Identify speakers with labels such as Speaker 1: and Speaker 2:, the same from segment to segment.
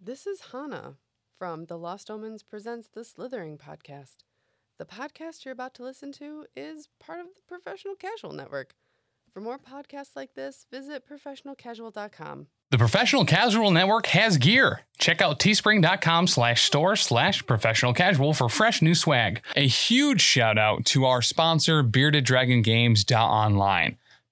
Speaker 1: This is Hannah from the Lost Omens Presents the Slithering Podcast. The podcast you're about to listen to is part of the Professional Casual Network. For more podcasts like this, visit professionalcasual.com.
Speaker 2: The Professional Casual Network has gear. Check out teespring.com slash store slash professional casual for fresh new swag. A huge shout out to our sponsor, Bearded Dragon Games Online.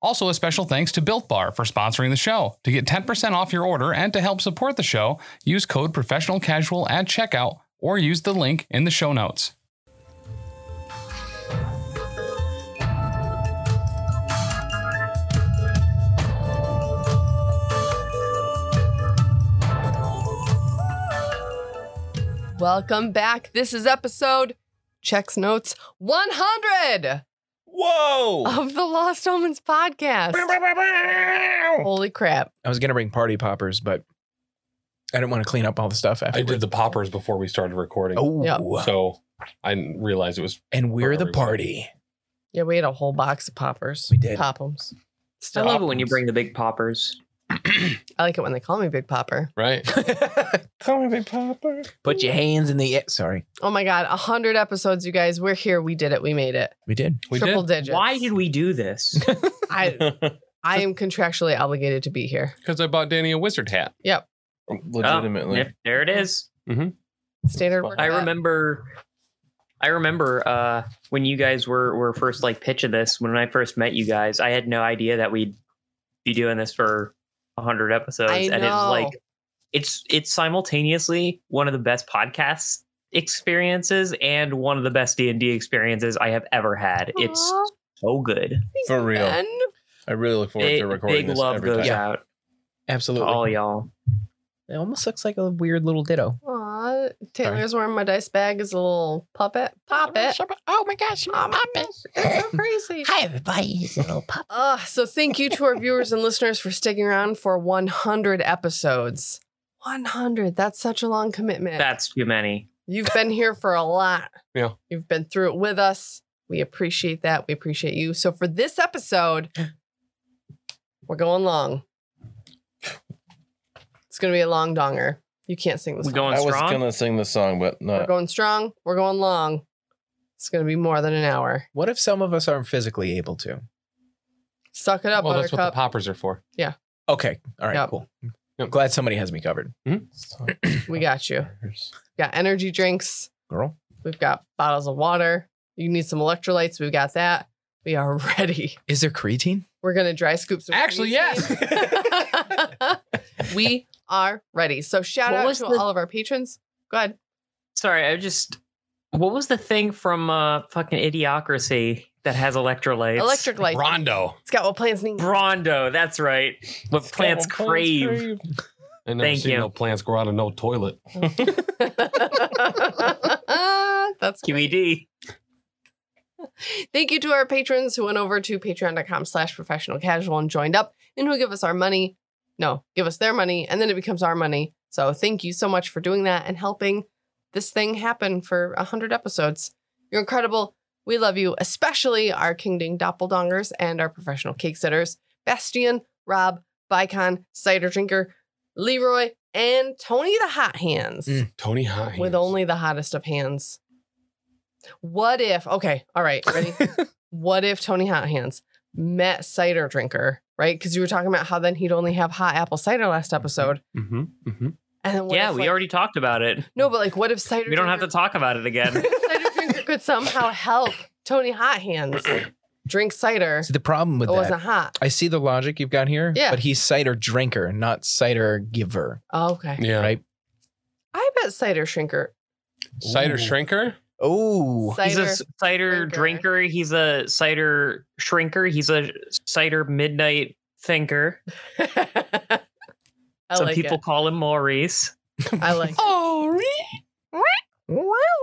Speaker 2: Also, a special thanks to Built Bar for sponsoring the show. To get 10% off your order and to help support the show, use code professional casual at checkout or use the link in the show notes.
Speaker 1: Welcome back. This is episode Checks Notes 100
Speaker 3: Whoa!
Speaker 1: of the Lost Omens Podcast.
Speaker 3: I
Speaker 1: Holy crap.
Speaker 3: was gonna bring party poppers, but I didn't want to clean up all the stuff after.
Speaker 4: I did the poppers before we started recording.
Speaker 3: Oh,
Speaker 1: Yeah.
Speaker 4: So I didn't realize it was
Speaker 3: and we're the
Speaker 4: Everybody.
Speaker 3: party.
Speaker 1: Yeah, we had a whole box of poppers.
Speaker 3: We did.
Speaker 1: Pop'ems.
Speaker 5: I
Speaker 1: Still,
Speaker 5: love it when you bring the big poppers.
Speaker 1: I like it when they call me Big Popper.
Speaker 4: right.
Speaker 3: Call me big popper. Put your hands in the air. Sorry,
Speaker 1: Oh my God, 100 episodes, you guys. We're here. We did it. We made it.
Speaker 3: we did.
Speaker 4: We
Speaker 1: Triple digits.
Speaker 5: Why did we do this? Um,
Speaker 1: I I am contractually obligated to be here.
Speaker 4: Because I bought Danny a wizard hat.
Speaker 3: Legitimately,
Speaker 5: Oh, yep, there it is.
Speaker 1: Standard work.
Speaker 5: I
Speaker 1: cut.
Speaker 5: remember. I remember uh, when you guys were were first like pitching this. When I first met you guys, I had no idea that we'd be doing this for hundred episodes,
Speaker 1: I
Speaker 5: and it's
Speaker 1: know.
Speaker 5: like it's it's simultaneously one of the best podcast experiences and one of the best D and D experiences I have ever had. It's
Speaker 1: Aw,
Speaker 5: so good.
Speaker 6: For real.
Speaker 1: Ben.
Speaker 6: I really look forward
Speaker 5: Big,
Speaker 6: to recording
Speaker 5: big
Speaker 6: this
Speaker 5: love
Speaker 6: every
Speaker 5: goes
Speaker 6: time.
Speaker 5: out to
Speaker 3: absolutely.
Speaker 5: all y'all.
Speaker 3: It almost looks like a weird little ditto.
Speaker 1: Aw, Taylor's wearing my dice bag as a little puppet. Puppet.
Speaker 3: Oh my gosh,
Speaker 1: Oh my gosh, it's so crazy.
Speaker 3: Hi everybody, it's a little pop.
Speaker 1: Uh, so thank you to our viewers and listeners for sticking around for 100 episodes. 100. That's such a long commitment.
Speaker 5: That's too many.
Speaker 1: You've been here for a lot.
Speaker 4: Yeah.
Speaker 1: You've been through it with us. We appreciate that. We appreciate you. So for this episode, we're going long. It's going to be a long donger. You can't sing this.
Speaker 5: We going
Speaker 6: I was
Speaker 5: strong.
Speaker 6: gonna sing the song, but
Speaker 1: We're
Speaker 6: not.
Speaker 1: going strong. We're going long. It's going to be more than an hour.
Speaker 3: What if some of us aren't physically able to?
Speaker 1: Suck it up,
Speaker 4: well, that's what the
Speaker 1: Buttercup.
Speaker 4: poppers are for.
Speaker 3: Okay, all right,
Speaker 1: Yep.
Speaker 3: cool.
Speaker 4: Yep.
Speaker 3: Glad somebody has me covered,
Speaker 1: we got you. We've got energy drinks.
Speaker 3: girl.
Speaker 1: We've got bottles of water. You need some electrolytes. We've got that. We are ready.
Speaker 3: Is there creatine?
Speaker 1: We're gonna dry scoop some.
Speaker 4: Actually,
Speaker 1: creatine. we are ready. So shout
Speaker 5: What
Speaker 1: out
Speaker 5: was
Speaker 1: to
Speaker 5: the-
Speaker 1: all of our patrons. Go ahead.
Speaker 5: Sorry, I just. What was the thing from uh, fucking Idiocracy that has electrolytes?
Speaker 1: Electric light.
Speaker 4: Rondo.
Speaker 1: It's got what plants need.
Speaker 5: Brondo, that's right. What plants crave.
Speaker 4: And
Speaker 5: Thank you.
Speaker 4: no plants grow out of no toilet.
Speaker 1: That's great.
Speaker 5: QED.
Speaker 1: Thank you to our patrons who went over to patreon.com slash professional casual and joined up and who give us our money. No, give us their money and then it becomes our money. So thank you so much for doing that and helping this thing happen for 100 episodes. You're incredible. We love you, especially our King Ding Doppeldongers and our professional cake sitters, Bastian, Rob, Bicon, Cider Drinker, Leroy, and Tony the Hot Hands
Speaker 3: Mm.
Speaker 4: Tony High.
Speaker 1: with only the hottest of hands. What if, okay, all right, ready? what if Tony Hot Hands met Cider Drinker, right? Because you were talking about how then he'd only have hot apple cider last episode.
Speaker 4: Mm-hmm, mm-hmm.
Speaker 1: And then what
Speaker 5: Yeah,
Speaker 1: if,
Speaker 5: we
Speaker 1: like-
Speaker 5: already talked about it.
Speaker 1: No, but like, what if Cider
Speaker 5: We don't have to
Speaker 1: Drinker-
Speaker 5: talk about it again.
Speaker 1: Cider Drinker could somehow help Tony Hot Hands drink cider
Speaker 3: See, the problem with
Speaker 1: that
Speaker 3: Oh, that,
Speaker 1: wasn't hot?
Speaker 3: I see the logic you've got here.
Speaker 1: Yeah.
Speaker 3: but he's cider drinker, not cider giver.
Speaker 1: Oh, okay.
Speaker 4: Yeah.
Speaker 3: Right.
Speaker 1: I bet Cider Shrinker.
Speaker 4: Cider
Speaker 3: Ooh.
Speaker 4: shrinker.
Speaker 3: Oh,
Speaker 1: Cider.
Speaker 5: He's a cider
Speaker 1: drinker.
Speaker 5: drinker. He's a cider shrinker. He's a cider midnight thinker.
Speaker 1: I
Speaker 5: Some
Speaker 1: like
Speaker 5: people
Speaker 1: it.
Speaker 5: call him Maurice.
Speaker 1: I like it.
Speaker 4: Oh,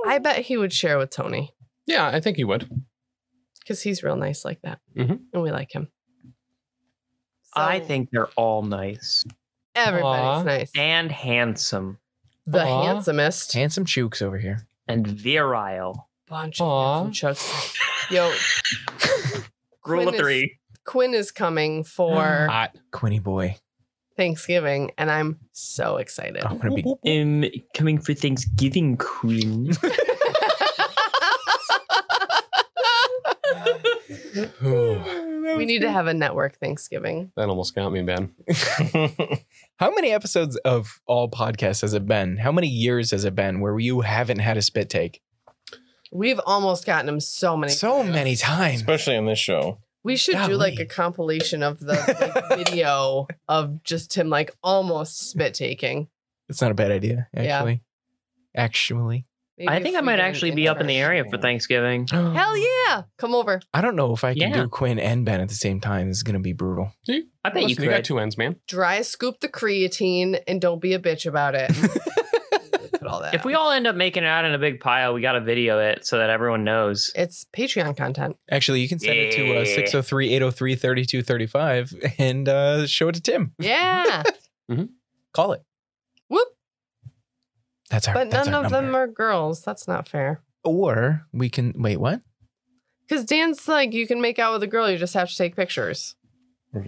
Speaker 1: I bet he would share with Tony.
Speaker 4: yeah. I think he would.
Speaker 1: because he's real nice like that,
Speaker 7: Mhm.
Speaker 1: and we like him.
Speaker 5: I
Speaker 1: So
Speaker 5: think they're all nice
Speaker 1: everybody's
Speaker 7: Aw.
Speaker 1: nice.
Speaker 5: and handsome
Speaker 1: the
Speaker 7: Aw.
Speaker 1: handsomest
Speaker 3: Handsome chooks over here.
Speaker 5: and virile.
Speaker 1: bunch
Speaker 7: Aw.
Speaker 1: of handsome chucks. Yo,
Speaker 5: Rule
Speaker 1: Quinn
Speaker 5: of
Speaker 1: is-
Speaker 5: three.
Speaker 1: Quinn is coming for
Speaker 2: Hot.
Speaker 3: Quinny boy.
Speaker 1: Thanksgiving, and I'm so excited.
Speaker 3: I'm gonna be
Speaker 5: Um, coming for Thanksgiving, Queen.
Speaker 1: we need to have a network Thanksgiving.
Speaker 7: That almost got me, man.
Speaker 3: How many episodes of all podcasts has it been? How many years has it been where you haven't had a spit take?
Speaker 1: We've almost gotten them so many.
Speaker 3: So many times.
Speaker 8: Especially on this show.
Speaker 1: we should do like
Speaker 3: Golly.
Speaker 1: a compilation of the like, video of just him like almost spit taking.
Speaker 3: It's not a bad idea,
Speaker 1: Yeah.
Speaker 3: actually. Actually.
Speaker 1: Maybe
Speaker 5: I
Speaker 1: if
Speaker 5: think I
Speaker 1: we
Speaker 5: might
Speaker 1: get an
Speaker 5: actually be up in the area for
Speaker 1: introduction.
Speaker 5: Thanksgiving.
Speaker 1: Hell yeah! Come over.
Speaker 3: I don't know if I can
Speaker 5: Yeah.
Speaker 3: do Quinn and Ben at the same time. This is gonna be brutal.
Speaker 5: I bet
Speaker 7: Listen,
Speaker 5: you
Speaker 7: you got
Speaker 5: could.
Speaker 7: two ends, man.
Speaker 1: Dry scoop the creatine and don't be a bitch about it. Put all that.
Speaker 5: if we
Speaker 1: out.
Speaker 5: all end up making it out in a big pile, we got to video it so that everyone knows.
Speaker 1: it's Patreon content.
Speaker 3: Actually, you can send it to uh,
Speaker 5: Yeah.
Speaker 3: 603 803 3235 and uh, show it to Tim.
Speaker 1: Yeah.
Speaker 3: Call it.
Speaker 1: Whoop.
Speaker 3: That's our
Speaker 1: But
Speaker 3: that's
Speaker 1: none
Speaker 3: our
Speaker 1: of them
Speaker 3: number.
Speaker 1: are girls. That's not fair.
Speaker 3: Or we can wait, what?
Speaker 1: Because Dan's like, you can make out with a girl, you just have to take pictures.
Speaker 5: I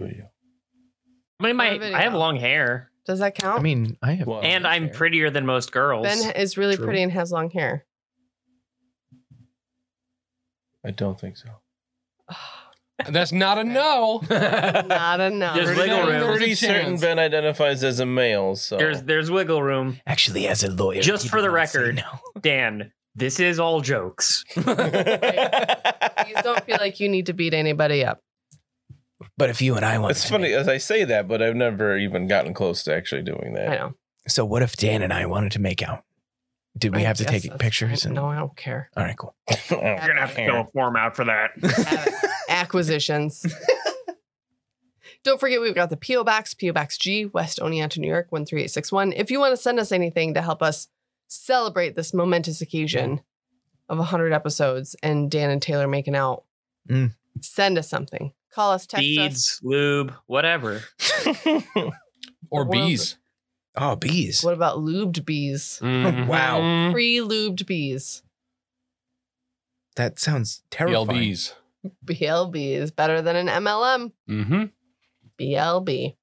Speaker 5: mean, my,
Speaker 1: video.
Speaker 5: I have long hair,
Speaker 1: Does that count?
Speaker 3: I mean, I have
Speaker 8: Well,
Speaker 5: and I'm prettier than most girls.
Speaker 1: ben is really
Speaker 3: True.
Speaker 1: pretty and has long hair.
Speaker 8: I don't think so.
Speaker 7: That's not a no.
Speaker 1: not enough.
Speaker 5: There's wiggle
Speaker 7: nine,
Speaker 5: room.
Speaker 7: thirty
Speaker 8: Pretty certain
Speaker 7: chance.
Speaker 8: Ben identifies as a male, so
Speaker 5: There's there's wiggle room,
Speaker 3: actually as a lawyer.
Speaker 5: Just
Speaker 3: he
Speaker 5: for
Speaker 3: did
Speaker 5: the
Speaker 3: not say
Speaker 5: record.
Speaker 3: No.
Speaker 5: Dan. This is all jokes.
Speaker 1: Please don't feel like you need to beat anybody up.
Speaker 3: But if you and I want
Speaker 8: It's
Speaker 3: to
Speaker 8: funny
Speaker 3: make-
Speaker 8: as I say that, but I've never even gotten close to actually doing
Speaker 1: I
Speaker 8: that.
Speaker 1: know.
Speaker 3: so what if Dan and I wanted to make out? Did we
Speaker 1: I
Speaker 3: have to
Speaker 1: guess
Speaker 3: take
Speaker 1: that's
Speaker 3: pictures?
Speaker 1: fine.
Speaker 3: And,
Speaker 1: No, I don't care.
Speaker 3: All right, cool.
Speaker 8: I
Speaker 5: You're gonna have to fill a form out for that.
Speaker 1: Acquisitions. Don't forget, we've got the PO Box, PO Box G, West Oneonta, New York, 13861. If you want to send us anything to help us celebrate this momentous occasion of 100 episodes and Dan and Taylor making out,
Speaker 3: Mm.
Speaker 1: send us something. Call us, text us.
Speaker 5: Beads, lube, whatever.
Speaker 2: Or
Speaker 1: Well,
Speaker 2: bees.
Speaker 3: Oh, bees.
Speaker 1: What about lubed bees?
Speaker 3: Wow.
Speaker 5: Mm-hmm.
Speaker 1: Pre lubed bees.
Speaker 3: That sounds terrifying.
Speaker 2: BLBs.
Speaker 1: BLB is better than an MLM.
Speaker 7: Mm-hmm.
Speaker 1: BLB.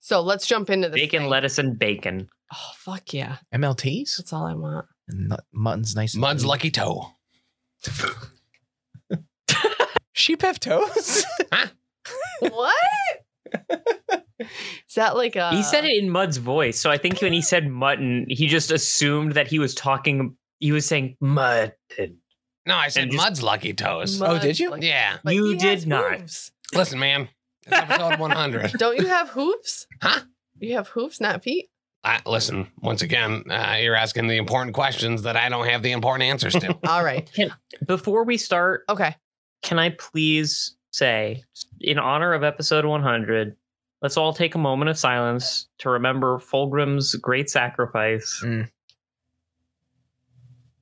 Speaker 1: So let's jump into this.
Speaker 5: Bacon,
Speaker 1: thing.
Speaker 5: lettuce, and bacon.
Speaker 1: Oh, fuck yeah.
Speaker 3: MLTs?
Speaker 1: That's all I want.
Speaker 3: Nut, mutton's nice. and
Speaker 2: Mud's
Speaker 3: lean.
Speaker 2: lucky toe.
Speaker 3: sheep have toes.
Speaker 1: what? Is that like a?
Speaker 5: he said it in Mud's voice, so I think when he said mutton, he just assumed that he was talking. He was saying mud.
Speaker 2: No, I said
Speaker 5: And just-
Speaker 2: mud's lucky toes.
Speaker 1: mud,
Speaker 3: Oh, did you?
Speaker 1: like-
Speaker 2: yeah.
Speaker 1: but
Speaker 5: You
Speaker 1: he has
Speaker 5: did not.
Speaker 1: hooves.
Speaker 2: Listen, man. It's episode 100.
Speaker 1: Don't you have hooves?
Speaker 2: Huh?
Speaker 1: You have hooves, not feet.
Speaker 2: I, listen, once again, uh, you're asking the important questions that I don't have the important answers to.
Speaker 1: All right.
Speaker 5: Before we start,
Speaker 1: Okay.
Speaker 5: can I please say, in honor of episode 100, let's all take a moment of silence to remember Fulgrim's great sacrifice.
Speaker 3: Mm.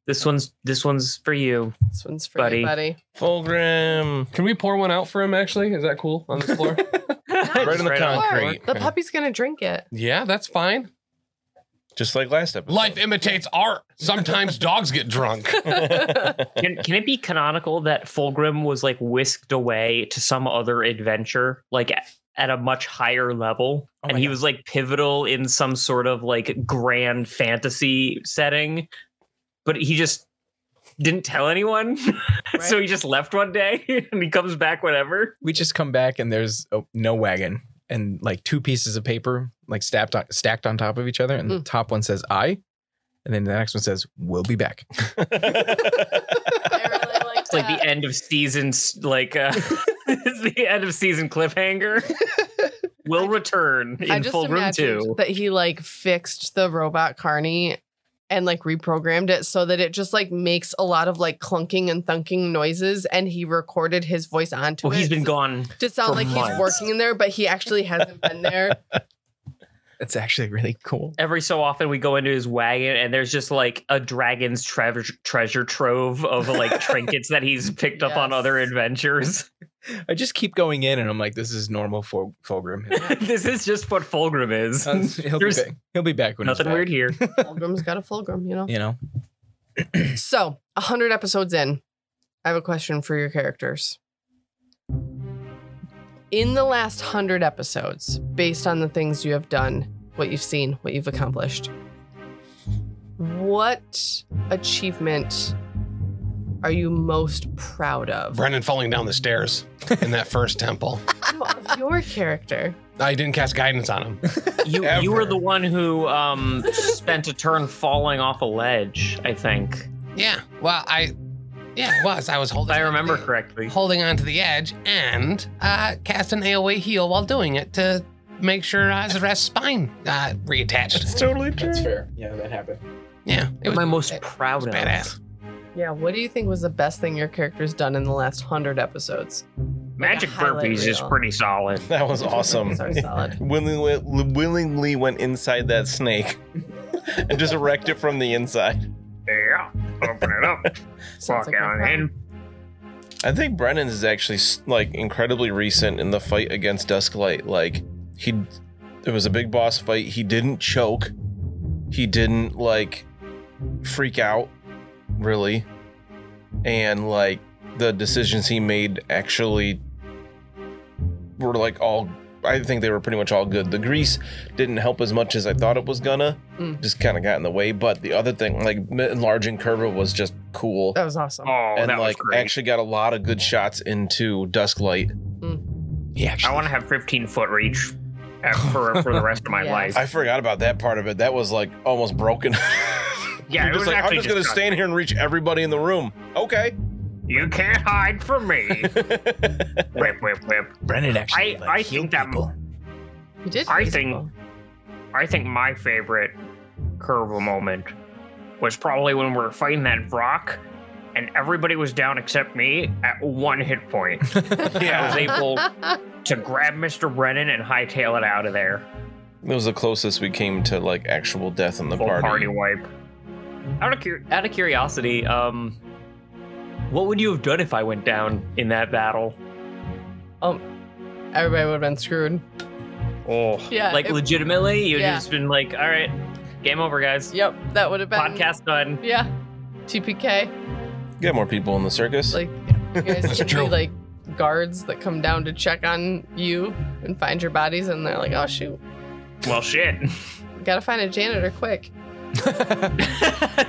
Speaker 5: This one's this one's for you.
Speaker 1: This one's for
Speaker 5: Buddy.
Speaker 1: you, buddy.
Speaker 8: Fulgrim.
Speaker 7: Can we pour one out for him? Actually, is that cool on the floor?
Speaker 8: Right on the
Speaker 5: on the floor.
Speaker 8: concrete.
Speaker 1: The puppy's gonna drink it.
Speaker 7: yeah, that's fine.
Speaker 8: Just like last episode.
Speaker 2: Life imitates art. Sometimes dogs get drunk.
Speaker 5: Can, can it be canonical that Fulgrim was like whisked away to some other adventure, like at, at a much higher level,
Speaker 3: Oh
Speaker 5: and
Speaker 3: my
Speaker 5: he
Speaker 3: God.
Speaker 5: was like pivotal in some sort of like grand fantasy setting, but he just didn't tell anyone, so
Speaker 1: Right.
Speaker 5: he just left one day and he comes back whenever.
Speaker 3: we just come back and there's oh, no wagon and like two pieces of paper like stacked on, stacked on top of each other and the
Speaker 1: Mm.
Speaker 3: top one says I and then the next one says we'll be back.
Speaker 1: I really like
Speaker 5: It's like the end of seasons, like uh, it's the end of season cliffhanger. Will return
Speaker 1: I
Speaker 5: in
Speaker 1: just
Speaker 5: Fulgrim
Speaker 1: imagined
Speaker 5: Two.
Speaker 1: that he like fixed the robot carney and like reprogrammed it so that it just like makes a lot of like clunking and thunking noises and he recorded his voice onto
Speaker 5: Well,
Speaker 1: it.
Speaker 5: he's been gone
Speaker 1: to sound
Speaker 5: for
Speaker 1: like he's
Speaker 5: months.
Speaker 1: working in there, but he actually hasn't been there.
Speaker 3: That's actually really cool.
Speaker 5: Every so often, we go into his wagon, and there's just like a dragon's treasure treasure trove of like trinkets that he's picked up on other
Speaker 1: Yes.
Speaker 5: adventures.
Speaker 3: I just keep going in and I'm like, this is normal Ful- Fulgrim.
Speaker 5: this is just what Fulgrim is.
Speaker 3: Uh, he'll, be
Speaker 5: There's
Speaker 3: back. he'll be back when
Speaker 5: nothing
Speaker 3: he's back,
Speaker 5: weird here.
Speaker 1: Fulgrim's got a Fulgrim, you know?
Speaker 3: You know?
Speaker 1: So, 100 episodes in, I have a question for your characters. In the last 100 episodes, based on the things you have done, what you've seen, what you've accomplished, what achievement are you most proud of?
Speaker 2: Brendan falling down the stairs in that first temple.
Speaker 1: No, of your character.
Speaker 2: I didn't cast guidance on him.
Speaker 5: You you were the one who um spent a turn falling off a ledge. I think
Speaker 2: Yeah. Well, I. Yeah, it was. I was
Speaker 5: if
Speaker 2: holding.
Speaker 5: I remember
Speaker 2: on to the,
Speaker 5: correctly.
Speaker 2: holding onto the edge and uh, cast an AOA heal while doing it to make sure uh, the rest spine uh, reattached.
Speaker 8: totally true.
Speaker 3: That's fair. Yeah, that happened.
Speaker 2: Yeah, it was
Speaker 5: Am I most
Speaker 2: it was
Speaker 5: proud of?
Speaker 2: badass.
Speaker 1: Yeah, what do you think was the best thing your character's done in the last 100 episodes?
Speaker 5: Magic
Speaker 1: Like a highlight
Speaker 5: burpees is
Speaker 1: reel.
Speaker 5: pretty solid.
Speaker 8: That was awesome.
Speaker 1: Sorry, solid.
Speaker 8: willingly, willingly went inside that snake and just wrecked it from the inside.
Speaker 5: Yeah, open it up.
Speaker 1: Sounds like my problem.
Speaker 8: I think Brennan's is actually s- like incredibly recent in the fight against Dusklight. Like he, it was a big boss fight. He didn't choke. He didn't like freak out, really, and like the decisions he made actually were like all. I think they were pretty much all good. The grease didn't help as much as I thought it was gonna.
Speaker 1: Mm.
Speaker 8: Just kind of got in the way. But the other thing, like enlarging Curva, was just cool
Speaker 1: That was awesome.
Speaker 5: Oh,
Speaker 8: and
Speaker 5: that was
Speaker 8: like
Speaker 5: great.
Speaker 8: actually got a lot of good shots into Dusklight.
Speaker 3: Yeah, actually.
Speaker 5: I want to have 15 foot reach uh, for for the rest of my
Speaker 1: Yes.
Speaker 5: life.
Speaker 8: I forgot about that part of it. That was like almost broken.
Speaker 5: yeah, it
Speaker 8: You're just
Speaker 5: was
Speaker 8: like, I'm
Speaker 5: actually
Speaker 8: just gonna
Speaker 5: disgusting.
Speaker 8: stand here and reach everybody in the room. Okay.
Speaker 5: You can't hide from me. whip, whip, whip.
Speaker 3: Brennan
Speaker 5: actually, I- like, I healed think that- people.
Speaker 1: You did.
Speaker 5: I
Speaker 1: use
Speaker 5: think-
Speaker 1: them
Speaker 5: I think my favorite curve moment was probably when we were fighting that rock and everybody was down except me at one hit point. I was
Speaker 8: yeah.
Speaker 5: able
Speaker 1: all.
Speaker 5: to grab Mr. Brennan and hightail it out of there.
Speaker 8: It was the closest we came to like actual death in the
Speaker 5: Full party.
Speaker 8: party.
Speaker 5: wipe. Out of, cur- out of curiosity, um, what would you have done if I went down in that battle?
Speaker 1: Everybody would have been screwed.
Speaker 5: Oh,
Speaker 1: Yeah,
Speaker 5: Like
Speaker 1: it-
Speaker 5: legitimately, you'd
Speaker 1: yeah.
Speaker 5: just been like, "All right, game over, guys.
Speaker 1: Yep, that would have been
Speaker 5: Podcast done."
Speaker 1: Yeah, TPK.
Speaker 8: Get more people in the circus.
Speaker 1: Like you guys should be like guards that come down to check on you and find your bodies, and they're like, "Oh shoot,
Speaker 5: Well, shit.
Speaker 1: gotta find a janitor quick."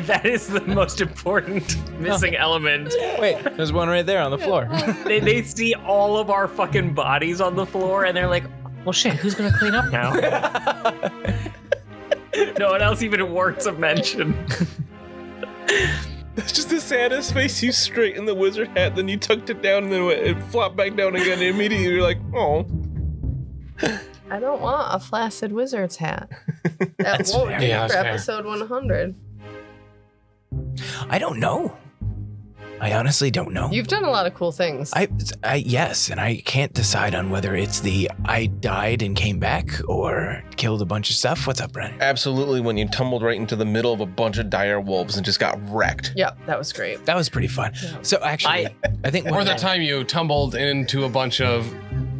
Speaker 5: that is the most important missing element.
Speaker 3: Wait, there's one right there on the floor.
Speaker 5: They, they see all of our fucking bodies on the floor, and they're like, "Well, shit. Who's gonna clean up now?" no one else even warrants a mention.
Speaker 8: That's just the saddest face. You straightened the wizard hat, then you tucked it down, and then went- it flopped back down again. And immediately you're like, oh.
Speaker 1: I don't want a flaccid wizard's hat. That
Speaker 3: That's
Speaker 1: won't
Speaker 3: fair.
Speaker 1: do
Speaker 2: Yeah,
Speaker 1: for
Speaker 2: that's fair.
Speaker 1: episode 100.
Speaker 3: I don't know. I honestly don't know.
Speaker 1: You've done a lot of cool things.
Speaker 3: I, I yes, and I can't decide on whether it's the I died and came back or killed a bunch of stuff. What's up, Brennan?
Speaker 8: Absolutely, when you tumbled right into the middle of a bunch of dire wolves and just got wrecked.
Speaker 1: yep, that was great.
Speaker 3: That was pretty fun.
Speaker 1: Yeah.
Speaker 3: So actually, I,
Speaker 5: I-
Speaker 3: think
Speaker 9: Or
Speaker 3: one
Speaker 9: the
Speaker 3: of
Speaker 9: time you tumbled into a bunch of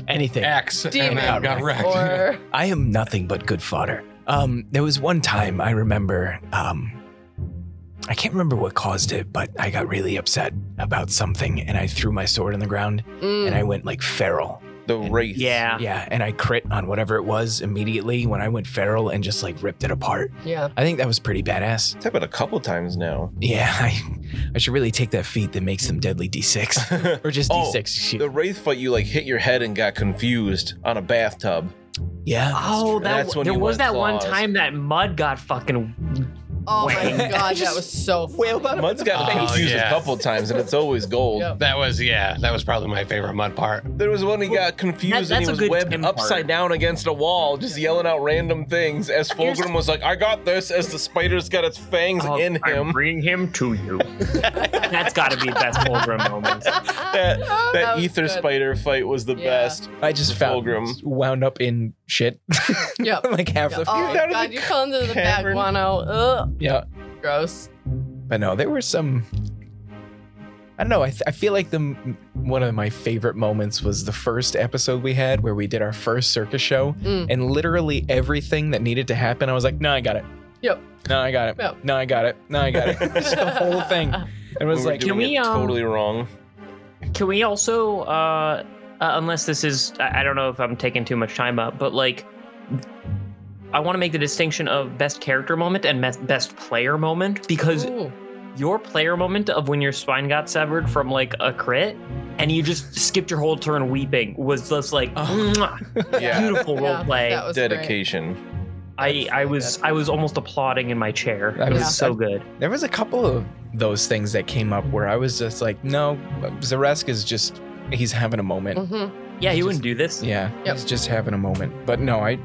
Speaker 3: anything.
Speaker 9: X and
Speaker 1: Demons
Speaker 9: then got wrecked.
Speaker 1: Or
Speaker 3: I am nothing but good fodder. Um, there was one time I remember. Um, I can't remember what caused it, but I got really upset about something, and I threw my sword on the ground,
Speaker 1: Mm,
Speaker 3: and I went like feral.
Speaker 8: The wraith.
Speaker 5: Yeah.
Speaker 3: Yeah, and I crit on whatever it was immediately when I went feral and just like ripped it apart.
Speaker 1: yeah,
Speaker 3: I think that was pretty badass.
Speaker 8: It's happened a couple times now.
Speaker 3: Yeah, I, I should really take that feat that makes them deadly D6 or just
Speaker 8: Oh,
Speaker 3: D6. Shoot.
Speaker 8: The wraith fight, you like hit your head and got confused on a bathtub.
Speaker 3: yeah.
Speaker 5: Oh, that
Speaker 8: That's when
Speaker 5: there
Speaker 8: you
Speaker 5: was
Speaker 8: went
Speaker 5: that one
Speaker 8: claws.
Speaker 5: time that mud got fucking
Speaker 1: Oh
Speaker 5: Wang.
Speaker 1: my god, that was so fun.
Speaker 3: Wailed on
Speaker 8: Mud's gotten
Speaker 10: Oh,
Speaker 8: confused
Speaker 10: yeah.
Speaker 8: a couple times, and it's always gold.
Speaker 1: Yep.
Speaker 10: That was yeah. That was probably my favorite mud part.
Speaker 8: There was one he got confused
Speaker 5: That- that's
Speaker 8: and he
Speaker 5: a
Speaker 8: was
Speaker 5: good
Speaker 8: webbed
Speaker 5: Tim part.
Speaker 8: upside down against a wall, just yelling out random things. As Fulgrim was like, "I got this," as the spider's got its fangs
Speaker 5: I'll-
Speaker 8: in
Speaker 5: I'm
Speaker 8: him.
Speaker 5: bringing oh, him to you. That's got to be best Holgram moment.
Speaker 8: that
Speaker 1: That
Speaker 8: that
Speaker 1: was
Speaker 8: ether
Speaker 1: good.
Speaker 8: spider fight was the
Speaker 1: Yeah.
Speaker 8: best.
Speaker 3: I just found
Speaker 8: Fulgrim.
Speaker 3: wound up in shit.
Speaker 1: Yep.
Speaker 3: like half
Speaker 1: Yeah.
Speaker 3: the
Speaker 1: Oh
Speaker 8: down
Speaker 1: my
Speaker 8: in
Speaker 1: god,
Speaker 8: the
Speaker 1: you fell into the back
Speaker 8: cavern.
Speaker 1: guano. Ugh,
Speaker 3: yeah.
Speaker 1: gross.
Speaker 3: But no, there were some. I don't know. I, th- I feel like the m- one of my favorite moments was the first episode we had where we did our first circus show,
Speaker 1: Mm.
Speaker 3: and literally everything that needed to happen, I was like, "No, I got it.
Speaker 1: Yep.
Speaker 3: No, I got it.
Speaker 1: Yep.
Speaker 3: No, I got it. No, I got it." Just the whole thing. It was
Speaker 8: were
Speaker 3: like,
Speaker 5: doing- Can we,
Speaker 8: it
Speaker 5: um,
Speaker 8: totally wrong.
Speaker 5: Can we also, uh, uh, unless this is, I I don't know if I'm taking too much time up, but like, I want to make the distinction of best character moment and mes- best player moment because
Speaker 1: Ooh.
Speaker 5: your player moment of when your spine got severed from like a crit and you just skipped your whole turn weeping was just like
Speaker 3: Oh.
Speaker 5: mwah,
Speaker 8: Yeah,
Speaker 5: beautiful
Speaker 1: Yeah,
Speaker 5: roleplay.
Speaker 1: that was great.
Speaker 8: dedication.
Speaker 5: I, I was I was almost applauding in my chair.
Speaker 3: That
Speaker 5: It was
Speaker 1: was-
Speaker 5: so good.
Speaker 3: there was a couple of those things that came up where I was just like, "No, Zaresk is just he's having a moment.
Speaker 1: Mhm.
Speaker 5: Yeah, he
Speaker 3: just-
Speaker 5: wouldn't do this.
Speaker 3: Yeah,
Speaker 1: Yep.
Speaker 3: he's just having a moment. But no, I.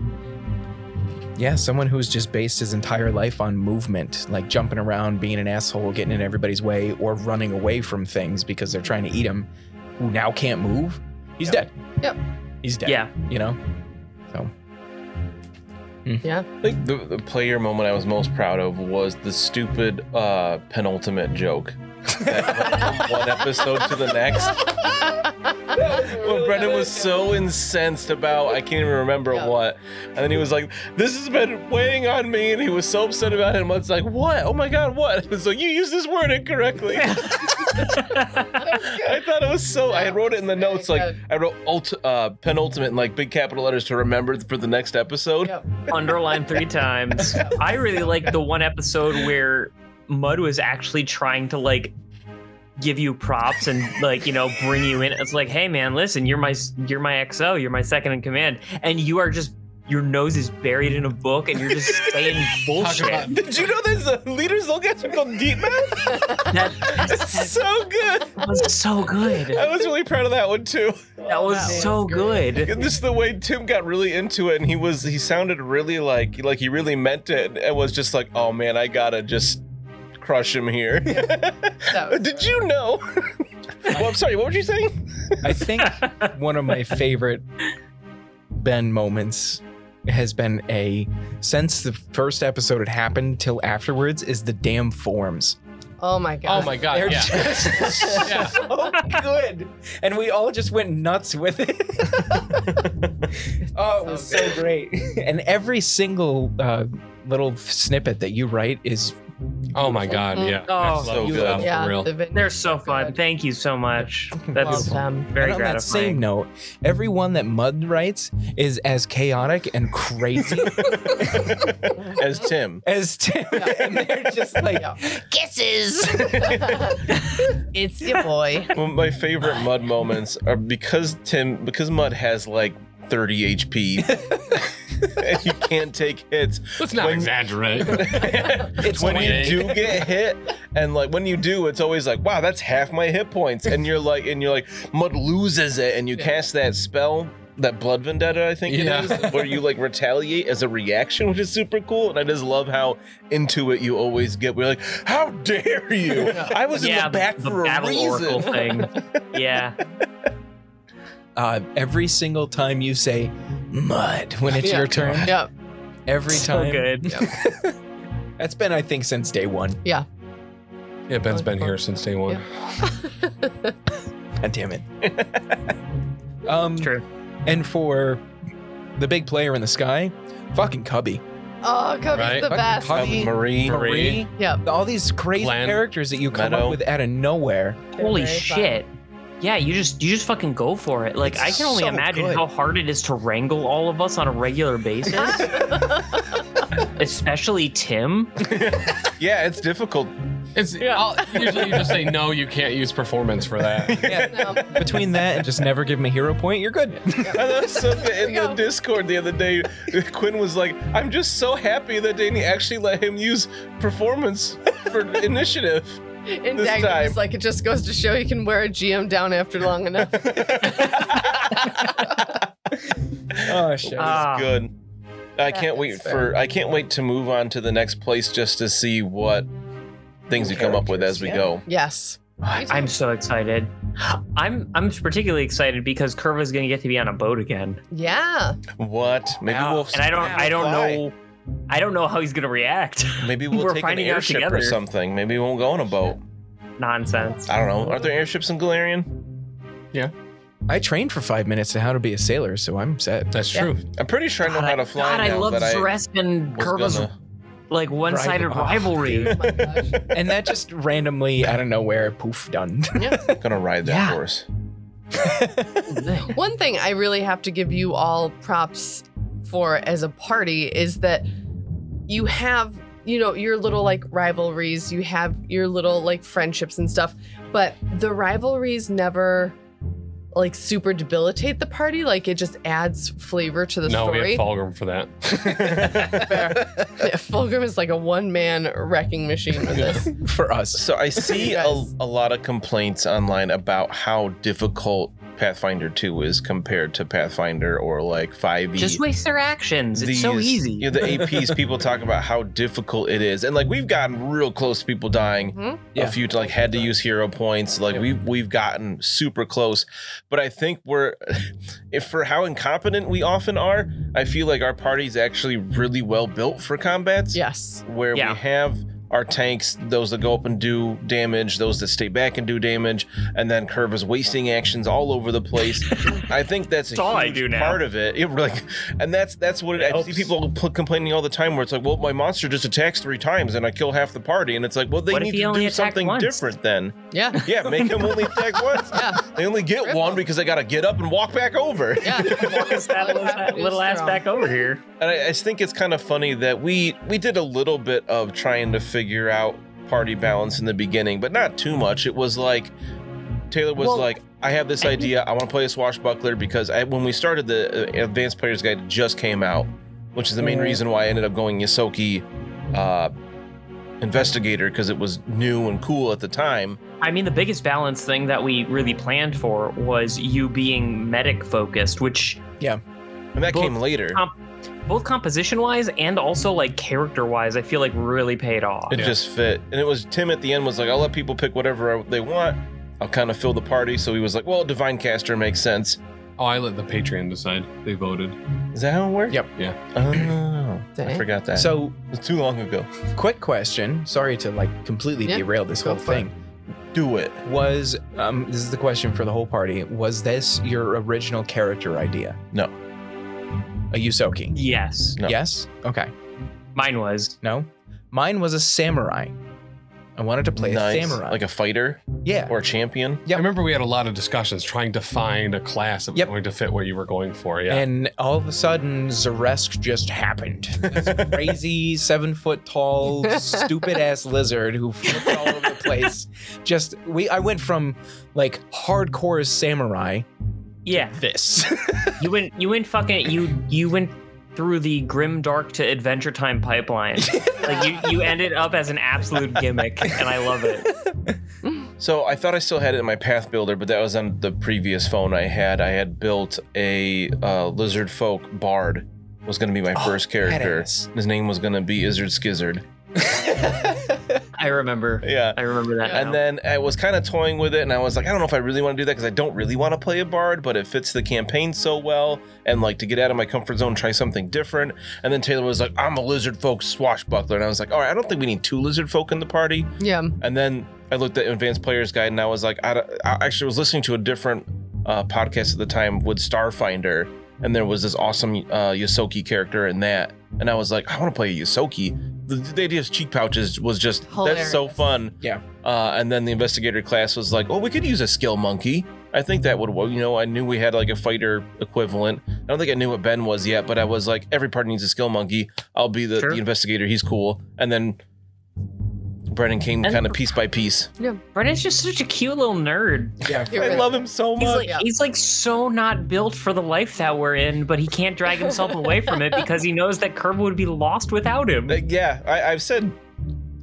Speaker 3: Yeah, someone who's just based his entire life on movement, like jumping around, being an asshole, getting in everybody's way, or running away from things because they're trying to eat him, who now can't move. He's dead.
Speaker 1: Yep.
Speaker 3: He's dead.
Speaker 5: Yeah.
Speaker 3: You know?
Speaker 8: Like the, the player moment I was most proud of was the stupid uh penultimate joke. That went from one episode to the next. Well, Brendan was so incensed about I can't even remember
Speaker 1: Yeah.
Speaker 8: what, and then he was like, "This has been weighing on me," and he was so upset about it. And Mud's like, "What? Oh my god, what?" And so you used this word incorrectly. I thought it was so. I
Speaker 1: Yeah.
Speaker 8: wrote it in the
Speaker 1: Very
Speaker 8: notes like
Speaker 1: good.
Speaker 8: I wrote ult, uh, penultimate in like big capital letters to remember for the next episode.
Speaker 1: Yep.
Speaker 5: Underline three times. I really like the one episode where Mud was actually trying to like give you props and like you know bring you in. It's like, hey man, listen, you're my you're my XO, you're my second in command, and you are just your nose is buried in a book and you're just saying bullshit.
Speaker 10: about-
Speaker 8: Did you know there's a leaders don't get called deep math?
Speaker 5: That,
Speaker 8: It's so good.
Speaker 5: that was so good.
Speaker 8: I was really proud of that one too.
Speaker 5: That was
Speaker 1: That
Speaker 5: so
Speaker 1: was
Speaker 5: good.
Speaker 8: This is the way Tim got really into it, and he was he sounded really like like he really meant it, and was just like, oh man, I gotta just crush him here.
Speaker 1: That was
Speaker 8: Did you know? well, I'm sorry. What were you saying?
Speaker 3: I think one of my favorite Ben moments has been a since the first episode had happened till afterwards is the damn forms.
Speaker 1: Oh my
Speaker 2: Oh
Speaker 1: god.
Speaker 2: my god,
Speaker 3: They're
Speaker 2: yeah.
Speaker 3: just
Speaker 2: Yeah.
Speaker 3: so good. And we all just went nuts with it. oh, it was
Speaker 1: So
Speaker 3: so great. And every single uh, little snippet that you write is
Speaker 2: Oh my god,
Speaker 1: Mm.
Speaker 2: yeah.
Speaker 5: Oh,
Speaker 2: Next
Speaker 8: so
Speaker 2: level
Speaker 8: good.
Speaker 2: stuff,
Speaker 1: yeah,
Speaker 2: for real.
Speaker 1: the vignettes
Speaker 5: They're so
Speaker 1: are
Speaker 5: fun.
Speaker 1: good.
Speaker 5: Thank you so much.
Speaker 1: Love
Speaker 5: That's
Speaker 1: them.
Speaker 5: very
Speaker 3: and on that same
Speaker 5: gratifying.
Speaker 3: note, every one that Mud writes is as chaotic and crazy
Speaker 8: As Tim.
Speaker 3: as Tim.
Speaker 1: Yeah.
Speaker 3: And they're just like,
Speaker 1: Yeah.
Speaker 3: kisses.
Speaker 1: it's your boy.
Speaker 8: Well, my favorite mud moments are because Tim, because Mud has like 30 HP, and you can't take hits.
Speaker 2: Let's not
Speaker 8: When-
Speaker 2: exaggerate.
Speaker 3: It's
Speaker 8: when you
Speaker 2: 28.
Speaker 8: do get hit, and like when you do, it's always like, wow, that's half my hit points, and you're like, and you're like, Mud loses it, and you
Speaker 1: Yeah.
Speaker 8: cast that spell. That blood vendetta, I think
Speaker 2: Yeah.
Speaker 8: it is, where you like retaliate as a reaction, which is super cool. And I just love how into it you always get. We're like, how dare you? I was
Speaker 5: yeah,
Speaker 8: in the back for a
Speaker 5: battle oracle
Speaker 8: reason.
Speaker 5: thing. Yeah,
Speaker 3: uh, every single time you say Mud when it's
Speaker 1: Yeah.
Speaker 3: your turn,
Speaker 1: Yep.
Speaker 3: every
Speaker 5: so
Speaker 3: time.
Speaker 5: good.
Speaker 3: That's been, I think, since day one.
Speaker 2: yeah, Ben's been here since day one.
Speaker 3: God damn it. um,
Speaker 5: True.
Speaker 3: And for the big player in the sky, fucking Cubby.
Speaker 1: Oh, Cubby's
Speaker 2: Right.
Speaker 1: the
Speaker 3: Fucking
Speaker 1: best.
Speaker 3: Cubby.
Speaker 8: Um, Marie,
Speaker 2: Marie.
Speaker 1: Yep.
Speaker 3: All these crazy
Speaker 2: Glenn.
Speaker 3: characters that you come
Speaker 8: Meadow.
Speaker 3: up with out of nowhere.
Speaker 5: Holy
Speaker 1: Very fun.
Speaker 5: shit. Yeah, you just you just fucking go for it. Like I can only
Speaker 3: so
Speaker 5: imagine
Speaker 3: good.
Speaker 5: how hard it is to wrangle all of us on a regular basis. Especially Tim.
Speaker 8: yeah, it's difficult.
Speaker 11: It's I'll, usually you just say no, you can't use performance for that.
Speaker 1: No.
Speaker 12: Between that and just never give him a hero point, you're good.
Speaker 8: I know something in
Speaker 1: There we
Speaker 8: the
Speaker 1: go.
Speaker 8: Discord the other day. Quinn was like, "I'm just so happy that Danny actually let him use performance for initiative."
Speaker 1: And
Speaker 8: This
Speaker 1: Dagny was
Speaker 8: time.
Speaker 1: like, it just goes to show you can wear a GM down after long enough.
Speaker 12: oh shit.
Speaker 5: Ah,
Speaker 8: Good. I
Speaker 1: Yeah,
Speaker 8: can't wait
Speaker 1: that's
Speaker 8: for. I can't wait to move on to the next place just to see what things we come up with as we go.
Speaker 1: yes.
Speaker 5: I'm so excited. I'm I'm particularly excited because Curva's gonna get to be on a boat again,
Speaker 1: Yeah.
Speaker 8: What? Maybe
Speaker 11: Yeah.
Speaker 8: we'll.
Speaker 5: and I don't I don't
Speaker 8: fly.
Speaker 5: know I don't know how he's gonna react.
Speaker 8: Maybe we'll
Speaker 5: we're
Speaker 8: take an
Speaker 5: finding out
Speaker 8: airship or
Speaker 5: together.
Speaker 8: something. Maybe we won't go on a boat.
Speaker 5: Nonsense.
Speaker 8: I don't know. Are there airships in Galarian?
Speaker 12: I trained for five minutes on how to be a sailor, so I'm set.
Speaker 11: That's
Speaker 1: Yeah.
Speaker 11: true.
Speaker 8: I'm pretty sure I know
Speaker 5: God,
Speaker 8: how to fly
Speaker 5: God,
Speaker 8: now.
Speaker 5: I love
Speaker 8: but
Speaker 5: Zrest and
Speaker 8: was
Speaker 5: Curva's
Speaker 8: gonna-
Speaker 5: like one-sided
Speaker 12: Rival- oh,
Speaker 5: rivalry.
Speaker 1: Oh my gosh.
Speaker 12: And that just randomly out of nowhere, poof, done.
Speaker 8: gonna ride that
Speaker 5: Yeah.
Speaker 8: horse.
Speaker 1: One thing I really have to give you all props for as a party is that you have, you know, your little like rivalries, you have your little like friendships and stuff, but the rivalries never like super debilitate the party. Like it just adds flavor to the
Speaker 11: no,
Speaker 1: story.
Speaker 11: we have Fulgrim for that.
Speaker 1: Yeah, Fulgrim is like a one man wrecking machine with this.
Speaker 12: for us.
Speaker 8: So I see a,
Speaker 1: Yes.
Speaker 8: a lot of complaints online about how difficult Pathfinder 2 is compared to Pathfinder or like 5e.
Speaker 5: Just waste their actions. It's so
Speaker 8: These-
Speaker 5: easy.
Speaker 8: You know, the APs, people talk about how difficult it is. And like we've gotten real close to people dying.
Speaker 5: Mm-hmm.
Speaker 1: Mhm.
Speaker 12: Yeah.
Speaker 8: A few like had to use hero points. Like
Speaker 11: Yeah.
Speaker 8: we've we've gotten super close. But I think we're if for how incompetent we often are, I feel like our party's actually really well built for combats
Speaker 1: Yes.
Speaker 8: where
Speaker 5: Yeah.
Speaker 8: we have our tanks, those that go up and do damage, those that stay back and do damage, and then Curve is wasting actions all over the place. I think that's a
Speaker 5: That's all I
Speaker 8: huge
Speaker 5: do now.
Speaker 8: part of it. It really, and that's that's what it, I see
Speaker 5: helps.
Speaker 8: people pl- complaining all the time, where it's like, well, my monster just attacks three times and I kill half the party, and it's like, well, they
Speaker 5: What if
Speaker 8: need
Speaker 5: he
Speaker 8: to
Speaker 5: only
Speaker 8: do
Speaker 5: attacked
Speaker 8: something
Speaker 5: once?
Speaker 8: different then.
Speaker 1: Yeah.
Speaker 8: Yeah, make him only attack once.
Speaker 1: Yeah.
Speaker 8: They only get
Speaker 1: Rip
Speaker 8: one
Speaker 1: him.
Speaker 8: because I got to get up and walk back over.
Speaker 1: Yeah.
Speaker 5: Just that little, that little ass back over here.
Speaker 8: And I, I think it's kind of funny that we we did a little bit of trying to figure out party balance in the beginning, but not too much. It was like Taylor was
Speaker 5: Well,
Speaker 8: like, "I have this
Speaker 5: I think-
Speaker 8: idea. I want to play a swashbuckler because I, when we started the uh, Advanced Players Guide just came out, which is the main
Speaker 5: Mm.
Speaker 8: reason why I ended up going Yosoki uh, Investigator because it was new and cool at the time."
Speaker 5: I mean, the biggest balance thing that we really planned for was you being medic focused, which
Speaker 8: And that
Speaker 5: Both
Speaker 8: came later.
Speaker 5: comp- both composition wise and also like character wise, I feel like really paid off.
Speaker 8: It
Speaker 11: Yeah.
Speaker 8: just fit. And it was Tim at the end was like, I'll let people pick whatever I- they want. I'll kind of fill the party. So he was like, well, Divine Caster makes sense.
Speaker 11: Oh, I let the Patreon decide. They voted.
Speaker 8: Is that how it worked?
Speaker 12: Yep.
Speaker 11: Yeah.
Speaker 8: Oh, I
Speaker 1: Dang.
Speaker 8: forgot that. So
Speaker 12: So,
Speaker 8: it's too long ago.
Speaker 12: quick question. Sorry to like completely
Speaker 1: Yeah,
Speaker 12: derail this
Speaker 1: go
Speaker 12: whole
Speaker 1: for it.
Speaker 12: thing.
Speaker 8: Do it.
Speaker 12: Was um this is the question for the whole party. Was this your original character idea?
Speaker 8: No.
Speaker 12: A Yusoki.
Speaker 5: yes,
Speaker 8: No.
Speaker 12: Yes? Okay.
Speaker 5: mine was.
Speaker 12: No. Mine was a samurai. I wanted to play
Speaker 8: nice.
Speaker 12: a samurai.
Speaker 8: Like a fighter
Speaker 12: yeah.
Speaker 8: or a champion.
Speaker 12: Yep.
Speaker 11: I remember we had a lot of discussions trying to find a class that was
Speaker 12: Yep.
Speaker 11: going to fit what you were going for. Yeah.
Speaker 12: And all of a sudden, Zaresk just happened. This crazy, seven foot tall, stupid ass lizard who flipped all over the place. Just we, I went from like hardcore samurai.
Speaker 5: Yeah,
Speaker 12: This
Speaker 5: you went, you went fucking, you you went through the grim dark to Adventure Time pipeline. like you, you ended up as an absolute gimmick, and I love it.
Speaker 8: So I thought I still had it in my path builder, but that was on the previous phone I had. I had built a uh, lizard folk bard was going to be my
Speaker 12: Oh,
Speaker 8: first character.
Speaker 12: badass.
Speaker 8: His name was going to be Izzard Skizzard.
Speaker 5: I remember.
Speaker 8: Yeah.
Speaker 5: I remember that.
Speaker 1: Yeah.
Speaker 8: And then I was kind of toying with it, and I was like, I don't know if I really want to do that because I don't really want to play a bard, but it fits the campaign so well, and like to get out of my comfort zone, try something different. And then Taylor was like, I'm a lizard folk swashbuckler, and I was like, all right, I don't think we need two lizard folk in the party.
Speaker 1: Yeah.
Speaker 8: And then I looked at Advanced Players Guide, and I was like, I, don't- I actually was listening to a different uh, podcast at the time with Starfinder, and there was this awesome uh, Yosoki character in that, and I was like, I want to play a Yosoki. The, the idea of cheek pouches was just that's so
Speaker 1: Hilarious.
Speaker 8: fun.
Speaker 12: Yeah.
Speaker 8: Uh, and then the investigator class was like, oh, we could use a skill monkey. I think that would, work. you know, I knew we had like a fighter equivalent. I don't think I knew what Ben was yet, but I was like, every party needs a skill monkey. I'll be the,
Speaker 5: Sure.
Speaker 8: the investigator. He's cool. And then Brennan came
Speaker 5: And-
Speaker 8: kind of piece by piece.
Speaker 5: Brennan's just such a cute little nerd.
Speaker 3: Yeah.
Speaker 1: You're
Speaker 8: I
Speaker 1: right.
Speaker 8: love him so
Speaker 5: He's
Speaker 8: much.
Speaker 5: like, he's like so not built for the life that we're in, but he can't drag himself away from it because he knows that Kerb would be lost without him.
Speaker 8: Like, yeah, I, I've said,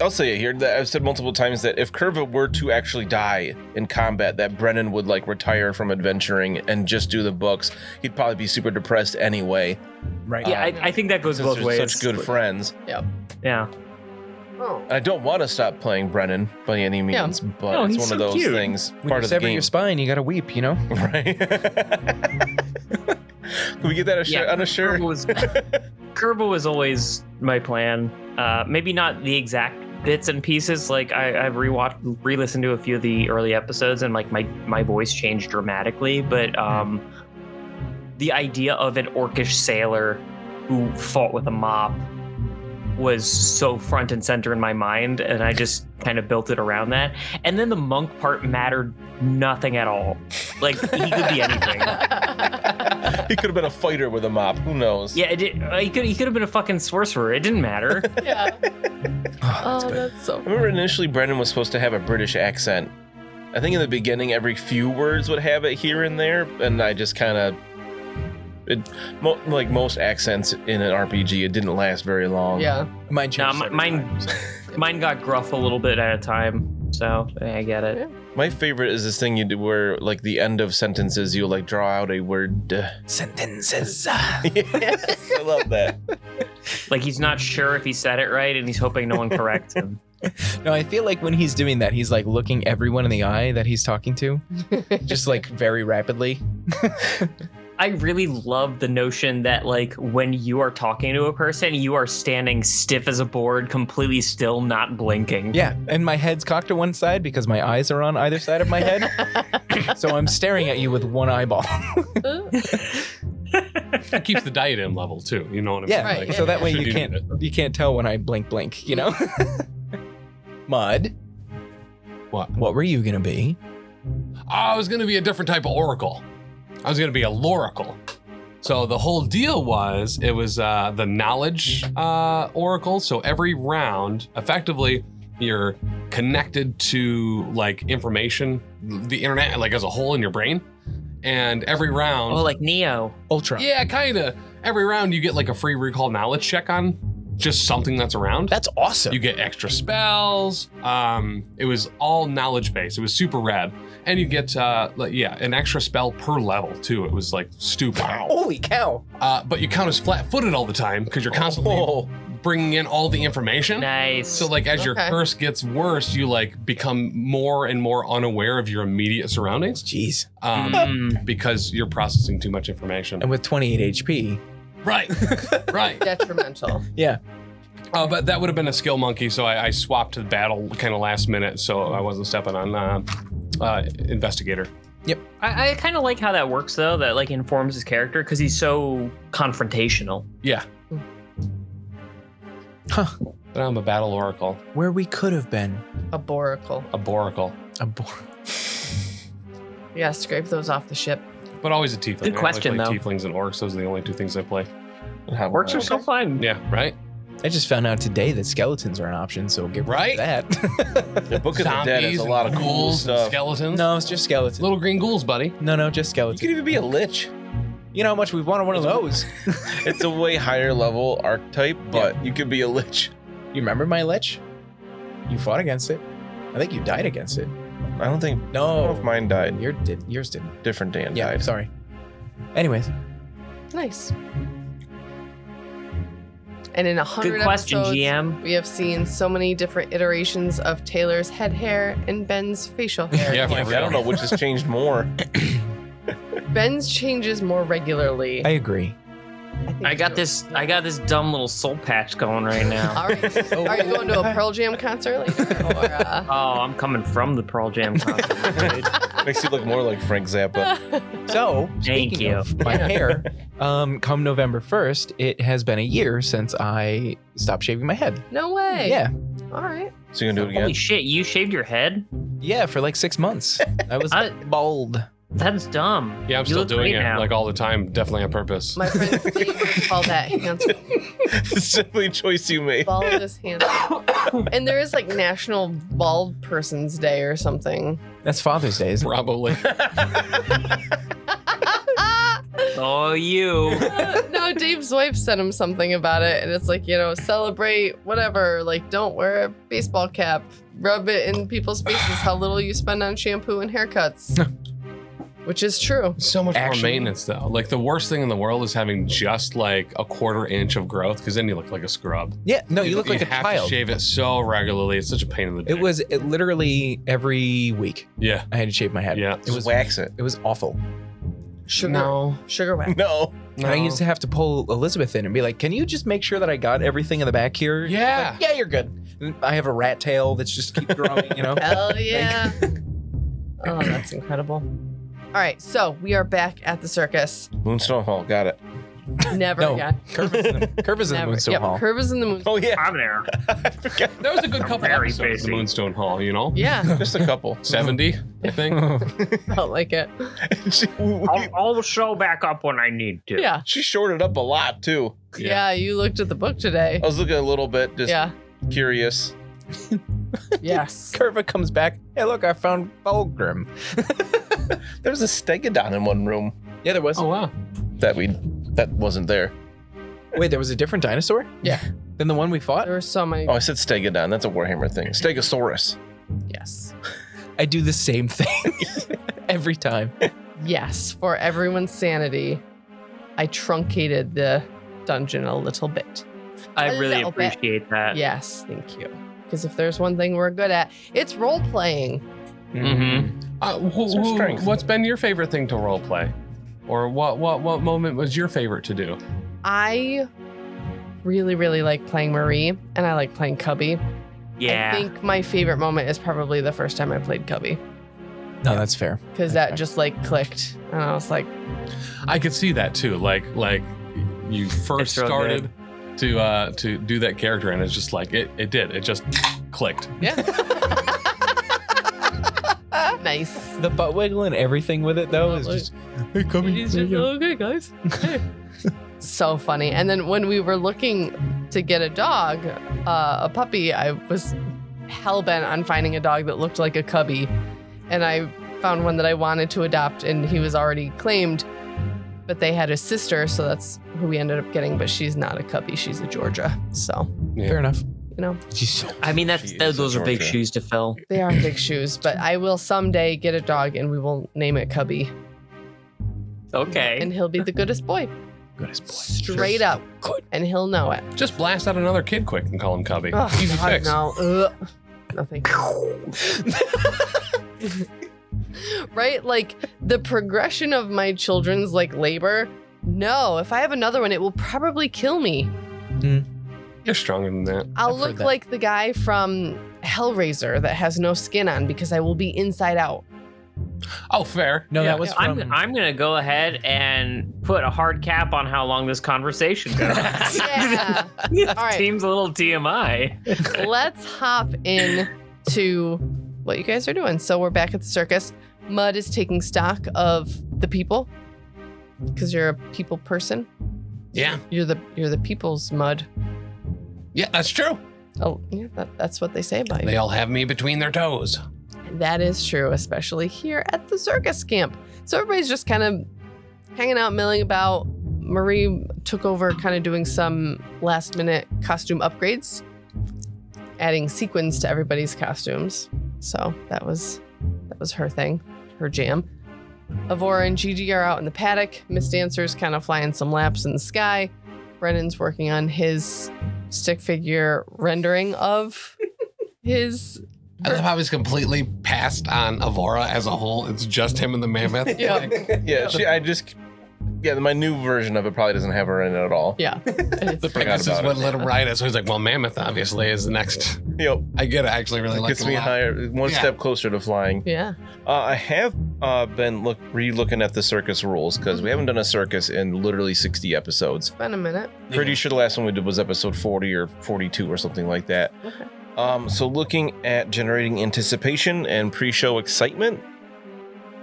Speaker 8: I'll say it here. That I've said multiple times that if Curva were to actually die in combat, that Brennan would like retire from adventuring and just do the books. He'd probably be super depressed anyway.
Speaker 3: Right.
Speaker 5: yeah, I, I think that goes
Speaker 8: Since
Speaker 5: both
Speaker 8: they're
Speaker 5: ways.
Speaker 8: such good friends.
Speaker 5: Yeah.
Speaker 1: Oh.
Speaker 8: I don't want to stop playing Brennan by any
Speaker 1: Yeah.
Speaker 8: means, but
Speaker 5: No,
Speaker 8: it's
Speaker 5: he's
Speaker 8: one of
Speaker 5: so
Speaker 8: those
Speaker 5: cute.
Speaker 8: things.
Speaker 3: When
Speaker 8: part
Speaker 3: you
Speaker 8: of the
Speaker 3: sever
Speaker 8: game,
Speaker 3: your spine, you gotta weep, you know?
Speaker 8: right? Can we get that a shirt,
Speaker 5: Yeah,
Speaker 8: on a shirt?
Speaker 5: Kerb was, Kerb was always my plan. Uh, maybe not the exact bits and pieces. Like I, I've rewatched, re-listened to a few of the early episodes, and like my my voice changed dramatically. But um, the idea of an orcish sailor who fought with a mop was so front and center in my mind, and I just kind of built it around that. And then the monk part mattered nothing at all. Like he could be anything.
Speaker 8: he could have been a fighter with a mop. Who knows?
Speaker 5: Yeah, it did, uh, he could he could have been a fucking sorcerer. It didn't matter.
Speaker 1: yeah.
Speaker 3: Oh,
Speaker 1: Oh, that's so.
Speaker 8: I remember initially Brendan was supposed to have a British accent. I think in the beginning, every few words would have it here and there, and I just kind of, it mo- like most accents in an RPG, it didn't last very long.
Speaker 1: Yeah.
Speaker 3: mine
Speaker 5: Nah,
Speaker 3: changed.
Speaker 5: mi-
Speaker 3: several
Speaker 5: mine
Speaker 3: times.
Speaker 5: mine got gruff a little bit at a time, so I get it.
Speaker 8: My favorite is this thing you do where, like, the end of sentences, you like draw out a word.
Speaker 3: Sentences.
Speaker 8: yes, I love that.
Speaker 5: Like he's not sure if he said it right, and he's hoping no one corrects him.
Speaker 3: No, I feel like when he's doing that, he's like looking everyone in the eye that he's talking to, just like very rapidly.
Speaker 5: I really love the notion that like when you are talking to a person, you are standing stiff as a board, completely still, not blinking.
Speaker 3: Yeah, and my head's cocked to one side because my eyes are on either side of my head. so I'm staring at you with one eyeball.
Speaker 2: That keeps the diet in level too. You know what I mean?
Speaker 3: Yeah,
Speaker 1: Right.
Speaker 3: so that way
Speaker 2: should
Speaker 3: you can't
Speaker 2: do
Speaker 3: you can't tell when I blink blink, you know? Mud,
Speaker 2: What?
Speaker 3: what were you gonna be?
Speaker 2: Oh, I was going to be a different type of oracle. I was going to be a loracle. So the whole deal was it was uh, the knowledge uh, oracle. So every round, effectively, you're connected to like information, the internet, like as a whole in your brain. And every round,
Speaker 5: Oh, like Neo.
Speaker 3: Ultron.
Speaker 2: yeah, kind of. Every round, you get like a free recall knowledge check on just something that's around.
Speaker 3: That's awesome.
Speaker 2: You get extra spells. Um, it was all knowledge based. It was super rad, and you get uh, like, yeah, an extra spell per level too. It was like stupid.
Speaker 3: Holy cow.
Speaker 2: Uh, but you count as flat-footed all the time because you're constantly
Speaker 8: Oh,
Speaker 2: bringing in all the information.
Speaker 5: Nice.
Speaker 2: So like as your
Speaker 1: Okay.
Speaker 2: curse gets worse, you like become more and more unaware of your immediate surroundings
Speaker 3: Jeez.
Speaker 2: um,
Speaker 5: Mm.
Speaker 2: because you're processing too much information.
Speaker 3: And with 28 HP.
Speaker 2: Right, right.
Speaker 1: Detrimental.
Speaker 2: Uh, but that would have been a skill monkey, so I, I swapped to the battle kind of last minute, so I wasn't stepping on uh, uh, investigator.
Speaker 5: I, I kind of like how that works though. That like informs his character because he's so confrontational.
Speaker 2: Yeah.
Speaker 3: Huh.
Speaker 2: But I'm a battle oracle,
Speaker 3: Where we could have been.
Speaker 1: A boracle.
Speaker 2: a boracle,
Speaker 3: A bore.
Speaker 1: You gotta scrape those off the ship.
Speaker 2: but always a tiefling.
Speaker 5: Good
Speaker 2: I only
Speaker 5: question,
Speaker 2: play
Speaker 5: though.
Speaker 2: Tieflings and orcs; those are the only two things I play.
Speaker 8: Oh. how
Speaker 5: Works are so fun.
Speaker 2: Oh, Yeah, right.
Speaker 3: I just found out today that skeletons are an option, so get rid
Speaker 2: Right?
Speaker 3: of that.
Speaker 8: The Book of the Dead has a lot of cool
Speaker 2: ghouls and
Speaker 8: stuff.
Speaker 2: skeletons.
Speaker 3: no, it's just skeletons.
Speaker 2: little green ghouls, buddy.
Speaker 3: No, no, just
Speaker 8: You
Speaker 3: skeletons.
Speaker 8: could even be a lich.
Speaker 3: You know how much we've wanted one of those.
Speaker 8: It's a way higher level archetype, but you could be a lich.
Speaker 3: You remember my lich? You fought against it. I think you died against it.
Speaker 8: I don't think. I don't know if
Speaker 3: No,
Speaker 8: mine died.
Speaker 3: your did yours didn't.
Speaker 8: Different Dan
Speaker 3: Yeah,
Speaker 8: died.
Speaker 3: sorry. Anyways,
Speaker 1: Nice. And in a hundred
Speaker 5: Good question,
Speaker 1: episodes,
Speaker 5: GM.
Speaker 1: we have seen so many different iterations of Taylor's head hair and Ben's facial hair.
Speaker 2: Yeah,
Speaker 8: Like, I don't know which has changed more.
Speaker 1: Ben's changes more regularly.
Speaker 3: I agree.
Speaker 1: think
Speaker 5: I got
Speaker 1: so.
Speaker 5: this. I got this dumb little soul patch going right now.
Speaker 1: All right. Oh, Are you going to a Pearl Jam concert later? Or, uh...
Speaker 5: oh, I'm coming from the Pearl Jam concert.
Speaker 8: Makes you look more like Frank Zappa.
Speaker 3: So,
Speaker 5: Thank
Speaker 3: speaking
Speaker 5: you.
Speaker 3: of my hair, um, come November first, it has been a year since I stopped shaving my head.
Speaker 1: no way.
Speaker 3: Yeah,
Speaker 1: All right.
Speaker 8: So you can do it
Speaker 5: Holy
Speaker 8: again.
Speaker 5: shit! You shaved your head?
Speaker 3: yeah, for like six months, I was
Speaker 5: I-
Speaker 3: bald.
Speaker 5: That's dumb.
Speaker 2: Yeah, I'm
Speaker 5: You
Speaker 2: still
Speaker 5: look
Speaker 2: doing
Speaker 5: great
Speaker 2: it
Speaker 5: now.
Speaker 2: like all the time, definitely on purpose.
Speaker 1: My friend Steve would call that handsome.
Speaker 8: It's definitely a choice you made.
Speaker 1: Ball is handsome. and there is like National Bald Person's Day or something.
Speaker 3: That's Father's Day, isn't it?
Speaker 2: Probably.
Speaker 5: Oh, you.
Speaker 1: no, Dave's wife sent him something about it, and it's like you know, celebrate whatever. Like, don't wear a baseball cap. Rub it in people's faces how little you spend on shampoo and haircuts, which is true.
Speaker 2: So much
Speaker 3: Action.
Speaker 2: more maintenance though. Like the worst thing in the world is having just like a quarter inch of growth because then you look like a scrub.
Speaker 3: Yeah, no, you, look like a
Speaker 2: have
Speaker 3: child.
Speaker 2: To shave it so regularly. It's such a pain in the dick.
Speaker 3: It was it literally every week.
Speaker 2: Yeah.
Speaker 3: I had to shave my head.
Speaker 2: Yeah.
Speaker 3: It was
Speaker 8: wax it.
Speaker 3: It was awful.
Speaker 1: Sugar,
Speaker 13: No.
Speaker 1: sugar wax.
Speaker 8: No.
Speaker 3: And I used to have to pull Elizabeth in and be like, "Can you just make sure that I got everything in the back here?"
Speaker 2: Yeah.
Speaker 3: Like, yeah, you're good. And I have a rat tail that's just keep growing, you know.
Speaker 1: Hell yeah. oh, that's incredible. All right, so we are back at the circus.
Speaker 8: Moonstone Hall. Got it.
Speaker 1: Never
Speaker 3: No,
Speaker 1: again.
Speaker 3: Curve is in the, curve is in the
Speaker 1: Never.
Speaker 3: Moonstone
Speaker 1: yep,
Speaker 3: Hall.
Speaker 1: Curve is in the moon.
Speaker 8: Oh yeah.
Speaker 5: I'm there.
Speaker 2: That was a good couple
Speaker 5: Very
Speaker 2: episodes of the
Speaker 5: busy.
Speaker 2: Moonstone Hall, you know?
Speaker 1: Yeah,
Speaker 8: Just a couple.
Speaker 2: 70, I think.
Speaker 1: felt like it.
Speaker 5: I'll, I'll show back up when I need to.
Speaker 1: Yeah.
Speaker 8: she shorted up a lot too.
Speaker 1: yeah, You looked at the book today.
Speaker 8: I was looking a little bit, Oh, just
Speaker 1: yeah.
Speaker 8: curious.
Speaker 1: Yes.
Speaker 3: Curva comes back. Hey, look, I found Fulgrim.
Speaker 8: There was a stegodon in one room
Speaker 3: Yeah, there was.
Speaker 2: Oh, wow.
Speaker 8: that we that wasn't there.
Speaker 3: Wait, there was a different dinosaur.
Speaker 1: Yeah.
Speaker 3: Than the one we fought.
Speaker 1: There were so many.
Speaker 8: Oh, I said stegodon. That's a Warhammer thing. Stegosaurus.
Speaker 1: Yes.
Speaker 3: I do the same thing every time.
Speaker 1: Yes. For everyone's sanity, I truncated the dungeon a little bit.
Speaker 5: I
Speaker 1: A
Speaker 5: really
Speaker 1: little bit.
Speaker 5: appreciate that.
Speaker 1: Yes. Thank you. Because if there's one thing we're good at, it's role playing.
Speaker 2: Mm-hmm. Uh, wh-
Speaker 8: It's our
Speaker 2: wh-
Speaker 8: strength.
Speaker 2: what's been your favorite thing to role play? Or what, what, what moment was your favorite to do?
Speaker 1: I really, really like playing Marie and I like playing Cubby.
Speaker 5: Yeah.
Speaker 1: I think my favorite moment is probably the first time I played Cubby
Speaker 3: No, that's fair.
Speaker 1: because
Speaker 3: Okay.
Speaker 1: that just like clicked and I was like,
Speaker 2: I could see that too. Like, like you first
Speaker 5: real
Speaker 2: started to uh, to do that character, and it's just like it, it did. It just clicked.
Speaker 1: nice.
Speaker 3: The butt wiggle and everything with it though is
Speaker 1: Butt
Speaker 3: just hey, come here, come here."
Speaker 1: okay, guys. so funny. And then when we were looking to get a dog, uh, a puppy, I was hell bent on finding a dog that looked like a cubby. And I found one that I wanted to adopt, and he was already claimed. But they had a sister, so that's who we ended up getting. But she's not a cubby; she's a Georgia. So
Speaker 3: Fair enough.
Speaker 1: you know
Speaker 5: I mean, that's
Speaker 8: Jeez,
Speaker 5: those, those are big
Speaker 8: Georgia.
Speaker 5: shoes to fill.
Speaker 1: they are big shoes. But I will someday get a dog, and we will name it Cubby,
Speaker 5: Okay.
Speaker 1: and he'll be the goodest boy,
Speaker 3: Good as boy.
Speaker 1: straight up,
Speaker 3: Good.
Speaker 1: and he'll know it.
Speaker 2: Just blast out another kid quick and call him Cubby.
Speaker 1: Oh,
Speaker 2: Easy
Speaker 1: God,
Speaker 2: fix.
Speaker 1: No. Ugh. No, thank you. right? Like the progression of my children's like labor. No, if I have another one, it will probably kill me.
Speaker 2: You're stronger than that.
Speaker 1: I'll
Speaker 3: I've heard
Speaker 1: look
Speaker 3: that.
Speaker 1: like the guy from Hellraiser that has no skin on because I will be inside out.
Speaker 2: Oh, fair.
Speaker 3: No,
Speaker 2: Yeah.
Speaker 3: that was
Speaker 5: I'm,
Speaker 3: from.
Speaker 5: I'm gonna go ahead and put a hard cap on how long this conversation goes.
Speaker 1: Yeah.
Speaker 5: This
Speaker 1: All right.
Speaker 5: Seems a little TMI.
Speaker 1: Let's hop in to what you guys are doing. So we're back at the circus. Mud is taking stock of the people because you're a people person.
Speaker 13: Yeah.
Speaker 1: You're the you're the people's mud.
Speaker 13: Yeah, that's true.
Speaker 1: Oh, yeah, that, that's what they say about you.
Speaker 13: They all have me between their toes.
Speaker 1: That is true, especially here at the circus camp. So everybody's just kind of hanging out, milling about. Marie took over, kind of doing some last minute costume upgrades, adding sequins to everybody's costumes. So that was that was her thing, her jam. Avora and Gigi are out in the paddock. Miss Dancer's kind of flying some laps in the sky. Brennan's working on his stick figure rendering of his
Speaker 13: I love how he's completely passed on Avora as a whole. It's just him and the mammoth.
Speaker 1: Yeah.
Speaker 8: yeah, she. I just. Yeah, my new version of it probably doesn't have her in it at all.
Speaker 1: Yeah.
Speaker 13: The
Speaker 8: Forgot
Speaker 13: Pegasus
Speaker 8: about it.
Speaker 13: wouldn't let him ride it, so he's like, "Well, mammoth obviously is the next."
Speaker 8: Yep.
Speaker 13: I get it. I actually really like
Speaker 8: Gets
Speaker 13: it a
Speaker 8: me
Speaker 13: lot.
Speaker 8: higher, one
Speaker 13: Yeah.
Speaker 8: step closer to flying.
Speaker 1: yeah.
Speaker 8: Uh, I have uh, been look re-looking at the circus rules because we haven't done a circus in literally 60 episodes.
Speaker 1: Been a minute.
Speaker 8: Pretty sure the last one we did was episode 40 or 42 or something like that.
Speaker 1: Okay.
Speaker 8: Um, so looking at generating anticipation and pre-show excitement,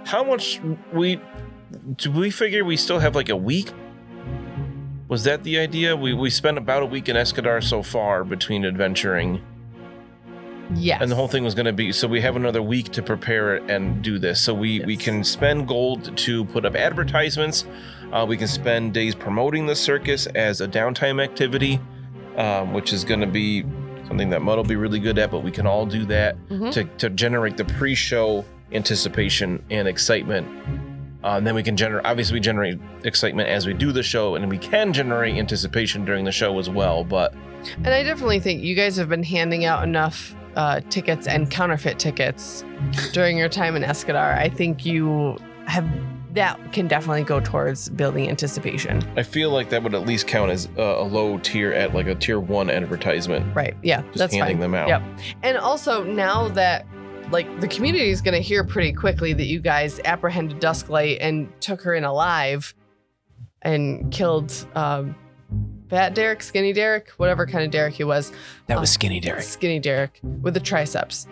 Speaker 8: how much we do we figure we still have like a week? Was that the idea? We we spent about a week in Escadar so far between adventuring
Speaker 1: Yes.
Speaker 8: and the whole thing was going to be so we have another week to prepare and do this so we we
Speaker 5: Yes.
Speaker 8: can spend gold to put up advertisements uh, we can spend days promoting the circus as a downtime activity um, which is going to be something that mud will be really good at but we can all do that
Speaker 1: Mhm.
Speaker 8: to, to generate the pre-show anticipation and excitement uh, and then we can generate obviously we generate excitement as we do the show and we can generate anticipation during the show as well but
Speaker 1: And I definitely think you guys have been handing out enough uh, tickets and counterfeit tickets during your time in Escadar. I think you have that can definitely go towards building anticipation.
Speaker 8: I feel like that would at least count as uh, a low tier at like a tier one advertisement.
Speaker 1: Right. Yeah.
Speaker 8: Just
Speaker 1: that's
Speaker 8: handing
Speaker 1: fine.
Speaker 8: them out.
Speaker 1: Yep. And also now that like the community is going to hear pretty quickly that you guys apprehended Dusklight and took her in alive and killed um, Fat Derek, Skinny Derek, whatever kind of Derek he was.
Speaker 12: That was Skinny Derek.
Speaker 1: Skinny Derek with the triceps.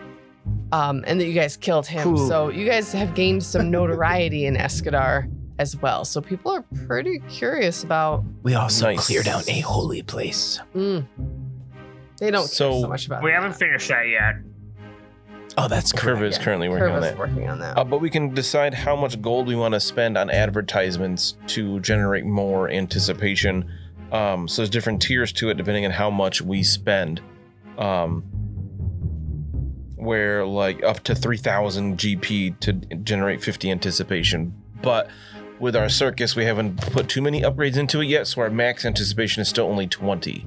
Speaker 1: Um, and that you guys killed him.
Speaker 5: Cool.
Speaker 1: So you guys have gained some notoriety in Escadar as well. So people are pretty curious about.
Speaker 12: We also
Speaker 8: Nice.
Speaker 12: cleared out a holy place.
Speaker 1: Mm. they don't care
Speaker 8: So-
Speaker 1: so much about.
Speaker 5: We
Speaker 1: that.
Speaker 5: haven't finished that yet.
Speaker 12: Oh, that's correct.
Speaker 8: Curva is
Speaker 1: Yeah.
Speaker 8: currently working
Speaker 1: Curve
Speaker 8: on
Speaker 1: is
Speaker 8: that.
Speaker 1: working on that.
Speaker 8: Uh, but we can decide how much gold we want to spend on advertisements to generate more anticipation. Um, so there's different tiers to it depending on how much we spend. Um, where like up to 3,000 GP to generate 50 anticipation. But with our circus, we haven't put too many upgrades into it yet, so our max anticipation is still only 20.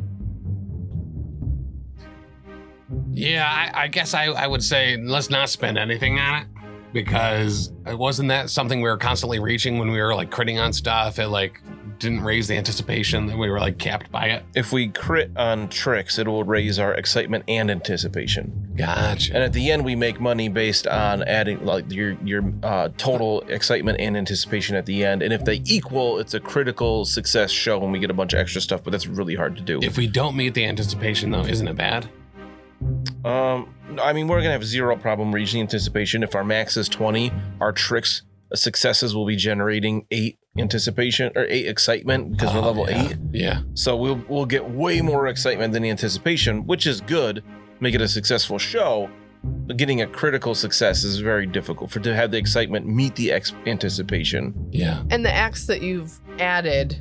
Speaker 2: Yeah, I, I guess I, I would say let's not spend anything on it because it wasn't that something we were constantly reaching when we were like critting on stuff. It like didn't raise the anticipation that we were like capped by it.
Speaker 8: If we crit on tricks, it will raise our excitement and anticipation.
Speaker 2: Gotcha.
Speaker 8: And at the end, we make money based on adding like your your uh, total excitement and anticipation at the end. And if they equal, it's a critical success show, and we get a bunch of extra stuff. But that's really hard to do.
Speaker 2: If we don't meet the anticipation though, isn't it bad?
Speaker 8: um, I mean, we're gonna have zero problem reaching anticipation if our max is twenty. Our tricks successes will be generating eight anticipation or eight excitement because we're
Speaker 2: Oh,
Speaker 8: level
Speaker 2: yeah.
Speaker 8: eight.
Speaker 2: Yeah.
Speaker 8: So we'll we'll get way more excitement than the anticipation, which is good. Make it a successful show. But getting a critical success is very difficult for to have the excitement meet the ex- anticipation.
Speaker 2: Yeah.
Speaker 1: and the acts that you've added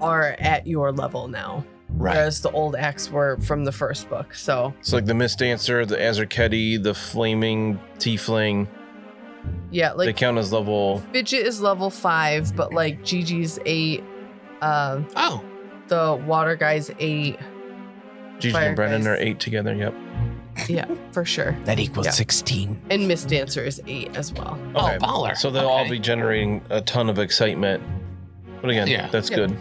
Speaker 1: are at your level now, whereas the old acts were from the first book. So
Speaker 8: It's like the Mist Dancer, the Azarketti, the Flaming Tiefling.
Speaker 1: yeah,
Speaker 8: they
Speaker 1: like
Speaker 8: count as level.
Speaker 1: Fidget is level five, but like Gigi's eight, uh,
Speaker 2: Oh.
Speaker 1: the water guy's eight
Speaker 8: Gigi
Speaker 1: Fire
Speaker 8: and Brennan are
Speaker 1: guys.
Speaker 8: eight together. Yep.
Speaker 1: for sure,
Speaker 12: That equals
Speaker 1: Yeah.
Speaker 12: 16.
Speaker 1: and Miss Dancer is eight as well.
Speaker 2: Oh,
Speaker 8: Okay.
Speaker 2: baller.
Speaker 8: so they'll all
Speaker 2: Okay.
Speaker 8: be generating a ton of excitement. But again,
Speaker 2: Yeah.
Speaker 8: that's
Speaker 1: Yeah.
Speaker 8: good.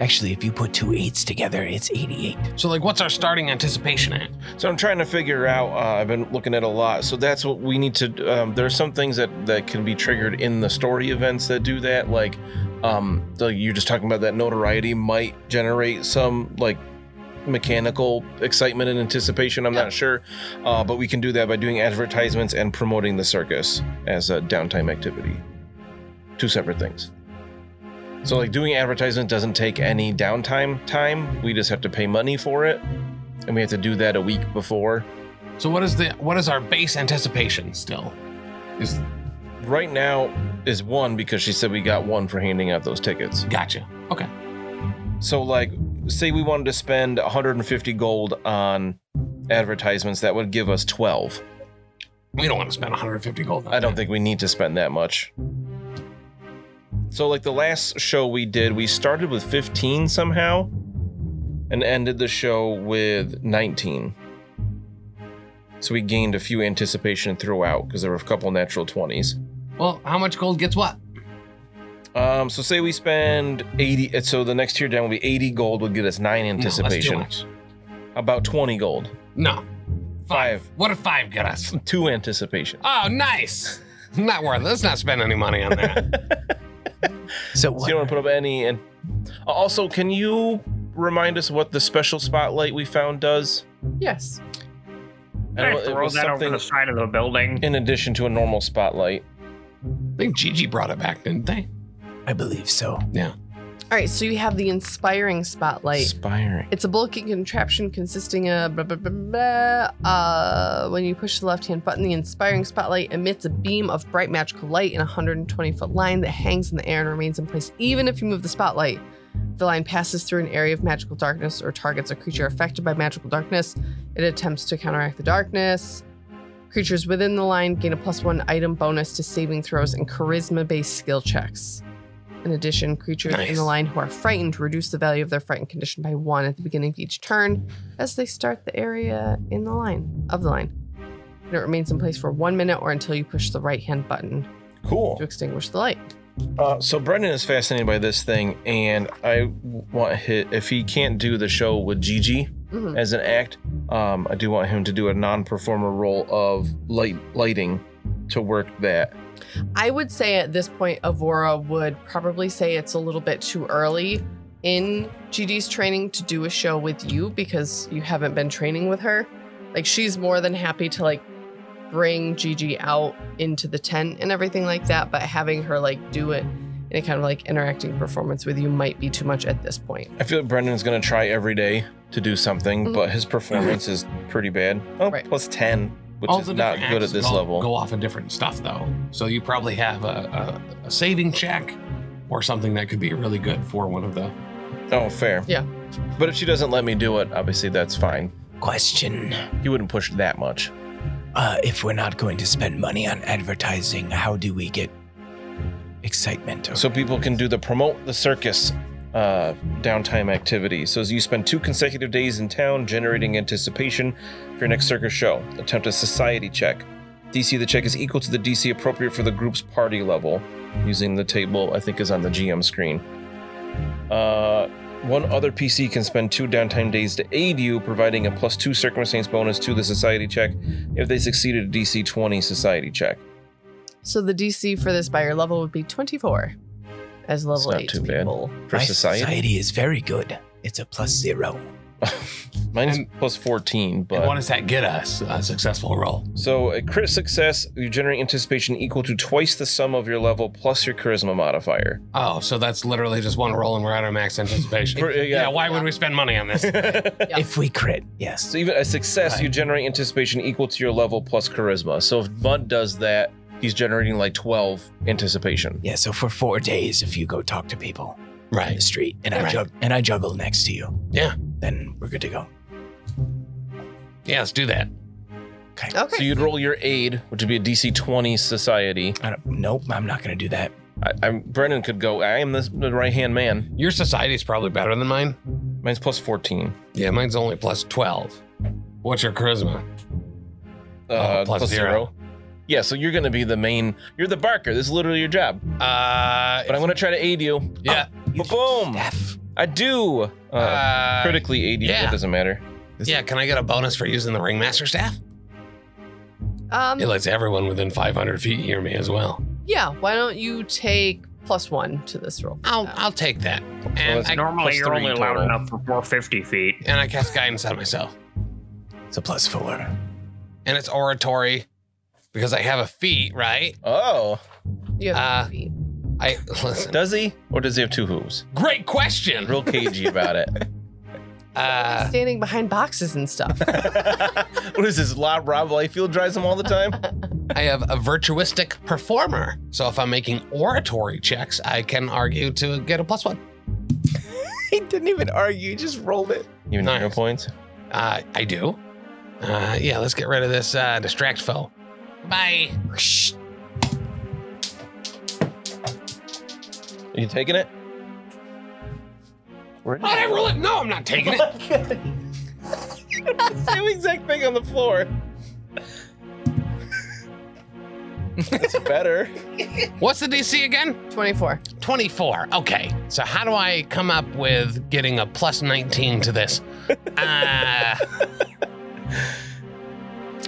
Speaker 12: Actually, if you put two eights together, it's 88.
Speaker 2: So like, what's our starting anticipation at?
Speaker 8: So I'm trying to figure out. Uh, I've been looking at a lot. So that's what we need to. Um, there are some things that that can be triggered in the story events that do that. Like, um, like you're just talking about that notoriety might generate some like mechanical excitement and anticipation. I'm not sure, uh, but we can do that by doing advertisements and promoting the circus as a downtime activity. Two separate things. So like doing advertisement doesn't take any downtime time. We just have to pay money for it and we have to do that a week before.
Speaker 2: So what is the what is our base anticipation still? Is
Speaker 8: Right now is one because she said we got one for handing out those tickets.
Speaker 2: gotcha. Okay.
Speaker 8: So like say we wanted to spend 150 gold on advertisements that would give us 12.
Speaker 2: We don't want to spend 150 gold. on
Speaker 8: I don't
Speaker 2: that.
Speaker 8: think we need to spend that much. So like the last show we did, we started with 15 somehow and ended the show with 19. So we gained a few anticipation throughout because there were a couple natural 20s.
Speaker 2: Well, how much gold gets what?
Speaker 8: Um, so say we spend 80, so the next tier down will be 80 gold would get us nine anticipation.
Speaker 2: No, that's too much.
Speaker 8: About 20 gold,
Speaker 2: No.
Speaker 8: Five.
Speaker 2: What if five got us?
Speaker 8: two anticipation.
Speaker 5: Ah,
Speaker 2: Oh, nice. Not worth it. Let's not spend any money on that.
Speaker 12: So,
Speaker 8: So
Speaker 12: what,
Speaker 8: you don't want to put up any. And uh, also, can you remind us what the special spotlight we found does?
Speaker 1: Yes,
Speaker 8: I know
Speaker 5: I
Speaker 8: it
Speaker 5: throw
Speaker 8: was
Speaker 5: that over
Speaker 8: something
Speaker 5: the side of the building.
Speaker 8: in addition to a normal spotlight.
Speaker 2: I think Gigi brought it back, didn't they?
Speaker 12: I believe so.
Speaker 2: Yeah.
Speaker 1: All right, so you have the inspiring spotlight.
Speaker 8: Inspiring.
Speaker 1: It's a bulky contraption consisting of blah, blah, blah, blah. Uh, when you push the left-hand button, the inspiring spotlight emits a beam of bright magical light in a 120-foot line that hangs in the air and remains in place even if you move the spotlight. The line passes through an area of magical darkness or targets a creature affected by magical darkness. It attempts to counteract the darkness. Creatures within the line gain a plus one item bonus to saving throws and charisma based skill checks. In addition, creatures in
Speaker 2: Nice.
Speaker 1: the line who are frightened reduce the value of their frightened condition by one at the beginning of each turn as they start the area in the line of the line. And it remains in place for one minute or until you push the right hand button
Speaker 8: Cool.
Speaker 1: to extinguish the light.
Speaker 8: Uh, so Brendan is fascinated by this thing, and I want hit if he can't do the show with Gigi
Speaker 1: Mhm.
Speaker 8: as an act, um, I do want him to do a non-performer role of light lighting to work that.
Speaker 1: I would say at this point, Avora would probably say it's a little bit too early in GD's training to do a show with you because you haven't been training with her. Like she's more than happy to like bring Gigi out into the tent and everything like that, but having her like do it in a kind of like interacting performance with you might be too much at this point.
Speaker 8: I feel like Brendan's gonna try every day to do something,
Speaker 2: Mm-hmm.
Speaker 1: Mhm.
Speaker 8: but his performance is pretty bad. Oh,
Speaker 1: Right.
Speaker 8: plus ten, which
Speaker 2: All
Speaker 8: is
Speaker 2: the
Speaker 8: not
Speaker 2: different
Speaker 8: good at
Speaker 2: acts
Speaker 8: this
Speaker 2: go-
Speaker 8: level.
Speaker 2: Go off of different stuff though. So you probably have a, a, a saving check or something that could be really good for one of the.
Speaker 8: Oh, fair.
Speaker 1: Yeah.
Speaker 8: But if she doesn't let me do it, obviously that's fine.
Speaker 12: Question.
Speaker 8: He wouldn't push that much.
Speaker 12: Uh, if we're not going to spend money on advertising, how do we get excitement? Or
Speaker 8: so people can do the promote the circus uh, downtime activity. So you spend two consecutive days in town generating anticipation for your next circus show. Attempt a society check. DC the check is equal to the DC appropriate for the group's party level. Using the table I think is on the GM screen. Uh, one other PC can spend two downtime days to aid you, providing a plus two circumstance bonus to the society check if they succeed at a DC 20 society check.
Speaker 1: So the DC for this by your level would be 24 as level
Speaker 8: not
Speaker 1: 8
Speaker 8: too bad.
Speaker 1: people.
Speaker 8: For
Speaker 12: my
Speaker 8: society,
Speaker 12: is very good. It's a plus zero.
Speaker 8: mine's
Speaker 2: And-
Speaker 8: plus 14, but.
Speaker 2: And what does that get us? A successful roll.
Speaker 8: So a crit success, you generate anticipation equal to twice the sum of your level plus your charisma modifier.
Speaker 2: Oh, so that's literally just one roll and we're at our max anticipation.
Speaker 8: For- yeah.
Speaker 2: yeah. why would we spend money on this?
Speaker 1: Yeah.
Speaker 12: If we crit, yes.
Speaker 8: so even a success,
Speaker 2: Right.
Speaker 8: you generate anticipation equal to your level plus charisma. So if Bud does that, he's generating like 12 anticipation.
Speaker 12: Yeah, so for four days, if you go talk to people in
Speaker 2: right.
Speaker 12: the street and I
Speaker 2: Right.
Speaker 12: jug- and I juggle next to you,
Speaker 2: Yeah.
Speaker 12: then we're good to go.
Speaker 2: Yeah, let's do that.
Speaker 12: Oh.
Speaker 1: Okay.
Speaker 8: So you'd roll your aid, which would be a DC 20 society.
Speaker 12: I don't, nope, I'm not gonna do that.
Speaker 8: I, I'm, Brennan could go, I am this, the right hand man.
Speaker 2: Your society's probably better than mine.
Speaker 8: Mine's plus 14.
Speaker 2: Yeah, mine's only plus 12. What's your charisma?
Speaker 8: Uh,
Speaker 2: Oh, plus
Speaker 8: plus
Speaker 2: zero.
Speaker 8: zero. Yeah, so you're going to be the main, you're the barker. This is literally your job.
Speaker 2: Uh,
Speaker 8: But Oh, I'm going to try to aid you.
Speaker 2: yeah.
Speaker 12: You
Speaker 8: Boom!
Speaker 12: F.
Speaker 8: I do. Uh,
Speaker 2: uh,
Speaker 8: critically aid you.
Speaker 2: yeah.
Speaker 8: That doesn't matter.
Speaker 2: yeah, can I get a bonus for using the ringmaster staff?
Speaker 1: um,
Speaker 2: It lets everyone within 500 feet hear me as well.
Speaker 1: yeah, why don't you take plus 1 to this roll? Uh,
Speaker 2: I'll I'll take that. And
Speaker 8: it's
Speaker 2: I,
Speaker 5: Normally,
Speaker 8: plus
Speaker 5: you're
Speaker 8: three
Speaker 5: only allowed
Speaker 8: total.
Speaker 5: enough for for 50 feet.
Speaker 2: and I cast guidance on myself,
Speaker 12: It's a plus four.
Speaker 2: and it's oratory because I have a feat, right?
Speaker 8: Oh,
Speaker 1: You
Speaker 2: Uh,
Speaker 1: have three feet.
Speaker 2: I listen.
Speaker 8: does he? Or does he have two hooves?
Speaker 2: Great question.
Speaker 8: Real cagey about it.
Speaker 2: Uh,
Speaker 1: standing behind boxes and stuff.
Speaker 8: what is this? Lob Rob Liefeld drives him all the time?
Speaker 2: I have a virtuistic performer, so if I'm making oratory checks, I can argue to get a plus one.
Speaker 12: He didn't even argue, he just rolled it.
Speaker 8: Even
Speaker 2: Nice.
Speaker 8: zero points?
Speaker 2: Uh, I do. Uh, yeah, let's get rid of this uh, distract foe. Bye.
Speaker 8: Are you taking it? Where
Speaker 2: Oh, I roll it. No, I'm not taking it.
Speaker 8: Same exact thing on the floor. That's better.
Speaker 2: What's the DC again?
Speaker 1: 24.
Speaker 2: 24. Okay. So how do I come up with getting a plus 19 to this? Uh,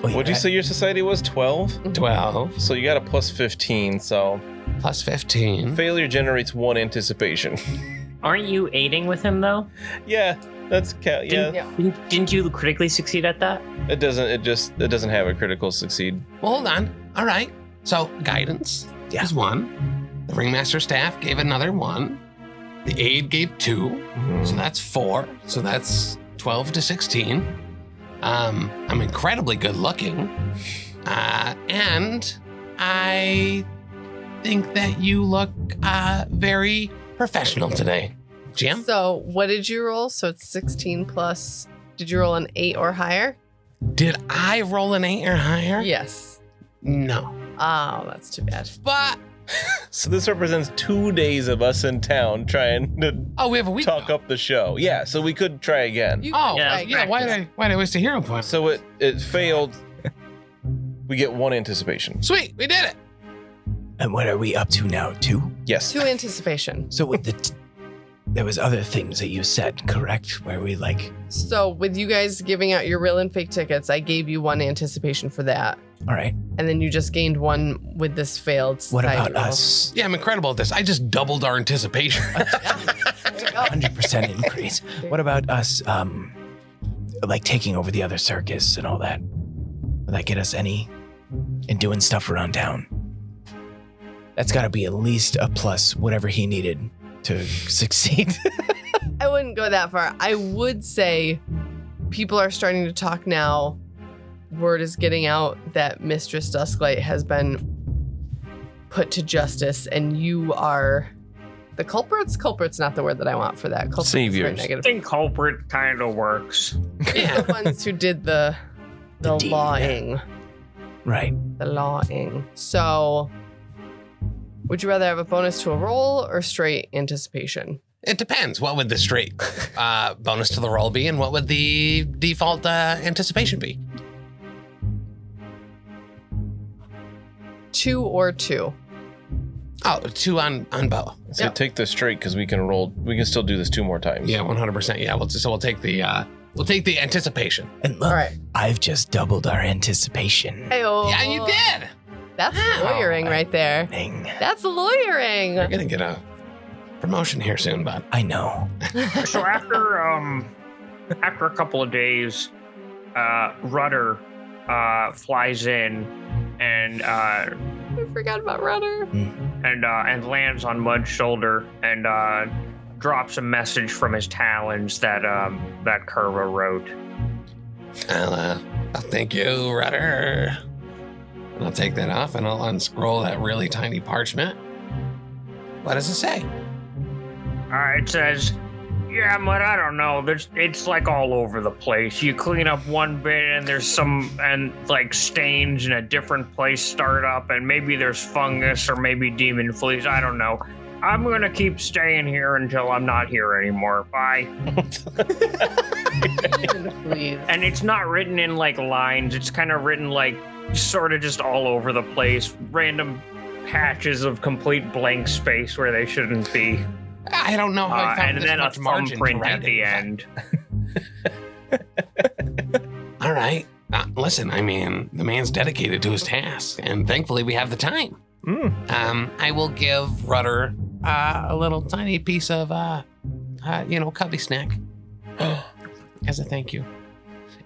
Speaker 8: What'd you say your society was? 12?
Speaker 2: 12
Speaker 8: So you got a plus 15, so
Speaker 2: plus 15.
Speaker 8: failure generates one anticipation.
Speaker 5: Aren't you aiding with him, though?
Speaker 8: yeah, that's ca- yeah.
Speaker 1: Yeah.
Speaker 5: Didn't, didn't you critically succeed at that?
Speaker 8: It doesn't. It just. It doesn't have a critical succeed.
Speaker 2: Well, hold on. All right. So guidance
Speaker 12: Yeah.
Speaker 2: is one. The ringmaster staff gave another one. The aid gave two. So that's four. So that's 12 to 16. Um, I'm incredibly good looking. Uh, and I think that you look uh, very professional today. Jim?
Speaker 1: So what did you roll? So it's 16 plus. Did you roll an eight or higher?
Speaker 2: Did I roll an eight or higher?
Speaker 1: Yes.
Speaker 2: No.
Speaker 1: Oh, that's too bad.
Speaker 2: But,
Speaker 8: So this represents two days of us in town trying to
Speaker 2: oh, we have a week.
Speaker 8: talk up the show. Yeah, so we could try again.
Speaker 1: You-
Speaker 2: Oh,
Speaker 5: Yeah,
Speaker 2: yeah.
Speaker 1: right,
Speaker 2: why, did I, why did I waste a hero point?
Speaker 8: So it it failed. We get one anticipation.
Speaker 2: Sweet, we did it.
Speaker 3: And what are we up to now? Two?
Speaker 8: Yes.
Speaker 1: To anticipation.
Speaker 3: So with the t- there was other things that you said, correct? Where we like
Speaker 1: So with you guys giving out your real and fake tickets, I gave you one anticipation for that,
Speaker 3: all right,
Speaker 1: and then you just gained one with this failed.
Speaker 3: what
Speaker 1: side
Speaker 3: about
Speaker 12: oh.
Speaker 1: roll.
Speaker 3: us?
Speaker 2: Yeah, I'm incredible at this. I just doubled our anticipation.
Speaker 1: There you go.
Speaker 3: Hundred percent increase. What about us um like taking over the other circus and all that? Would that get us any? And doing stuff around town. That's gotta be at least a plus whatever he needed to succeed.
Speaker 1: I wouldn't go that far. I would say people are starting to talk now. Word is getting out that Mistress Dusklight has been put to justice, and you are the culprits. Culprits not the word that I want for that. Culprits is very
Speaker 8: Saviors.
Speaker 5: I
Speaker 1: Negative.
Speaker 5: think culprit kind of works.
Speaker 1: You're the ones who did the the,
Speaker 3: The deed.
Speaker 1: lawing,
Speaker 3: right.
Speaker 1: the lawing. So, would you rather have a bonus to a roll or straight anticipation?
Speaker 2: It depends. What would the straight uh, bonus to the roll be, and what would the default uh, anticipation be?
Speaker 1: Two or two.
Speaker 2: Oh, two on on bow.
Speaker 8: So
Speaker 1: Yeah.
Speaker 8: take this straight because we can roll. We can still do this two more times.
Speaker 2: Yeah, one hundred percent. Yeah, we'll, so we'll take the uh, we'll take the anticipation.
Speaker 3: And look,
Speaker 1: All right.
Speaker 3: I've just doubled our anticipation.
Speaker 1: Ayo.
Speaker 2: Yeah, you did.
Speaker 1: That's lawyering right there.
Speaker 3: Thing.
Speaker 1: That's
Speaker 2: You're
Speaker 1: lawyering.
Speaker 2: gonna get a promotion here soon, bud.
Speaker 3: I know.
Speaker 5: So after um after a couple of days, uh Rudder uh flies in and uh
Speaker 1: I forgot about Rudder.
Speaker 5: and uh, and lands on Mud's shoulder and uh, drops a message from his talons that um, that Curva wrote.
Speaker 2: I'll, uh, I'll thank you, Rudder. And I'll take that off and I'll unscroll that really tiny parchment. What does it say?
Speaker 5: Uh, it says, "Yeah, but I don't know. There's it's like all over the place. You clean up one bit and there's some and like stains in a different place start up, and maybe there's fungus or maybe demon fleas. I don't know." I'm gonna keep staying here until I'm not here anymore. Bye.
Speaker 1: Please.
Speaker 5: And it's not written in like lines, it's kind of written like sort of just all over the place, random patches of complete blank space where they shouldn't be.
Speaker 2: I don't know how
Speaker 5: Uh,
Speaker 2: Oh, I found
Speaker 5: and
Speaker 2: this
Speaker 5: then a
Speaker 2: much margin to
Speaker 5: thumbprint
Speaker 2: write
Speaker 5: at
Speaker 2: it.
Speaker 5: the end.
Speaker 2: All right. Uh, listen, I mean, the man's dedicated to his task, and thankfully we have the time. Um, I will give Rudder uh, a little tiny piece of, uh, uh, you know, cubby snack as a thank you.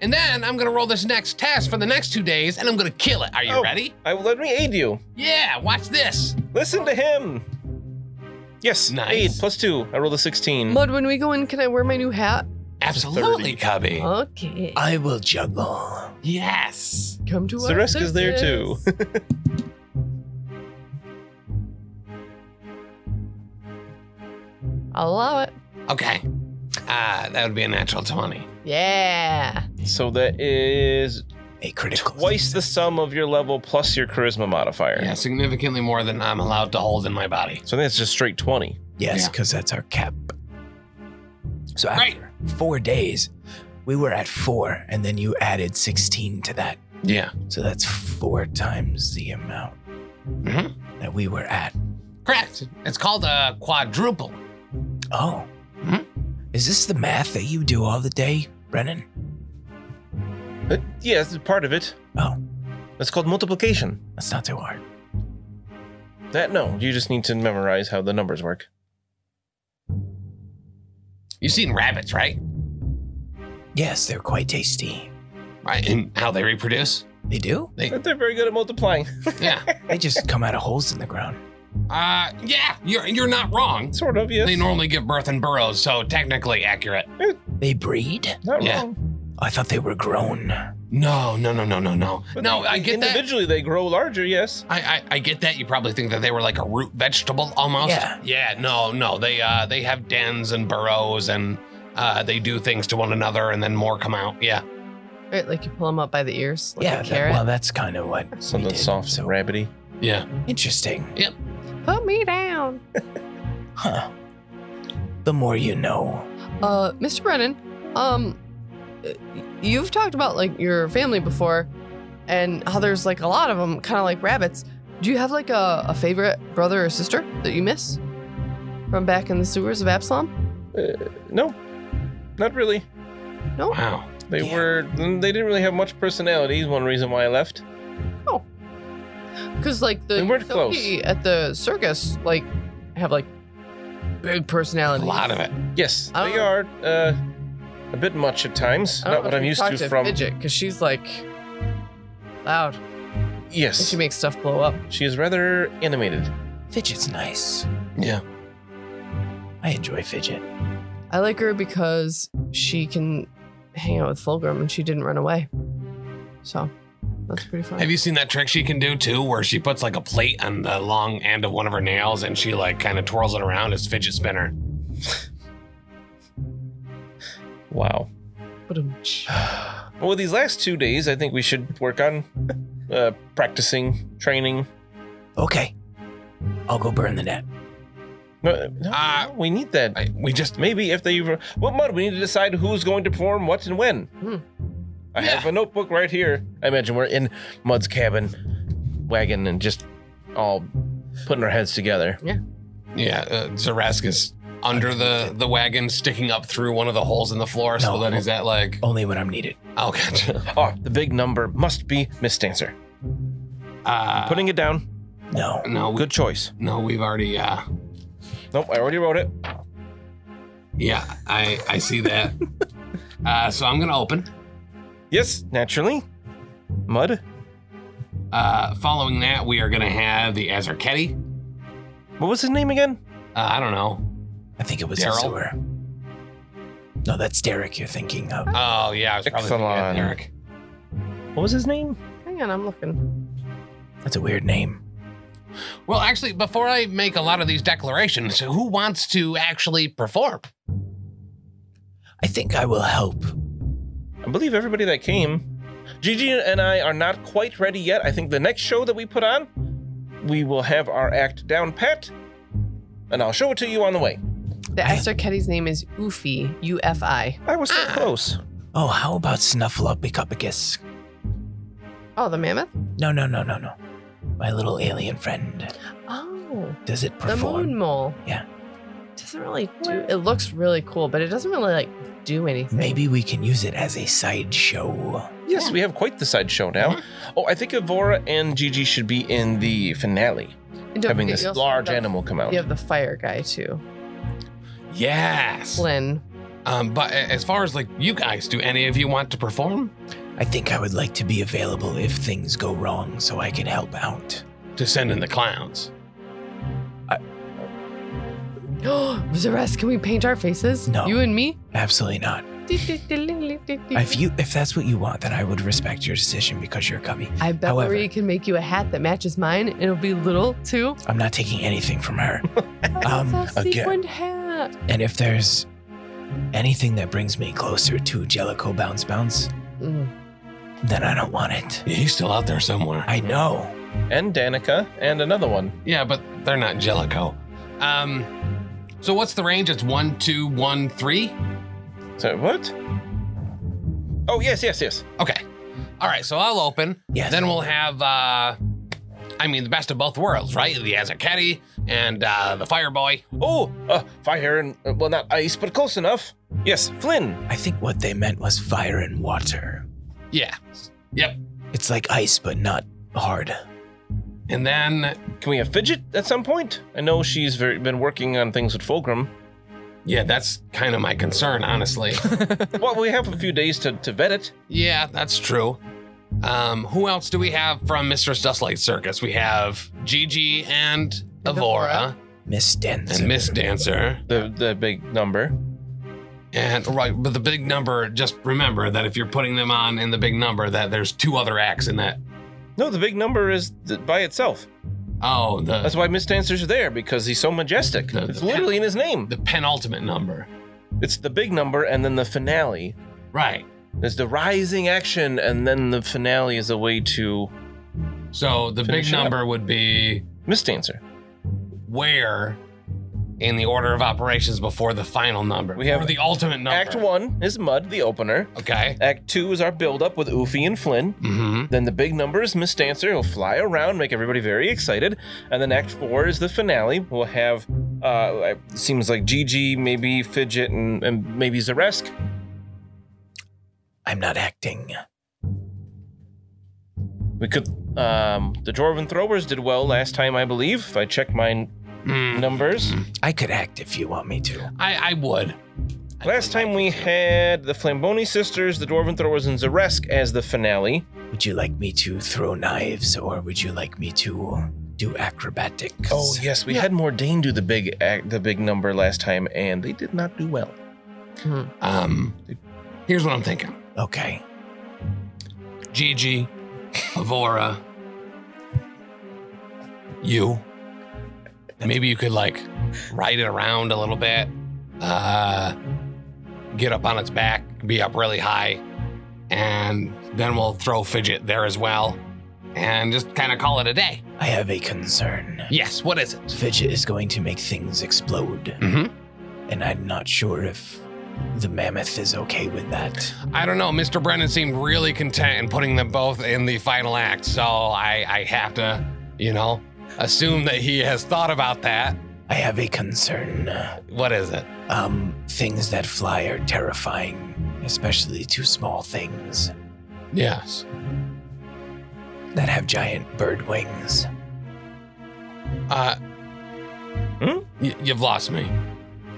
Speaker 2: And then I'm going to roll this next test for the next two days, and I'm going to kill it. Are you
Speaker 8: Oh.
Speaker 2: ready?
Speaker 8: I let me aid you.
Speaker 2: Yeah, watch this.
Speaker 8: Listen to him. Yes.
Speaker 2: Nice.
Speaker 8: Aid plus two. I rolled a sixteen.
Speaker 1: Mud, when we go in, can I wear my new hat?
Speaker 2: Absolutely, Cubby.
Speaker 1: Okay.
Speaker 2: Ah,
Speaker 3: I will juggle.
Speaker 2: Yes.
Speaker 1: Come to our
Speaker 8: Zeresk is there too.
Speaker 1: circus. I'll allow it.
Speaker 2: Okay. Uh, that would be a natural 20.
Speaker 1: Yeah.
Speaker 8: so that is
Speaker 3: A critical.
Speaker 8: twice the sum of your level plus your charisma modifier.
Speaker 2: Yeah, significantly more than I'm allowed to hold in my body.
Speaker 8: So I think it's just straight twenty.
Speaker 3: Yes,
Speaker 2: Yeah.
Speaker 3: because that's our cap. So
Speaker 2: Right.
Speaker 3: after four days, we were at four, and then you added 16 to that.
Speaker 2: Yeah.
Speaker 3: So that's four times the amount
Speaker 2: Mhm.
Speaker 3: that we were at.
Speaker 2: Correct. It's called a quadruple.
Speaker 3: Oh.
Speaker 2: Mhm.
Speaker 3: Is this the math that you do all the day, Brennan?
Speaker 8: Uh, yeah, that's part of it.
Speaker 3: Oh.
Speaker 8: That's called multiplication.
Speaker 3: That's not too hard.
Speaker 8: That no, you just need to memorize how the numbers work.
Speaker 2: You've seen rabbits, right?
Speaker 3: Yes, they're quite tasty.
Speaker 2: Right. And how they reproduce.
Speaker 3: They do?
Speaker 8: They're very good at multiplying.
Speaker 2: Yeah.
Speaker 3: They just come out of holes in the ground.
Speaker 2: Uh, yeah, you're you're not wrong.
Speaker 8: Sort of, yes.
Speaker 2: They normally give birth in burrows, so technically accurate.
Speaker 3: They breed?
Speaker 8: Not
Speaker 2: Yeah.
Speaker 8: wrong.
Speaker 3: I thought they were grown.
Speaker 2: No, no, no, no, no, no.
Speaker 8: But
Speaker 2: no,
Speaker 8: they-
Speaker 2: I get that.
Speaker 8: Individually, they grow larger, yes.
Speaker 2: I, I I get that. You probably think that they were like a root vegetable almost.
Speaker 3: Yeah.
Speaker 2: no, no. They uh they have dens and burrows and uh they do things to one another and then more come out. Yeah.
Speaker 1: Right, like you pull them up by the ears, like
Speaker 3: yeah,
Speaker 1: a
Speaker 3: that-
Speaker 1: carrot.
Speaker 3: well, that's kind of what. we
Speaker 8: Something
Speaker 3: did,
Speaker 8: soft,
Speaker 3: so-
Speaker 8: rabbity.
Speaker 2: Yeah.
Speaker 3: Interesting.
Speaker 1: Put me down.
Speaker 3: Huh. The more you know.
Speaker 1: Uh, Mr. Brennan, um, uh, you've talked about like your family before, and how there's like a lot of them, kind of like rabbits. Do you have like a, a favorite brother or sister that you miss from back in the sewers of Absalom?
Speaker 8: No, not really.
Speaker 2: Wow.
Speaker 8: They
Speaker 3: Yeah.
Speaker 8: were. They didn't really have much personality. Is one reason why I left.
Speaker 1: Because like the
Speaker 8: They weren't close.
Speaker 1: Yoki at the circus, like have like big
Speaker 2: A
Speaker 1: personalities.
Speaker 2: lot of it.
Speaker 8: Yes,
Speaker 1: I don't
Speaker 8: they
Speaker 1: know.
Speaker 8: are uh, a bit much at times.
Speaker 1: I don't
Speaker 8: Not
Speaker 1: know
Speaker 8: what
Speaker 1: if
Speaker 8: I'm
Speaker 1: you
Speaker 8: used
Speaker 1: talked
Speaker 8: to, from.
Speaker 1: Fidget because she's like loud. and
Speaker 8: Yes,
Speaker 1: She makes stuff blow up.
Speaker 8: she is rather animated.
Speaker 3: Fidget's nice.
Speaker 2: Yeah.
Speaker 3: I enjoy Fidget.
Speaker 1: I like her because she can hang out with Fulgrim and she didn't run away. So that's pretty fun.
Speaker 2: Have you seen that trick she can do too, where she puts like a plate on the long end of one of her nails and she like kind of twirls it around as fidget spinner?
Speaker 8: Wow. Well, these last two days, I think we should work on uh, practicing training.
Speaker 3: Okay. I'll go burn the net.
Speaker 8: No, no,
Speaker 2: Uh,
Speaker 8: we need that.
Speaker 2: I, we just
Speaker 8: Maybe if they were. What mud? We need to decide who's going to perform what and when.
Speaker 1: Hmm.
Speaker 8: I have a notebook right here. I imagine we're in Mud's cabin, wagon, and just all putting our heads together.
Speaker 2: yeah, uh, Zarask is under the the wagon, sticking up through one of the holes in the floor, so
Speaker 3: No.
Speaker 2: that he's at like
Speaker 3: Only when I'm needed.
Speaker 2: oh gotcha.
Speaker 8: Oh, the big number must be Miss Dancer.
Speaker 2: Uh,
Speaker 8: Putting it down.
Speaker 3: No.
Speaker 2: no, we,
Speaker 8: Good choice.
Speaker 2: no, we've already uh,
Speaker 8: Nope, I already wrote it.
Speaker 2: yeah, I I see that. uh, so I'm gonna open.
Speaker 8: Yes, naturally. Mud.
Speaker 2: Uh, following that, we are gonna have the Azarketti.
Speaker 8: What was his name again?
Speaker 2: Uh, I don't know.
Speaker 3: I think it was
Speaker 2: Daryl?
Speaker 3: Azure. No, that's Derek you're thinking of.
Speaker 2: Oh yeah, I was probably thinking of
Speaker 8: Ixalan.
Speaker 2: Eric.
Speaker 8: What was his name?
Speaker 1: Hang on, I'm looking.
Speaker 3: That's a weird name.
Speaker 2: Well, actually, before I make a lot of these declarations, who wants to actually perform?
Speaker 3: I think I will help.
Speaker 8: I believe everybody that came. Gigi and I are not quite ready yet. I think the next show that we put on, we will have our act down pat, and I'll show it to you on the way.
Speaker 1: The Esther Ketty's name is Ufi, U F I.
Speaker 8: I was so close.
Speaker 3: Oh, how about Snuffleupagus?
Speaker 1: Oh, the mammoth?
Speaker 3: No, no, no, no, no. My little alien friend.
Speaker 1: Oh,
Speaker 3: Does it
Speaker 1: the moon
Speaker 3: perform?
Speaker 1: mole.
Speaker 3: Yeah.
Speaker 1: Doesn't really do it looks really cool, but it doesn't really like do anything.
Speaker 3: Maybe we can use it as a sideshow.
Speaker 8: Yes, we have quite the sideshow now. Oh, I think Evora and Gigi should be in the finale,
Speaker 1: And don't
Speaker 8: having
Speaker 1: forget,
Speaker 8: this
Speaker 1: you also
Speaker 8: large
Speaker 1: have the-
Speaker 8: animal come out.
Speaker 1: You have the fire guy too.
Speaker 2: Yes.
Speaker 1: Flynn.
Speaker 2: Um, but a- as far as like you guys, do any of you want to perform
Speaker 3: I think I would like to be available if things go wrong so I can help out.
Speaker 2: to send in the clowns?
Speaker 1: Oh, Zares, can we paint our faces?
Speaker 3: No.
Speaker 1: You and me?
Speaker 3: Absolutely not. If you if that's what you want, then I would respect your decision because you're a cubby.
Speaker 1: I bet
Speaker 3: However-
Speaker 1: Marie can make you a hat that matches mine. It'll be little too.
Speaker 3: I'm not taking anything from her. Um,
Speaker 1: sequined hat.
Speaker 3: and if there's anything that brings me closer to Jellicoe Bounce Bounce,
Speaker 1: Mm.
Speaker 3: then I don't want it.
Speaker 2: He's still out there somewhere.
Speaker 3: I know.
Speaker 8: and Danica and another one.
Speaker 2: Yeah, but they're not Jellicoe. Um, so what's the range? It's one, two, one, three.
Speaker 8: So what? Oh yes, yes, yes.
Speaker 2: Okay. All right. So I'll open.
Speaker 3: Yes.
Speaker 2: Then we'll have. uh I mean, the best of both worlds, right? The Azarketti and uh, the Fire Boy.
Speaker 8: Oh, uh, fire and uh, well, not ice, but close enough. Yes, Flynn.
Speaker 3: I think what they meant was fire and water.
Speaker 2: Yeah.
Speaker 3: It's like ice, but not hard.
Speaker 2: And then,
Speaker 8: Can we have Fidget at some point? I know she's very, been working on things with Fulgrim.
Speaker 2: yeah, that's kind of my concern, honestly.
Speaker 8: well, we have a few days to, to vet it.
Speaker 2: yeah, that's true. Um, who else do we have from Mistress Dustlight Circus? We have Gigi and Avora,
Speaker 3: Miss Denson.
Speaker 2: and Miss Dancer.
Speaker 8: The the big number.
Speaker 2: And right, but the big number, just remember that if you're putting them on in the big number, that there's two other acts in that.
Speaker 8: No, the big number is th- by itself.
Speaker 2: Oh,
Speaker 8: That's
Speaker 2: the
Speaker 8: why Miss Dancer's there because he's so majestic.
Speaker 2: The-
Speaker 8: It's
Speaker 2: the-
Speaker 8: literally in his name.
Speaker 2: the penultimate number.
Speaker 8: It's the big number and then the finale.
Speaker 2: Right.
Speaker 8: There's the rising action and then the finale is a way to
Speaker 2: So the
Speaker 8: Finish
Speaker 2: big
Speaker 8: it up.
Speaker 2: number would be
Speaker 8: Miss Dancer.
Speaker 2: where in the order of operations before the final number.
Speaker 8: We have
Speaker 2: or the ultimate number.
Speaker 8: Act one is Mud, the opener.
Speaker 2: Okay.
Speaker 8: Act two is our build up with Oofy and Flynn.
Speaker 2: Mm-hmm.
Speaker 8: Then the big number is Miss Dancer. He'll fly around, make everybody very excited. And then Act Four is the finale. We'll have, uh, it seems like Gigi, maybe Fidget, and, and maybe Zaresk.
Speaker 3: I'm not acting.
Speaker 8: We could, um, the Dwarven Throwers did well last time, I believe, if I check my numbers.
Speaker 3: I could act if you want me to.
Speaker 2: Mm. I, I would. I
Speaker 8: Last
Speaker 2: would
Speaker 8: time
Speaker 2: like
Speaker 8: we
Speaker 2: to.
Speaker 8: had the Flamboni sisters, the Dwarven Throwers, and Zaresk as the finale.
Speaker 3: Would you like me to throw knives or would you like me to do acrobatics?
Speaker 8: Oh yes, we had Mordain do the big act, the big number last time, and they did not do well.
Speaker 2: Um, here's what I'm thinking.
Speaker 3: Okay.
Speaker 2: Gigi, Avora, you. Maybe you could like ride it around a little bit, uh, get up on its back, be up really high, and then we'll throw Fidget there as well, and just kind of call it a day.
Speaker 3: I have a concern.
Speaker 2: Yes, what is it?
Speaker 3: Fidget is going to make things explode,
Speaker 2: Mm-hmm.
Speaker 3: and I'm not sure if the mammoth is okay with that.
Speaker 2: I don't know. Mr. Brennan seemed really content in putting them both in the final act, so I, I have to, you know, assume that he has thought about that.
Speaker 3: I have a concern. uh,
Speaker 2: What is it?
Speaker 3: Um, things that fly are terrifying, especially to small things
Speaker 2: Yes.
Speaker 3: that have giant bird wings.
Speaker 2: Uh, y- you've lost me.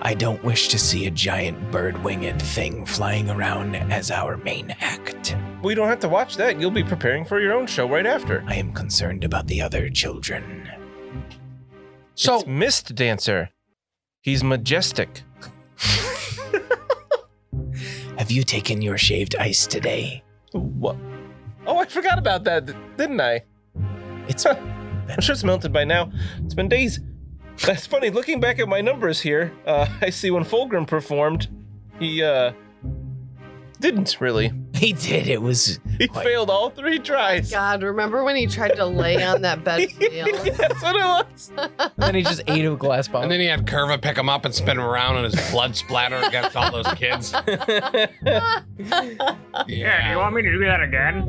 Speaker 3: I don't wish to see a giant bird winged thing flying around as our main act.
Speaker 8: We don't have to watch that. You'll be preparing for your own show right after.
Speaker 3: I am concerned about the other children.
Speaker 8: So it's Mist Dancer. He's majestic.
Speaker 3: Have you taken your shaved ice today?
Speaker 8: What? Oh, I forgot about that, didn't I?
Speaker 3: It's
Speaker 8: I'm sure it's melted by now. It's been days. That's funny. Looking back at my numbers here, uh, I see when Fulgrim performed, he uh didn't really.
Speaker 3: he did. It was
Speaker 8: He
Speaker 3: Quite.
Speaker 8: failed all three tries.
Speaker 1: God, remember when he tried to lay on that bed wheel?
Speaker 8: That's what it was.
Speaker 12: And then he just ate a glass bomb.
Speaker 2: And then he had Curva pick him up and spin him around, and his blood splatter against all those kids.
Speaker 5: Yeah, do you
Speaker 2: Yeah.
Speaker 5: want me to do that again?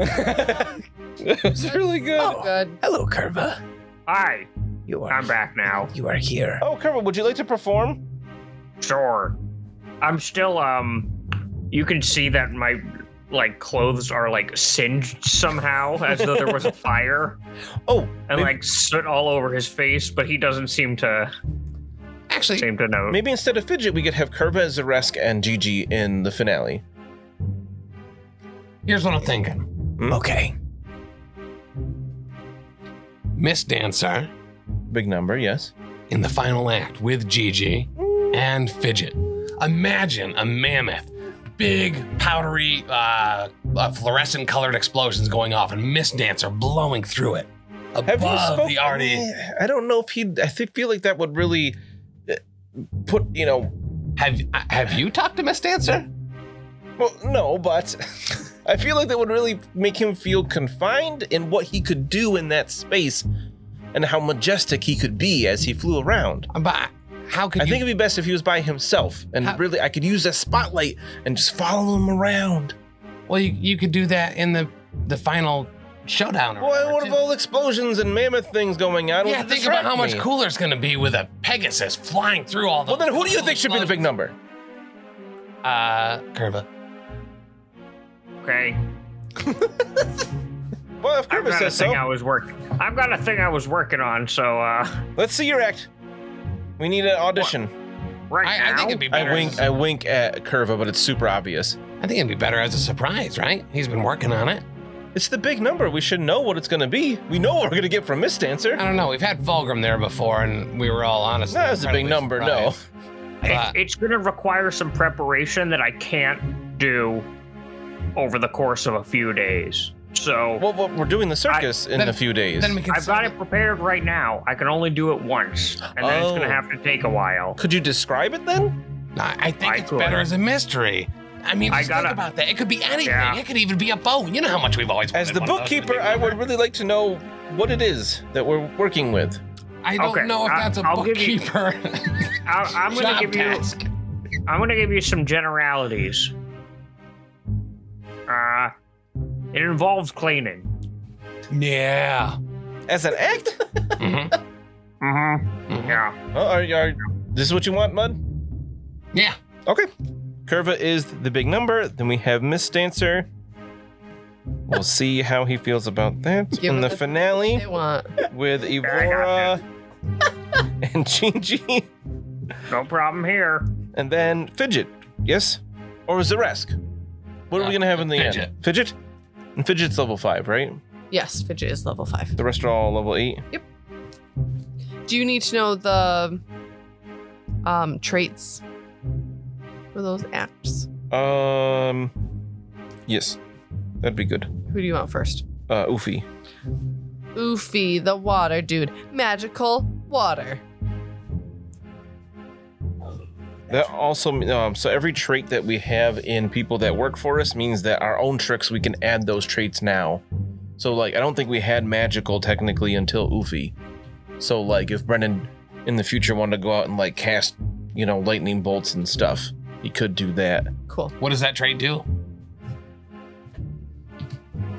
Speaker 8: it was really good.
Speaker 1: Oh, good.
Speaker 3: hello, Curva.
Speaker 5: Hi,
Speaker 3: You are
Speaker 5: I'm back now.
Speaker 3: you are here.
Speaker 8: Oh, Kermit, would you like to perform?
Speaker 5: Sure. I'm still um you can see that my like clothes are like singed somehow as though there was a fire
Speaker 8: Oh,
Speaker 5: and
Speaker 8: Maybe-
Speaker 5: like soot all over his face, but he doesn't seem to
Speaker 2: Actually,
Speaker 5: seem to know.
Speaker 8: maybe instead of Fidget, we could have Kerva, Zaresk, and Gigi in the finale.
Speaker 2: here's what I'm thinking
Speaker 3: Okay.
Speaker 2: Miss Dancer
Speaker 8: Big number, yes.
Speaker 2: in the final act with Gigi and Fidget. Imagine a mammoth, big, powdery, uh, uh, fluorescent colored explosions going off, and Miss Dancer blowing through it.
Speaker 8: Have you
Speaker 2: Above
Speaker 8: spoken?
Speaker 2: the already.
Speaker 8: I don't know if he. I think feel like that would really uh, put you know.
Speaker 2: Have uh, have you talked to Miss Dancer?
Speaker 8: Well, no, but I feel like that would really make him feel confined in what he could do in that space, and how majestic he could be as he flew around.
Speaker 2: But how could
Speaker 8: I
Speaker 2: you?
Speaker 8: think it'd be best if he was by himself, and
Speaker 2: How-
Speaker 8: really, I could use that spotlight and just follow him around.
Speaker 2: well, you, you could do that in the the final showdown. or
Speaker 8: Well,
Speaker 2: whatever,
Speaker 8: what
Speaker 2: too.
Speaker 8: of all explosions and mammoth things going on?
Speaker 2: Yeah,
Speaker 8: It'll
Speaker 2: think about
Speaker 8: distract
Speaker 2: how much
Speaker 8: me.
Speaker 2: cooler it's going to be with a Pegasus flying through all the.
Speaker 8: Well, then who do you think should be the big number?
Speaker 2: Uh, Curva.
Speaker 5: okay.
Speaker 8: Well, if
Speaker 5: I've
Speaker 8: Grievous
Speaker 5: got a
Speaker 8: says
Speaker 5: thing
Speaker 8: so,
Speaker 5: I was working I've got a thing I was working on, so uh
Speaker 8: let's see your act. We need an audition.
Speaker 5: right
Speaker 2: I,
Speaker 5: now
Speaker 2: I think it'd be better.
Speaker 8: I wink.
Speaker 2: As,
Speaker 8: I wink at Curva, but it's super obvious.
Speaker 2: I think it'd be better as a surprise, right? He's been working on it.
Speaker 8: It's the big number. We should know what it's going to be. We know what we're going to get from Miss Dancer.
Speaker 2: I don't know. We've had Vulgrim there before, and we were all honest.
Speaker 8: That was a big number. No.
Speaker 2: But-
Speaker 5: It, it's going to require some preparation that I can't do over the course of a few days. So
Speaker 8: Well, well, we're doing the circus in
Speaker 2: Then-
Speaker 8: a few days.
Speaker 2: Then we can
Speaker 5: I've got it prepared right now. I can only do it once, and then it's going
Speaker 8: Oh.
Speaker 5: to have to take a while.
Speaker 8: Could you describe it then?
Speaker 2: I I think
Speaker 5: I
Speaker 2: it's
Speaker 5: could.
Speaker 2: better as a mystery. I mean,
Speaker 5: I
Speaker 2: just
Speaker 5: gotta-
Speaker 2: think about that. It could be anything.
Speaker 5: Yeah.
Speaker 2: It could even be a bone. You know how much we've always
Speaker 8: As
Speaker 2: wanted
Speaker 8: the
Speaker 2: one of those with a
Speaker 8: bookkeeper,
Speaker 2: big
Speaker 8: I would
Speaker 2: number.
Speaker 8: really like to know what it is that we're working with.
Speaker 2: I don't
Speaker 5: Okay,
Speaker 2: know if
Speaker 5: I-
Speaker 2: that's a
Speaker 5: I'll give you-
Speaker 2: bookkeeper.
Speaker 5: I, I'm going
Speaker 2: job
Speaker 5: to give you.
Speaker 2: task.
Speaker 5: I'm gonna give you some generalities. Uh, it involves cleaning.
Speaker 2: Yeah.
Speaker 8: As an act?
Speaker 2: Mhm.
Speaker 5: Mm-hmm.
Speaker 2: Mhm.
Speaker 5: Yeah.
Speaker 8: Oh, are, are, this is what you want, Mud?
Speaker 2: Yeah.
Speaker 8: Okay. Curva is the big number. Then we have Miss Dancer. We'll see how he feels about that
Speaker 1: Give
Speaker 8: in
Speaker 1: it
Speaker 8: the
Speaker 1: the-
Speaker 8: finale
Speaker 1: They want.
Speaker 8: with
Speaker 5: I got
Speaker 8: Evora and Gigi,
Speaker 5: No problem here.
Speaker 8: and then Fidget. Yes, or Zaresk. What are we
Speaker 2: Uh,
Speaker 8: gonna have in the
Speaker 2: Fidget.
Speaker 8: end? Fidget. And Fidget's level five, right?
Speaker 1: Yes, Fidget is level five.
Speaker 8: The rest are all level eight.
Speaker 1: Do you need to know the um traits for those apps?
Speaker 8: Um, yes, that'd be good.
Speaker 1: Who do you want first?
Speaker 8: Uh, Oofy.
Speaker 1: Oofy, the water dude. Magical water.
Speaker 8: That also um, so every trait that we have in people that work for us means that our own tricks we can add those traits now. So like I don't think we had magical technically until Oofy. So like if Brennan in the future wanted to go out and like cast you know lightning bolts and stuff, he could do that.
Speaker 1: Cool.
Speaker 2: What does that trait do?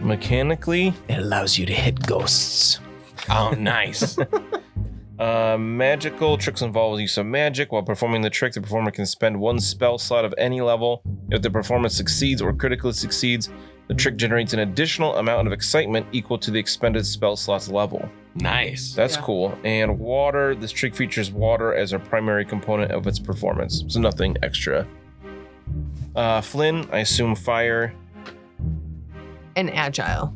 Speaker 8: Mechanically,
Speaker 3: It allows you to hit ghosts.
Speaker 2: Oh, nice.
Speaker 8: Uh, magical tricks involve use of magic. While performing the trick, the performer can spend one spell slot of any level. If the performance succeeds or critically succeeds, the trick generates an additional amount of excitement equal to the expended spell slot's level.
Speaker 2: nice.
Speaker 8: That's
Speaker 1: Yeah.
Speaker 8: cool. And water. This trick features water as a primary component of its performance, so nothing extra. Uh, Flynn, I assume fire.
Speaker 1: And agile.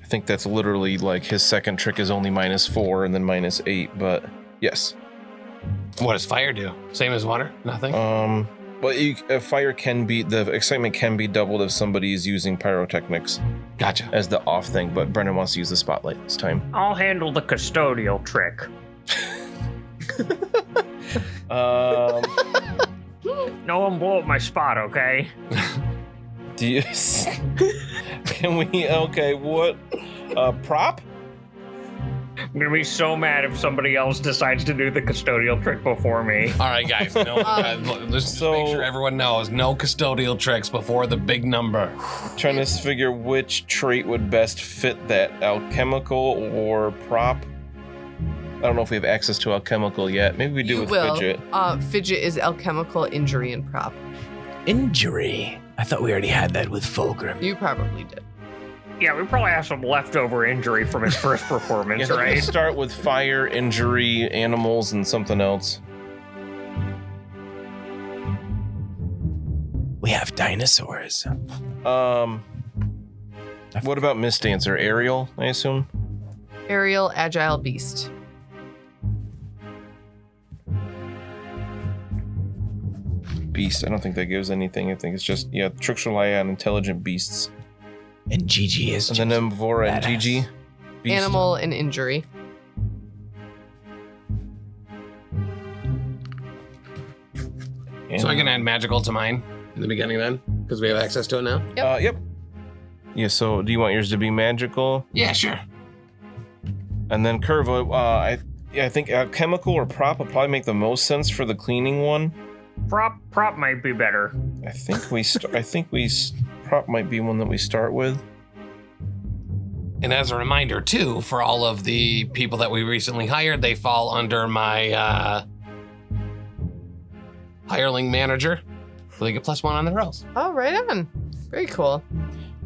Speaker 8: I think that's literally like his second trick is only minus four and then minus eight, but yes.
Speaker 2: What does fire do? Same as water? Nothing?
Speaker 8: Um, but you, uh, fire can be the excitement can be doubled if somebody is using pyrotechnics
Speaker 2: gotcha.
Speaker 8: as the off thing. But Brennan wants to use the spotlight this time.
Speaker 5: I'll handle the custodial trick.
Speaker 8: Um,
Speaker 5: No one blow up my spot, okay?
Speaker 8: do you, can we? Okay, what? Uh, prop?
Speaker 5: I'm gonna be so mad if somebody else decides to do the custodial trick before me.
Speaker 2: All right, guys. No, uh, let's just make
Speaker 8: So-
Speaker 2: sure everyone knows no custodial tricks before the big number.
Speaker 8: Trying to figure which trait would best fit that alchemical or prop. I don't know if we have access to alchemical yet. Maybe we do
Speaker 1: you
Speaker 8: with
Speaker 1: will.
Speaker 8: fidget.
Speaker 1: Uh, fidget is alchemical injury and prop.
Speaker 3: Injury. I thought we already had that with Fulgrim.
Speaker 1: You probably did.
Speaker 5: Yeah, we probably have some leftover injury from his first performance,
Speaker 8: Yeah, we
Speaker 5: right?
Speaker 8: Start with fire, injury, animals, and something else.
Speaker 3: We have dinosaurs.
Speaker 8: Um, what about Miss Dancer? Ariel, I assume.
Speaker 1: Aerial, agile beast.
Speaker 8: Beast. I don't think that gives anything. I think it's just yeah. Tricks rely on intelligent beasts,
Speaker 3: And Gigi is
Speaker 8: and then um,
Speaker 3: just
Speaker 8: Mvora and
Speaker 3: badass.
Speaker 8: Gigi. Beast.
Speaker 1: Animal and injury.
Speaker 2: So I can add magical to mine in the beginning then? Because we have access to it now?
Speaker 1: Yep.
Speaker 8: Uh, yep. Yeah. So do you want yours to be magical?
Speaker 2: Yeah, sure.
Speaker 8: And then Curva. Uh, I yeah, I think uh, chemical or prop would probably make the most sense for the cleaning one.
Speaker 5: Prop, prop might be better.
Speaker 8: I think we. St- I think we. s prop might be one that we start with.
Speaker 2: And as a reminder, too, for all of the people that we recently hired, they fall under my uh, hireling manager. So they get plus one on their rolls.
Speaker 1: Oh, right on. Very cool.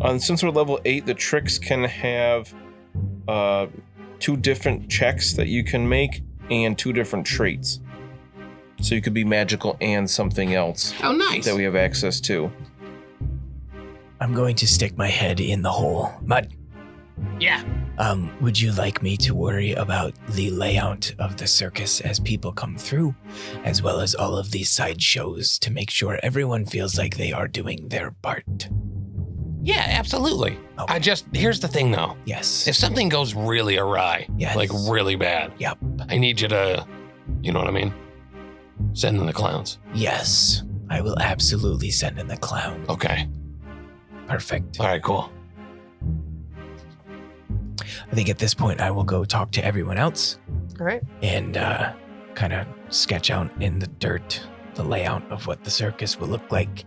Speaker 8: Um, since we're level eight, the tricks can have uh, two different checks that you can make and two different traits. So you could be magical and something else
Speaker 2: Oh, nice.
Speaker 8: that we have access to.
Speaker 3: I'm going to stick my head in the hole. Mud.
Speaker 11: Yeah.
Speaker 3: Um, would you like me to worry about the layout of the circus as people come through, as well as all of these side shows to make sure everyone feels like they are doing their part?
Speaker 2: Yeah, absolutely.
Speaker 3: Okay.
Speaker 2: I just here's the thing though.
Speaker 3: Yes.
Speaker 2: If something goes really awry,
Speaker 3: Yes.
Speaker 2: like really bad,
Speaker 3: Yep.
Speaker 2: I need you to, you know what I mean. Send in the clowns.
Speaker 3: yes. I will absolutely send in the clown.
Speaker 8: Oh.
Speaker 2: Okay.
Speaker 3: Perfect.
Speaker 2: All right. Cool.
Speaker 3: I think at this point I will go talk to everyone else
Speaker 1: All right.
Speaker 3: and uh, kind of sketch out in the dirt the layout of what the circus will look like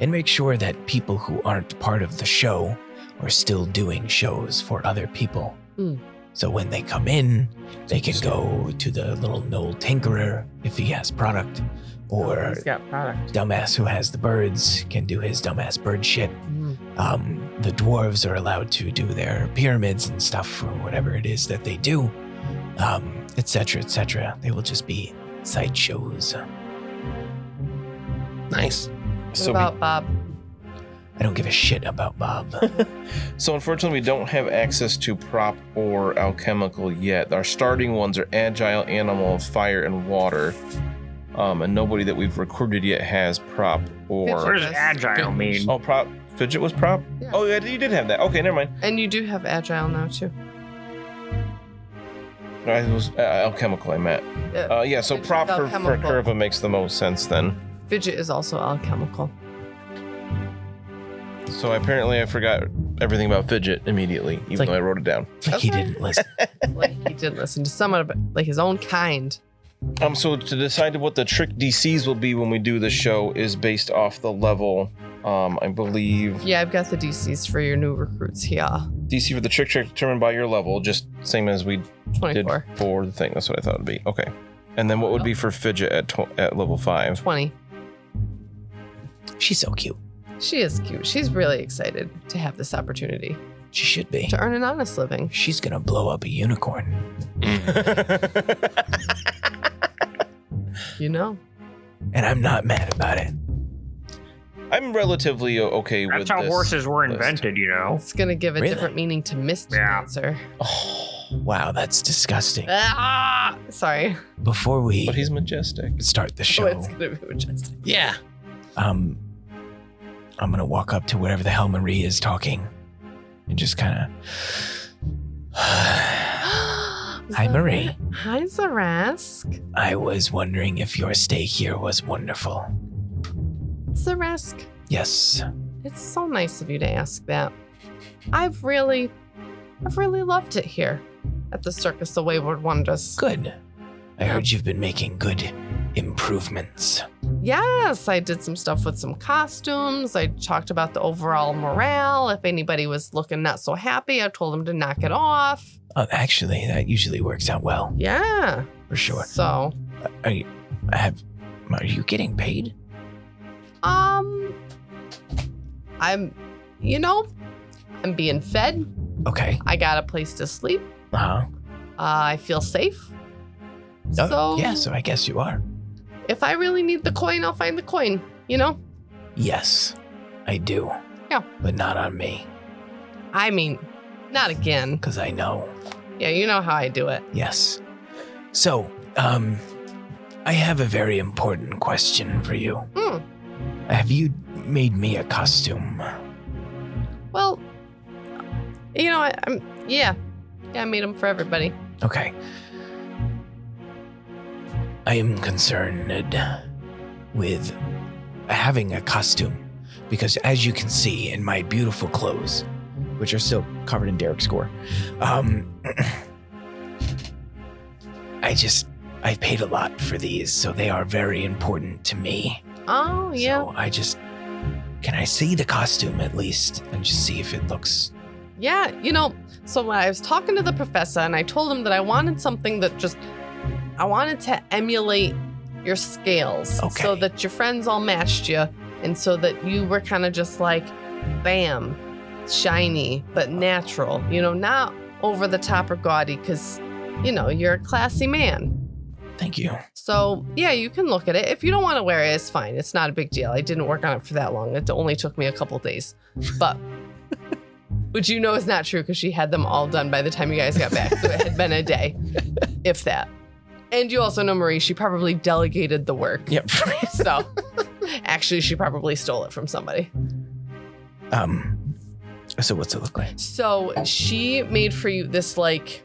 Speaker 3: and make sure that people who aren't part of the show are still doing shows for other people.
Speaker 1: Hmm.
Speaker 3: So when they come in, they can go to the little Noel Tinkerer if he has product, or
Speaker 1: Oh, He's got product.
Speaker 3: dumbass who has the birds can do his dumbass bird shit.
Speaker 1: Mm.
Speaker 3: Um, the dwarves are allowed to do their pyramids and stuff or whatever it is that they do, um, etc., etc. They will just be sideshows.
Speaker 2: Nice.
Speaker 1: What
Speaker 8: So,
Speaker 1: about Bob?
Speaker 3: I don't give a shit about Bob.
Speaker 8: we, so unfortunately, we don't have access to prop or alchemical yet. Our starting ones are agile, animal, fire, and water. Um, and nobody that we've recruited yet has prop
Speaker 5: What
Speaker 8: or
Speaker 1: Fidget.
Speaker 5: does agile mean?
Speaker 8: oh prop. Fidget was prop.
Speaker 1: Yeah.
Speaker 8: Oh yeah, you did have that. Okay, never mind.
Speaker 1: And you do have agile now too.
Speaker 8: I was uh, alchemical. I meant.
Speaker 1: Yeah.
Speaker 8: Uh, yeah. So
Speaker 1: Fidget's
Speaker 8: prop for, for
Speaker 1: alchemical.
Speaker 8: Curva makes the most sense then.
Speaker 1: Fidget is also alchemical.
Speaker 8: So apparently, I forgot everything about Fidget immediately, even
Speaker 3: like-
Speaker 8: though I wrote it down.
Speaker 3: It's like he didn't listen.
Speaker 1: like he did listen to someone about like his own kind.
Speaker 8: Um, so to decide what the trick DCs will be when we do the show is based off the level. Um, I believe
Speaker 1: Yeah, I've got the DCs for your new recruits here.
Speaker 8: DC for the trick trick determined by your level, just same as we did
Speaker 1: 24.
Speaker 8: for the thing. That's what I thought it'd be. Okay. And then what would be for Fidget at tw- at level five?
Speaker 1: 20.
Speaker 3: She's so cute.
Speaker 1: She is cute. She's really excited to have this opportunity
Speaker 3: She should be.
Speaker 1: to earn an honest living.
Speaker 3: She's gonna blow up a unicorn.
Speaker 1: You know?
Speaker 3: And I'm not mad about it.
Speaker 8: I'm relatively o- okay with
Speaker 5: That's how
Speaker 8: this.
Speaker 5: horses were
Speaker 8: list.
Speaker 5: invented, you know.
Speaker 1: It's going to give a
Speaker 3: Really?
Speaker 1: different meaning to Mr.
Speaker 5: Oh. Yeah.
Speaker 1: Dancer.
Speaker 3: Oh, wow, that's disgusting.
Speaker 1: Ah! Sorry.
Speaker 3: Before we
Speaker 8: But he's majestic.
Speaker 3: start the
Speaker 1: Oh,
Speaker 3: show,
Speaker 1: it's going to be majestic.
Speaker 2: Yeah.
Speaker 3: um, I'm gonna walk up to wherever the hell Marie is talking, and just kind of.
Speaker 1: Hi,
Speaker 3: Marie.
Speaker 1: Hi, Zarask.
Speaker 3: I was wondering if your stay here was wonderful.
Speaker 1: Zarask,
Speaker 3: Yes,
Speaker 1: it's so nice of you to ask that. I've really, I've really loved it here at the Circus of Wayward Wonders.
Speaker 3: good. I heard you've been making good improvements.
Speaker 1: Yes, I did some stuff with some costumes. I talked about the overall morale. If anybody was looking not so happy, I told them to knock it off.
Speaker 3: Um, actually, that usually works out well
Speaker 1: Yeah.
Speaker 3: for sure.
Speaker 1: So,
Speaker 3: Are you, have, are you getting paid?
Speaker 1: um, I'm, you know, I'm being fed.
Speaker 3: Okay.
Speaker 1: I got a place to sleep.
Speaker 3: Uh huh.
Speaker 1: Uh, I feel safe. so,
Speaker 3: Oh, yeah, so I guess you are.
Speaker 1: if I really need the coin, I'll find the coin. You know,
Speaker 3: Yes, I do.
Speaker 1: Yeah.
Speaker 3: But not on me,
Speaker 1: I mean, not again.
Speaker 3: because I know.
Speaker 1: Yeah, you know how I do it.
Speaker 3: Yes. So, um, I have a very important question for you.
Speaker 1: Hmm.
Speaker 3: Have you made me a costume?
Speaker 1: Well, you know, I, I'm, yeah. Yeah, I made them for everybody.
Speaker 3: Okay. I am concerned with having a costume because, as you can see in my beautiful clothes, which are still covered in Derek's gore, um, I just I paid a lot for these, so they are very important to me.
Speaker 1: Oh yeah,
Speaker 3: So I just can I see the costume at least and just see if it looks
Speaker 1: yeah. You know, so when I was talking to the professor and I told him that I wanted something that just, I wanted to emulate your scales, so
Speaker 3: Okay.
Speaker 1: that your friends all matched you, and so that you were kind of just like, bam, shiny but natural. You know, not over the top or gaudy, because, you know, you're a classy man.
Speaker 12: Thank you.
Speaker 1: So, yeah, you can look at it. If you don't want to wear it, it's fine. It's not a big deal. I didn't work on it for that long. It only took me a couple days. But, which you know is not true because she had them all done by the time you guys got back. So it had been a day, if that. And you also know, Marie, she probably delegated the work.
Speaker 12: Yep.
Speaker 1: So, actually, she probably stole it from somebody.
Speaker 12: um. So what's it look like?
Speaker 1: So she made for you this like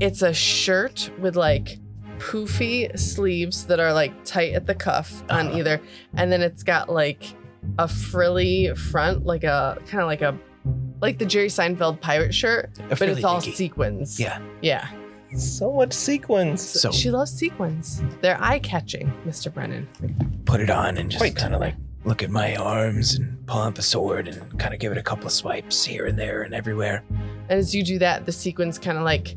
Speaker 1: it's a shirt with like poofy sleeves that are like tight at the cuff on
Speaker 12: Uh-huh.
Speaker 1: either and then it's got like a frilly front like a kind of like a like the Jerry Seinfeld pirate shirt
Speaker 12: A
Speaker 1: but
Speaker 12: frilly
Speaker 1: it's all
Speaker 12: thingy.
Speaker 1: sequins.
Speaker 12: Yeah.
Speaker 1: Yeah.
Speaker 8: So much sequence.
Speaker 12: So
Speaker 1: she loves sequins. They're eye-catching, Mr. Brennan.
Speaker 12: put it on and just
Speaker 8: Wait.
Speaker 12: kind of like look at my arms and pull out the sword and kind of give it a couple of swipes here and there and everywhere.
Speaker 1: And as you do that, the sequins kind of like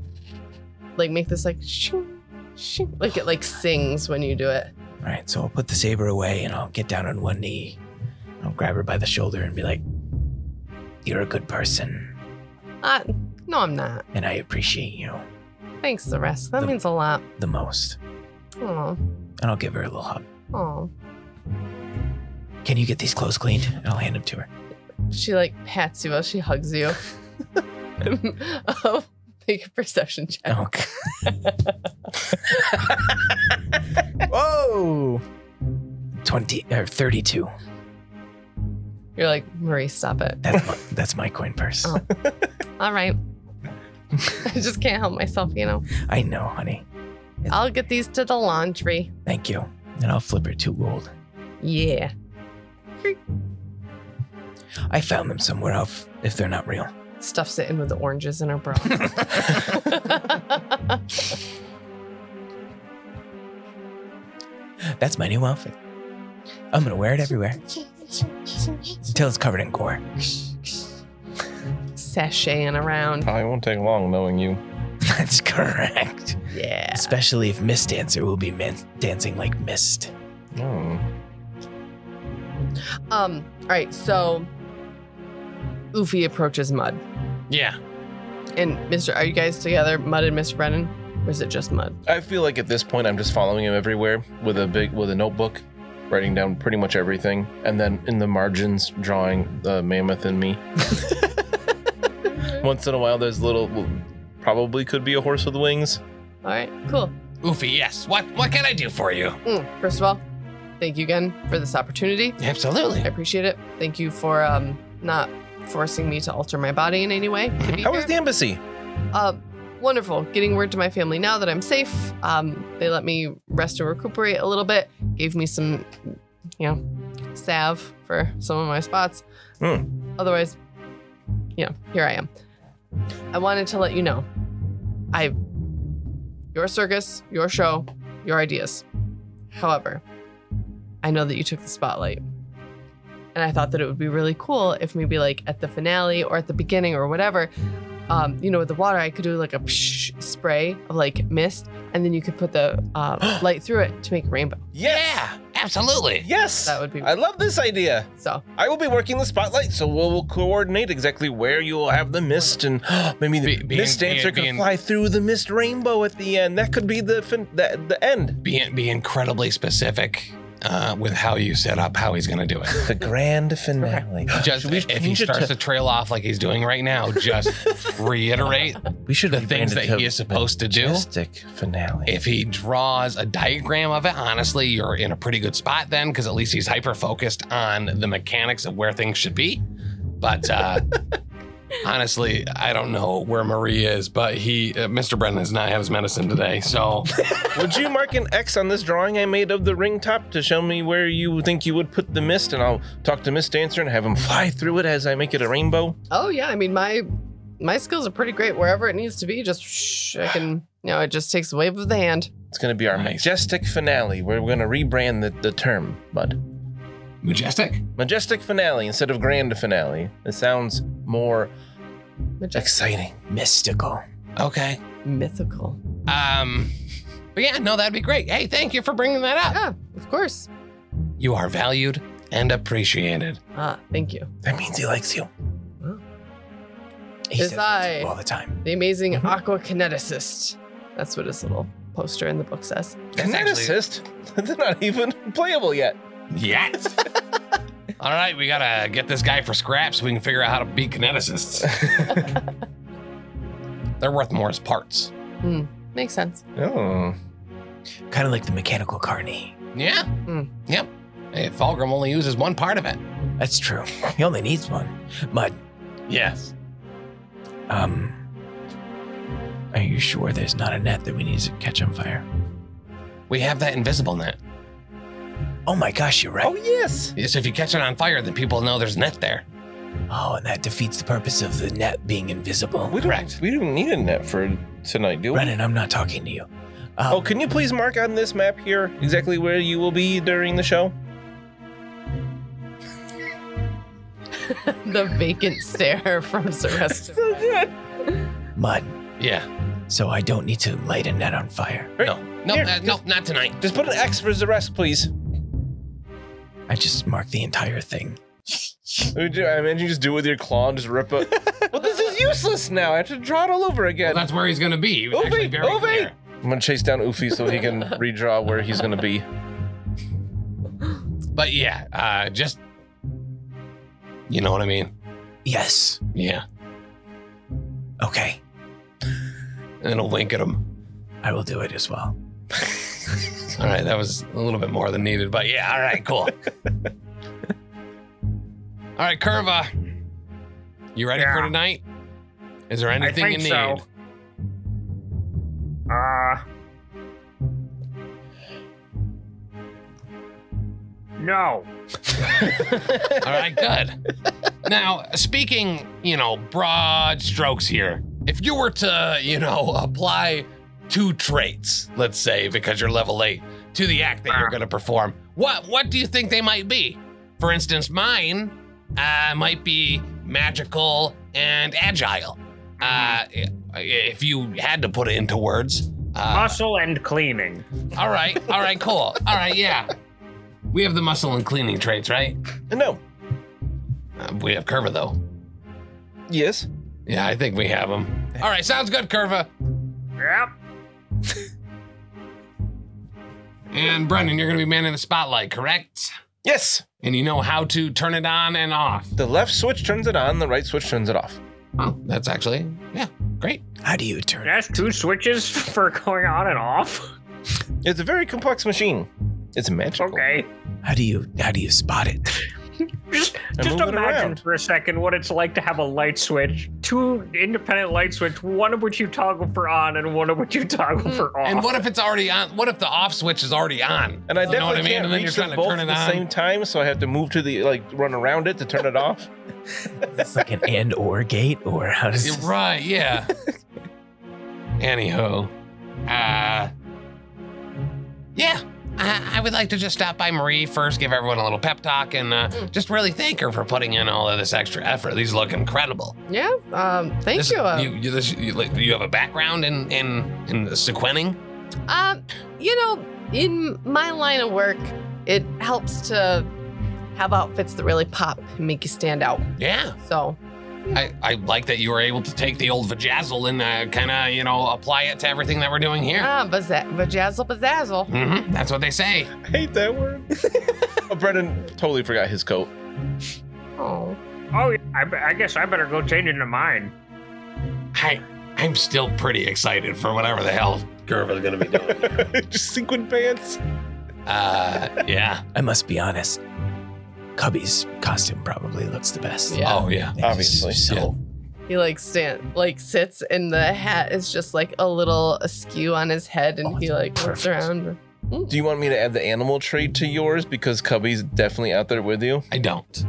Speaker 1: like make this like shing, shing, like it like sings when you do it.
Speaker 12: All right, so I'll put the saber away and I'll get down on one knee. I'll grab her by the shoulder and be like, "You're a good person,
Speaker 1: Uh, no, I'm not.
Speaker 12: and I appreciate you
Speaker 1: Thanks, the rest. That
Speaker 12: The-
Speaker 1: means a lot.
Speaker 12: the most."
Speaker 1: Oh,
Speaker 12: And I'll give her a little hug.
Speaker 1: oh.
Speaker 12: Can you get these clothes cleaned? And I'll hand them to her.
Speaker 1: She like pats you while she hugs you. um, make a perception check.
Speaker 12: Oh. Whoa! Twenty or thirty-two.
Speaker 1: You're like Marie, stop it.
Speaker 12: That's my, that's my coin purse.
Speaker 1: Oh. All right. I just can't help myself, you know.
Speaker 12: I know, honey.
Speaker 1: I'll get these to the laundry.
Speaker 12: Thank you. And I'll flip her two gold.
Speaker 1: Yeah.
Speaker 12: I found them somewhere else if they're not real.
Speaker 1: Stuffs it in with the oranges in her bra.
Speaker 12: That's my new outfit. I'm gonna wear it everywhere until it's covered in gore.
Speaker 1: Sashaying around.
Speaker 8: Probably won't take long knowing you.
Speaker 12: That's correct.
Speaker 1: Yeah.
Speaker 12: Especially if Miss Dancer will be min- dancing like mist.
Speaker 8: Hmm.
Speaker 1: Um. All right. So, Oofy approaches Mud.
Speaker 2: Yeah.
Speaker 1: And Mr. Are you guys together, Mud and Mr. Brennan? Or is it just Mud?
Speaker 8: I feel like at this point I'm just following him everywhere with a big with a notebook, writing down pretty much everything, and then in the margins drawing the mammoth and me. Once in a while, there's little probably could be a horse with wings.
Speaker 1: All right, cool.
Speaker 2: Oofy, yes. What what can I do for you?
Speaker 1: Mm, first of all, thank you again for this opportunity.
Speaker 2: Absolutely.
Speaker 1: I appreciate it. Thank you for um not forcing me to alter my body in any way. To be
Speaker 8: How was
Speaker 1: here.
Speaker 8: the embassy?
Speaker 1: Uh, wonderful. Getting word to my family now that I'm safe. Um, they let me rest and recuperate a little bit. Gave me some, you know, salve for some of my spots.
Speaker 8: Hmm.
Speaker 1: Otherwise, you know, here I am. I wanted to let you know. I, your circus, your show, your ideas. However, I know that you took the spotlight. And I thought that it would be really cool if maybe like at the finale or at the beginning or whatever, um, you know, with the water, I could do like a psh spray of like mist, and then you could put the uh, light through it to make a rainbow.
Speaker 8: Yes.
Speaker 2: Absolutely.
Speaker 8: Yes.
Speaker 1: That would be
Speaker 8: I love this idea.
Speaker 1: so.
Speaker 8: I will be working the spotlight, so we'll coordinate exactly where you will have the mist, and maybe the
Speaker 2: Be- be
Speaker 8: mist
Speaker 2: in- be
Speaker 8: dancer
Speaker 2: in- be
Speaker 8: can
Speaker 2: in-
Speaker 8: fly through the mist rainbow at the end. That could be the fin- the, the end,
Speaker 2: Be be incredibly specific uh, with how you set up how he's gonna do it.
Speaker 8: the grand finale.
Speaker 2: Just if he
Speaker 8: change it
Speaker 2: starts
Speaker 8: to-
Speaker 2: to trail off like he's doing right now, just reiterate
Speaker 8: We should
Speaker 2: the
Speaker 8: rebrand
Speaker 2: things
Speaker 8: it
Speaker 2: that
Speaker 8: to
Speaker 2: he is supposed to do.
Speaker 8: Majestic finale.
Speaker 2: If he draws a diagram of it, honestly, you're in a pretty good spot then, because at least he's hyper focused on the mechanics of where things should be. But uh, honestly, I don't know where Marie is, but he, uh, Mr. Brennan, has not had his medicine today. So
Speaker 8: Would you mark an X on this drawing I made of the ring top to show me where you think you would put the mist, and I'll talk to Mist Dancer and have him fly through it as I make it a rainbow?
Speaker 1: Oh yeah, I mean my my skills are pretty great wherever it needs to be. Just shh, I can. You know, it just takes a wave of the hand.
Speaker 8: It's gonna be our
Speaker 2: Nice.
Speaker 8: majestic finale. We're gonna rebrand the, the term, bud.
Speaker 2: majestic.
Speaker 8: Majestic finale instead of grand finale. It sounds more
Speaker 1: Majestic,
Speaker 8: exciting.
Speaker 12: Mystical.
Speaker 2: Okay.
Speaker 1: mythical.
Speaker 2: Um, but yeah, no, that'd be great. Hey, thank you for bringing that up.
Speaker 1: Yeah, of course.
Speaker 2: You are valued and appreciated.
Speaker 1: Ah, thank you.
Speaker 12: That means he likes you.
Speaker 1: Wow.
Speaker 12: He
Speaker 1: His
Speaker 12: says that to you
Speaker 1: eye.
Speaker 12: all the time.
Speaker 1: The amazing
Speaker 12: Mhm.
Speaker 1: aqua kineticist. That's what his little poster in the book says.
Speaker 8: Can that
Speaker 2: actually-
Speaker 8: assist? They're not even playable yet.
Speaker 2: Yes. All right, we gotta get this guy for scraps so we can figure out how to beat kineticists. They're worth more as parts.
Speaker 1: Makes sense.
Speaker 8: Oh.
Speaker 3: Kind of like the mechanical carny.
Speaker 2: Yeah.
Speaker 1: Mm.
Speaker 2: Yep. Hey, Fulgrim only uses one part of it.
Speaker 3: That's true. He only needs one. Mud,
Speaker 2: Yes.
Speaker 3: um, are you sure there's not a net that we need to catch on fire?
Speaker 2: We have that invisible net.
Speaker 3: Oh my gosh, you're right.
Speaker 8: Oh yes.
Speaker 2: Yes, if you catch it on fire, then people know there's a net there.
Speaker 3: Oh, and that defeats the purpose of the net being invisible.
Speaker 8: We don't,
Speaker 2: Correct.
Speaker 8: We don't need a net for tonight, do we?
Speaker 3: Brennan, I'm not talking to you. Um,
Speaker 8: Oh, can you please mark on this map here exactly where you will be during the show?
Speaker 1: The vacant stare from Seresto.
Speaker 3: Mud,
Speaker 2: Yeah.
Speaker 3: so I don't need to light a net on fire.
Speaker 2: No. No.
Speaker 8: Here,
Speaker 2: uh, no.
Speaker 8: just-
Speaker 2: Not tonight.
Speaker 8: Just put an X for the rest, please.
Speaker 3: I just mark the entire thing.
Speaker 8: I imagine you just do it with your claw and just rip it. well, this is useless now. I have to draw it all over again.
Speaker 2: Well, that's where he's gonna be. He was
Speaker 8: Ovi,
Speaker 2: actually very
Speaker 8: Ovi!
Speaker 2: clear.
Speaker 8: I'm gonna chase down Ufi so he can redraw where he's gonna be.
Speaker 2: But yeah, uh, just you know what I mean.
Speaker 3: Yes.
Speaker 2: Yeah.
Speaker 3: Okay.
Speaker 2: And a wink at him.
Speaker 3: I will do it as well.
Speaker 2: All right, that was a little bit more than needed, but yeah. All right, cool. all right, Curva, you ready for
Speaker 5: Yeah.
Speaker 2: tonight? Is there anything you need?
Speaker 5: think so. Uh, no.
Speaker 2: All right, good. Now, speaking, you know, broad strokes here, if you were to, you know, apply two traits, let's say, because you're level eight, to the act that you're going to perform, what what do you think they might be? For instance, mine uh, might be magical and agile. Uh, if you had to put it into words, uh,
Speaker 5: Muscle and cleaning.
Speaker 2: all right, all right, cool, all right, yeah. We have the muscle and cleaning traits, right?
Speaker 8: No.
Speaker 2: Uh, we have Curva though.
Speaker 8: Yes.
Speaker 2: Yeah, I think we have them. All right, sounds good, Curva.
Speaker 5: Yep.
Speaker 2: And Brendan, you're going to be manning the spotlight, correct?
Speaker 8: Yes.
Speaker 2: And you know how to turn it on and off.
Speaker 8: The left switch turns it on. The right switch turns it off.
Speaker 2: Oh, that's actually, yeah, great.
Speaker 3: How do you turn?
Speaker 5: That's two switches for going on and off.
Speaker 8: It's a very complex machine. It's magical.
Speaker 5: Okay.
Speaker 3: How do you? How do you spot it?
Speaker 5: Just,
Speaker 8: And
Speaker 5: just
Speaker 8: move it
Speaker 5: imagine
Speaker 8: around.
Speaker 5: for a second what it's like to have a light switch, two independent light switch, one of which you toggle for on and one of which you toggle for off.
Speaker 2: Hmm. And what if it's already on? What if the off switch is already on?
Speaker 8: And I
Speaker 2: You know what
Speaker 8: definitely
Speaker 2: I mean?
Speaker 8: can't
Speaker 2: And then you're
Speaker 8: reach
Speaker 2: trying
Speaker 8: them
Speaker 2: to
Speaker 8: both
Speaker 2: turn
Speaker 8: at
Speaker 2: it
Speaker 8: the
Speaker 2: on.
Speaker 8: same time, so I have to move to the like run around it to turn it off.
Speaker 3: It's like an and or gate, or how does?
Speaker 2: You're right, yeah. Anywho, uh, yeah, I, I would like to just stop by Marie first, give everyone a little pep talk, and uh,
Speaker 8: Hmm.
Speaker 1: Mm.
Speaker 2: just really thank her for putting in all of this extra effort. These look incredible.
Speaker 1: Yeah. Um, thank
Speaker 2: This-
Speaker 1: you. uh,
Speaker 2: You, you, this, you, like, you have a background in in in sequenning.
Speaker 1: Um, you know, in my line of work, it helps to have outfits that really pop and make you stand out.
Speaker 2: Yeah,
Speaker 1: So,
Speaker 2: I, I like that you were able to take the old vajazzle and uh, kind of you know apply it to everything that we're doing here.
Speaker 1: ah, bazza- bajazzle, bazazzle.
Speaker 2: hmm That's what they say.
Speaker 8: I hate that word. oh, Brennan totally forgot his coat.
Speaker 1: Oh,
Speaker 5: oh, yeah, I, be- I guess I better go change into mine.
Speaker 2: I I'm still pretty excited for whatever the hell Gerva's gonna be doing.
Speaker 8: Just sequin pants.
Speaker 2: uh, yeah.
Speaker 3: I must be honest. Cubby's costume probably looks the best.
Speaker 1: Yeah.
Speaker 2: Oh yeah.
Speaker 3: It's
Speaker 8: Obviously,
Speaker 3: So
Speaker 1: he like stand, like sits, and the hat is just like a little askew on his head, and
Speaker 3: Oh,
Speaker 1: he
Speaker 3: it's
Speaker 1: like looks
Speaker 3: perfect.
Speaker 1: around.
Speaker 8: Do you want me to add the animal trait to yours because Cubby's definitely out there with you?
Speaker 2: I don't.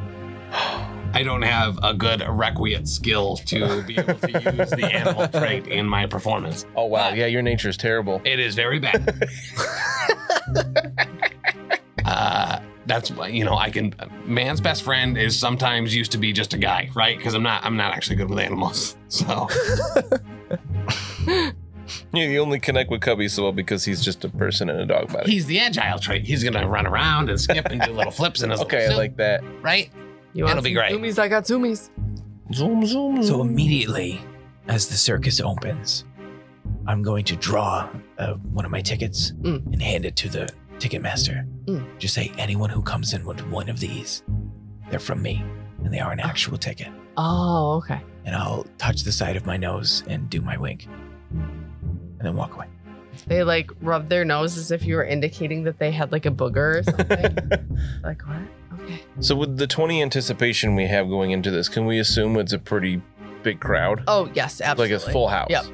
Speaker 2: I don't have a good requisite skill to be able to use the animal trait in my performance.
Speaker 8: Oh wow,
Speaker 2: What?
Speaker 8: yeah, your nature's terrible.
Speaker 2: It is very bad. uh, that's why you know I can. Man's best friend is sometimes used to be just a guy, right? Because I'm not. I'm not actually good with animals. So
Speaker 8: Yeah, you only connect with Cubby so well because he's just a person in a dog body.
Speaker 2: he's the agile trait. He's gonna run around and skip and do little flips in his
Speaker 8: Okay, I
Speaker 2: little suit,
Speaker 8: like that.
Speaker 2: right.
Speaker 1: You want
Speaker 2: It'll be
Speaker 1: some
Speaker 2: great.
Speaker 1: Zoomies, I got zoomies.
Speaker 8: Zoom, zoom,
Speaker 3: So immediately, as the circus opens, I'm going to draw uh, one of my tickets
Speaker 1: Mm.
Speaker 3: and hand it to the ticketmaster.
Speaker 1: Mm.
Speaker 3: Just say anyone who comes in with one of these, they're from me, and they are an actual ticket.
Speaker 1: Oh, okay.
Speaker 3: And I'll touch the side of my nose and do my wink, and then walk away.
Speaker 1: They like rubbed their nose as if you were indicating that they had like a booger or something. like what? Okay.
Speaker 8: So with the 20 anticipation we have going into this, can we assume it's a pretty big crowd?
Speaker 1: Oh yes, absolutely.
Speaker 8: Like a full house.
Speaker 1: Yep.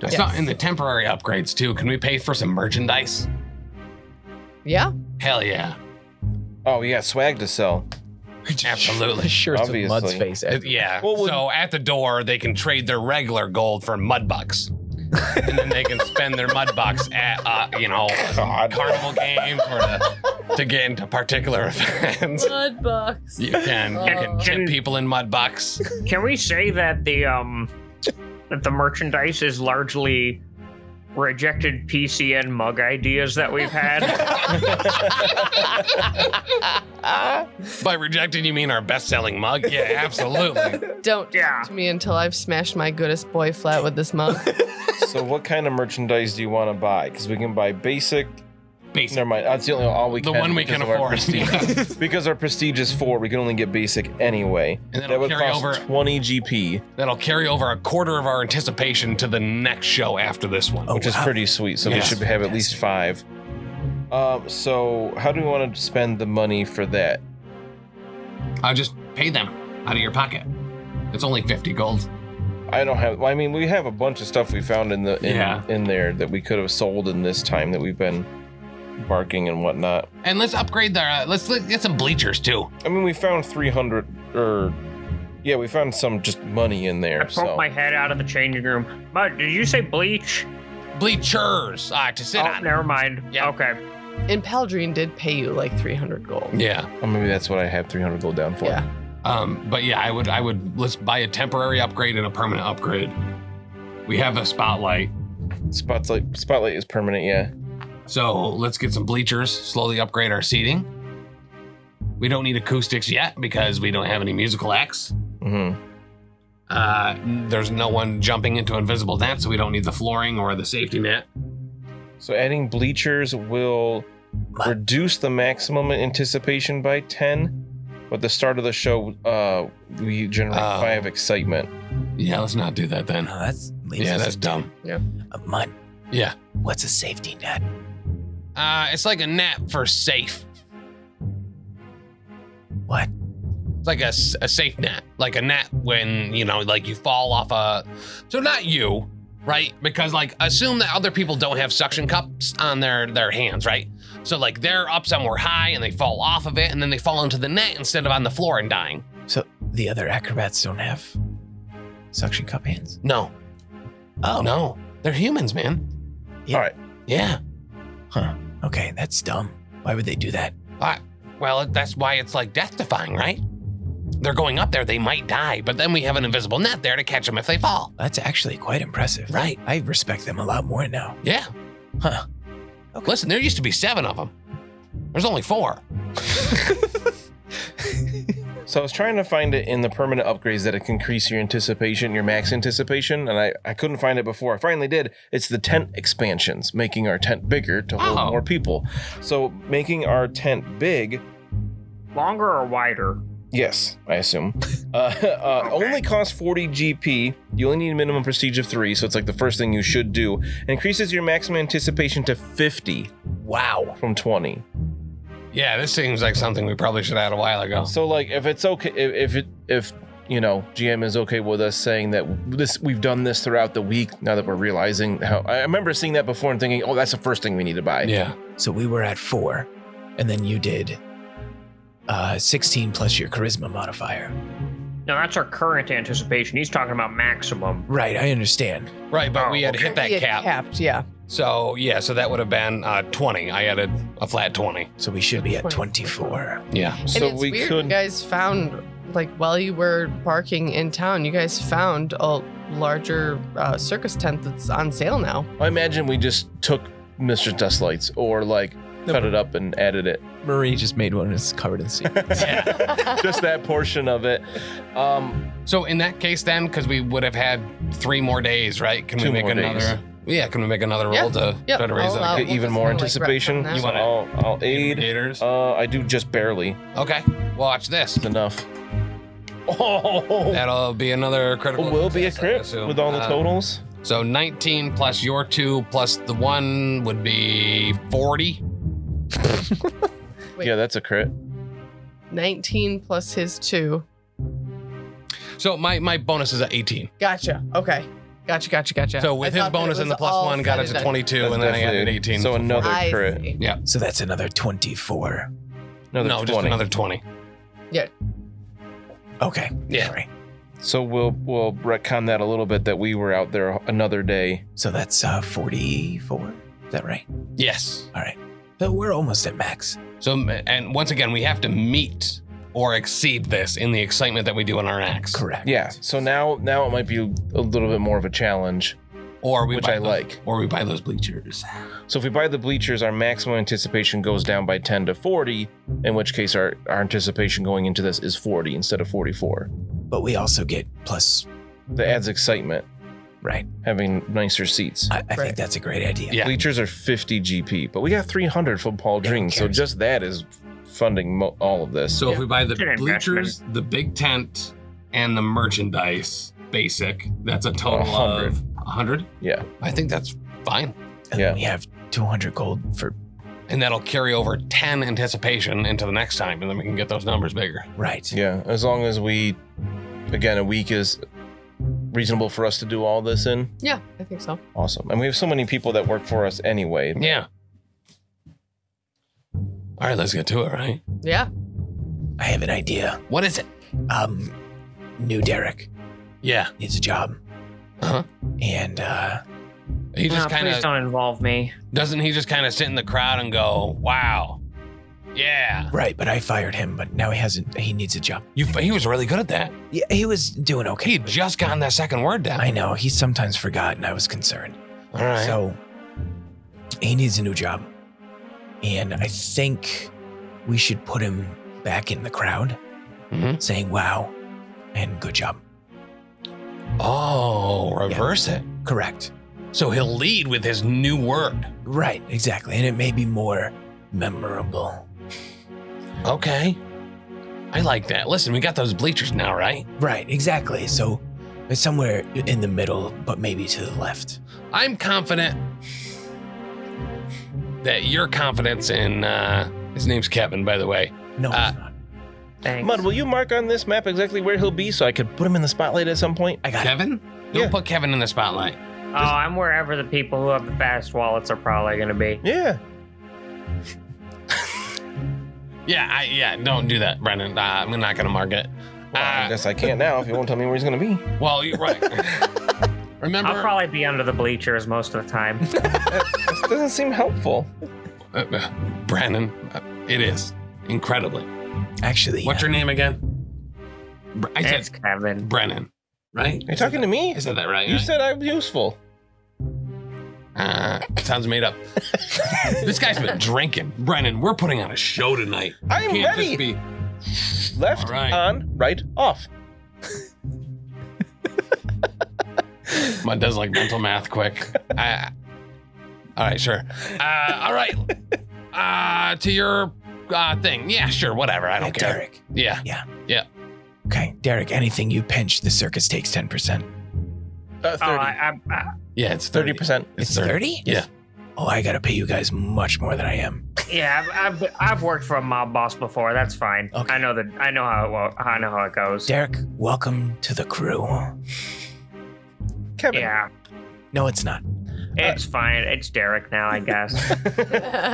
Speaker 2: That's not in the temporary upgrades too. Can we pay for some merchandise?
Speaker 1: Yeah.
Speaker 2: Hell yeah,
Speaker 8: Oh, we got swag to sell.
Speaker 2: absolutely.
Speaker 3: Shirts
Speaker 8: with Obviously. Mud's face
Speaker 2: Uh, Yeah.
Speaker 8: What would-
Speaker 2: so at the door, they can trade their regular gold for mud bucks. and then they can spend their mud bucks at, uh, you know, carnival games or to, to get into particular events.
Speaker 1: Mud bucks.
Speaker 2: You can, you can
Speaker 1: Oh.
Speaker 2: tip people in mud bucks.
Speaker 5: Can we say that the um that the merchandise is largely rejected PCN mug ideas that we've had?
Speaker 2: By rejecting, you mean our best selling mug? Yeah, absolutely.
Speaker 1: Don't
Speaker 5: Yeah.
Speaker 1: talk to me until I've smashed my goodest boy flat with this mug.
Speaker 8: so what kind of merchandise do you want to buy? Because we can buy basic.
Speaker 2: Basic.
Speaker 8: Never mind. That's the only all we
Speaker 2: The
Speaker 8: can.
Speaker 2: one we
Speaker 8: because
Speaker 2: can
Speaker 8: of our
Speaker 2: afford.
Speaker 8: prestige-
Speaker 2: Yeah.
Speaker 8: because our prestige is four, we can only get basic anyway.
Speaker 2: And that'll
Speaker 8: that would
Speaker 2: carry
Speaker 8: cost
Speaker 2: over-
Speaker 8: 20 GP,
Speaker 2: That'll carry over a quarter of our anticipation to the next show after this one.
Speaker 3: Oh,
Speaker 8: which is
Speaker 3: wow.
Speaker 8: pretty sweet. So we
Speaker 2: Yes.
Speaker 8: should have at least five. Um, so how do we want to spend the money for that?
Speaker 2: I'll just pay them out of your pocket. It's only 50 gold.
Speaker 8: I don't have. I mean, we have a bunch of stuff we found in the in,
Speaker 2: Yeah.
Speaker 8: in there that we could have sold in this time that we've been barking and whatnot.
Speaker 2: And let's upgrade the, uh, let's let- get some bleachers too.
Speaker 8: I mean, we found three hundred or yeah, we found some just money in
Speaker 5: I
Speaker 8: there.
Speaker 5: poked
Speaker 8: so
Speaker 5: my head out of the changing room. Mud, did you say bleach?
Speaker 2: Bleachers uh, to sit
Speaker 5: Oh,
Speaker 2: on.
Speaker 5: never mind.
Speaker 2: Yeah.
Speaker 5: Okay.
Speaker 1: and Paldrine did pay you like 300 gold.
Speaker 2: Yeah.
Speaker 8: Or maybe that's what I have three hundred gold down for.
Speaker 1: Yeah.
Speaker 2: Um, but yeah, I would, I would, let's buy a temporary upgrade and a permanent upgrade. We have a spotlight.
Speaker 8: Spotlight spotlight is permanent. Yeah.
Speaker 2: So let's get some bleachers, slowly upgrade our seating. We don't need acoustics yet because we don't have any musical acts.
Speaker 8: hmm
Speaker 2: Uh, there's no one jumping into invisible net, so we don't need the flooring or the safety net.
Speaker 8: So adding bleachers will reduce the maximum anticipation by ten. But the start of the show, uh, we generate
Speaker 2: Oh.
Speaker 8: five excitement.
Speaker 2: Yeah, let's not do that then.
Speaker 3: No, Oh, that's leaves
Speaker 2: Uh, Yeah,
Speaker 3: us
Speaker 2: that's
Speaker 3: a-
Speaker 2: dumb.
Speaker 3: a mud.
Speaker 2: Yeah.
Speaker 3: What's a safety net?
Speaker 2: Uh, it's like a net for safe.
Speaker 3: What?
Speaker 2: It's like a, s- a safe net, like a net when you know, like you fall off a. So not you, right? Because like assume that other people don't have suction cups on their their hands, right? So like they're up somewhere high and they fall off of it, and then they fall into the net instead of on the floor and dying.
Speaker 3: So the other acrobats don't have suction cup hands.
Speaker 2: No,
Speaker 3: Oh
Speaker 2: no, they're humans, man.
Speaker 3: Yeah.
Speaker 8: All right.
Speaker 2: Yeah.
Speaker 3: Okay, that's dumb. Why would they do that?
Speaker 2: Well, that's why it's like death defying, right? They're going up there, they might die, but then we have an invisible net there to catch them if they fall.
Speaker 3: That's actually quite impressive.
Speaker 2: Right.
Speaker 3: I respect them a lot more now.
Speaker 2: Yeah.
Speaker 3: Huh. Okay.
Speaker 2: Listen, there used to be seven of them. There's only four.
Speaker 8: So I was trying to find it in the permanent upgrades that it can increase your anticipation, your max anticipation, and I, I couldn't find it before. I finally did. It's the tent expansions, making our tent bigger to hold
Speaker 2: Oh.
Speaker 8: more people. So making our tent big,
Speaker 5: Longer or wider?
Speaker 8: yes, I assume, uh, uh, only costs 40 GP. You only need a minimum prestige of three, so it's like the first thing you should do. Increases your maximum anticipation to 50
Speaker 3: Wow.
Speaker 8: from 20.
Speaker 2: Yeah, this seems like something we probably should add a while ago.
Speaker 8: So like if it's okay if if it if you know GM is okay with us saying that this we've done this throughout the week now that we're realizing how I remember seeing that before and thinking oh that's the first thing we need to buy.
Speaker 2: Yeah.
Speaker 3: So we were at four, and then you did uh, 16 plus your charisma modifier.
Speaker 5: No, that's our current anticipation. He's talking about maximum.
Speaker 3: Right, I understand.
Speaker 2: Right, but
Speaker 5: Oh,
Speaker 2: we had to hit that
Speaker 1: He had
Speaker 2: cap.
Speaker 1: Capped, yeah.
Speaker 2: So, yeah, so that would have been uh, 20. I added a flat 20.
Speaker 3: So we should be at
Speaker 1: 24.
Speaker 3: 24.
Speaker 2: Yeah.
Speaker 1: And
Speaker 8: So
Speaker 1: it's
Speaker 8: we
Speaker 1: weird. You
Speaker 8: could
Speaker 1: guys found, like, while you were parking in town, you guys found a larger uh, circus tent that's on sale now.
Speaker 8: I imagine we just took Mr. Dustlights or like cut it up and added it.
Speaker 3: Marie just made one and it's covered in semen.
Speaker 8: just that portion of it. Um
Speaker 2: So, in that case, then, because we would have had three more days, right? Can
Speaker 8: Two
Speaker 2: we make
Speaker 8: more days.
Speaker 2: another? Yeah, can we make another roll to
Speaker 1: Yep,
Speaker 2: try to raise
Speaker 1: I'll
Speaker 2: it?
Speaker 1: allow
Speaker 2: Okay.
Speaker 1: it. Oh, we'll
Speaker 8: Get e, even
Speaker 1: just
Speaker 8: more
Speaker 1: kinda, like, wrap
Speaker 8: anticipation.
Speaker 1: from that.
Speaker 8: You
Speaker 2: You
Speaker 8: want
Speaker 2: wanna-
Speaker 8: I'll, I'll aid.
Speaker 2: Indicators.
Speaker 8: Uh, I do just barely.
Speaker 2: Okay, watch this.
Speaker 8: It's enough. Oh,
Speaker 2: That'll be another critical.
Speaker 8: will be a
Speaker 2: success, I
Speaker 8: crit
Speaker 2: assume.
Speaker 8: with all the
Speaker 2: Uh,
Speaker 8: totals.
Speaker 2: So 19 plus your two plus the one would be 40.
Speaker 1: wait.
Speaker 8: Yeah, that's a crit.
Speaker 1: 19 plus his two.
Speaker 2: So my, my bonus is at 18.
Speaker 1: Gotcha. Okay. Gotcha, gotcha, gotcha.
Speaker 2: So
Speaker 1: I
Speaker 2: with
Speaker 1: thought
Speaker 2: his
Speaker 1: that
Speaker 2: bonus
Speaker 1: was
Speaker 2: and the plus
Speaker 1: all
Speaker 2: one, got
Speaker 1: said
Speaker 2: it to
Speaker 1: done.
Speaker 2: 22,
Speaker 8: That's
Speaker 2: and then I added
Speaker 8: definitely-
Speaker 2: 18.
Speaker 8: So another
Speaker 1: I
Speaker 8: crit.
Speaker 1: see.
Speaker 3: So that's another 24.
Speaker 8: Another
Speaker 2: no,
Speaker 8: 20.
Speaker 2: just another 20.
Speaker 3: Okay.
Speaker 2: Yeah.
Speaker 3: Sorry.
Speaker 8: So we'll we'll retcon that a little bit that we were out there another day.
Speaker 3: So that's uh, 44. Is that right?
Speaker 2: Yes.
Speaker 3: So we're almost at max.
Speaker 2: So and once again, we have to meet or exceed this in the excitement that we do in our acts.
Speaker 3: Correct.
Speaker 8: Yeah. So now now it might be a little bit more of a challenge,
Speaker 2: Or we
Speaker 8: which
Speaker 2: buy
Speaker 8: I
Speaker 2: those-
Speaker 8: like.
Speaker 2: Or we buy those bleachers.
Speaker 8: So if we buy the bleachers, our maximum anticipation goes down by 10 to 40, in which case our, our anticipation going into this is 40 instead of 44.
Speaker 3: But we also get plus,
Speaker 8: That adds excitement,
Speaker 3: right?
Speaker 8: having nicer seats.
Speaker 3: I, I
Speaker 1: Right.
Speaker 3: think that's a great idea.
Speaker 2: Uh, Yeah.
Speaker 8: Bleachers are 50 GP, but we got 300 from Paul
Speaker 3: Yeah, who
Speaker 8: Dream, so
Speaker 3: cares?
Speaker 8: just that is funding mo- all of this.
Speaker 2: So if we buy the
Speaker 5: It's an investment.
Speaker 2: bleachers, the big tent, and the merchandise basic, that's a total of 100.
Speaker 8: Yeah.
Speaker 2: I think that's fine.
Speaker 3: And
Speaker 8: Yeah.
Speaker 3: we have 200 gold for,
Speaker 2: And that'll carry over 10 anticipation into the next time, and then we can get those numbers bigger.
Speaker 3: right.
Speaker 8: Yeah, as long as we, again, a week is reasonable for us to do all this in.
Speaker 1: Yeah, I think so.
Speaker 8: Awesome. And we have so many people that work for us anyway.
Speaker 2: Yeah. All right, let's get to it, right?
Speaker 1: Yeah.
Speaker 3: I have an idea.
Speaker 2: What is it?
Speaker 3: Um, New Derek
Speaker 2: Yeah.
Speaker 3: needs a job.
Speaker 2: Uh-huh.
Speaker 3: And uh,
Speaker 2: He
Speaker 5: No,
Speaker 2: just kind
Speaker 5: please
Speaker 2: of
Speaker 5: don't involve me.
Speaker 2: doesn't he just kind of sit in the crowd and go, "Wow, yeah,
Speaker 3: right, but I fired him, but now he hasn't. He needs a job.
Speaker 2: you." He was really good at that.
Speaker 3: Yeah, he was doing
Speaker 2: He
Speaker 3: okay.
Speaker 2: had just gotten that second word down.
Speaker 3: I know he sometimes forgot, and I was concerned.
Speaker 2: All right.
Speaker 3: So he needs a new job, and I think we should put him back in the crowd,
Speaker 2: Mhm.
Speaker 3: saying "Wow" and "Good job."
Speaker 2: oh, reverse it.
Speaker 3: Correct.
Speaker 2: So he'll lead with his new word.
Speaker 3: Right. Exactly. And it may be more memorable.
Speaker 2: Okay. I like that. Listen, we got those bleachers now, right?
Speaker 3: Right. Exactly. So it's somewhere in the middle, but maybe to the left.
Speaker 2: I'm confident that your confidence in uh, his name's Kevin, by the way.
Speaker 3: No,
Speaker 2: Uh,
Speaker 3: it's not.
Speaker 5: Thanks.
Speaker 8: Mud, will you mark on this map exactly where he'll be so I could put him in the spotlight at some point?
Speaker 3: I got it.
Speaker 2: Kevin? Don't
Speaker 8: Yeah.
Speaker 2: put Kevin in the spotlight.
Speaker 5: oh, I'm wherever the people who have the fast wallets are probably going to be.
Speaker 8: Yeah.
Speaker 2: Yeah, I, yeah, don't do that, Brendan. Uh, I'm not gonna mark it.
Speaker 8: Well, I
Speaker 2: Uh,
Speaker 8: guess I can't now if you won't tell me where he's going to be.
Speaker 2: well, you're right. Remember,
Speaker 5: I'll probably be under the bleachers most of the time.
Speaker 8: This doesn't seem helpful.
Speaker 2: uh, uh, Brandon, uh, it is incredibly.
Speaker 3: Actually,
Speaker 2: What's your name again? Br- I
Speaker 5: it's
Speaker 2: said
Speaker 5: Kevin.
Speaker 2: Brennan, right?
Speaker 8: Are you talking to me?
Speaker 2: I said that right.
Speaker 8: You
Speaker 2: right?
Speaker 8: said I'm useful.
Speaker 2: Uh, sounds made up. this guy's been drinking. Brennan, we're putting on a show tonight.
Speaker 8: I am
Speaker 2: Can't
Speaker 8: ready.
Speaker 2: just be.
Speaker 8: Left,
Speaker 2: All right.
Speaker 8: on, right, off.
Speaker 2: Mud does like mental math quick. I, all right, sure. Uh, all right. Uh, to your uh, thing. Yeah, sure, whatever. I don't
Speaker 3: Yeah,
Speaker 2: care.
Speaker 3: uh, Derek.
Speaker 2: Yeah.
Speaker 3: Okay, Derek. Anything you pinch, the circus takes ten percent.
Speaker 8: Uh, 30.
Speaker 5: Oh, I, I, I,
Speaker 2: Yeah, it's 30.
Speaker 8: 30%.
Speaker 2: It's
Speaker 3: It's
Speaker 2: 30.
Speaker 3: thirty.
Speaker 2: Yeah.
Speaker 3: Oh, I gotta pay you guys much more than I am.
Speaker 5: yeah, I've, I've, I've worked for a mob boss before. That's fine.
Speaker 3: Okay.
Speaker 5: I know the I know how it wo- I know how it goes.
Speaker 3: Derek, welcome to the crew.
Speaker 8: Kevin.
Speaker 5: Yeah,
Speaker 3: No, it's not.
Speaker 5: it's fine. It's Derek now, I guess.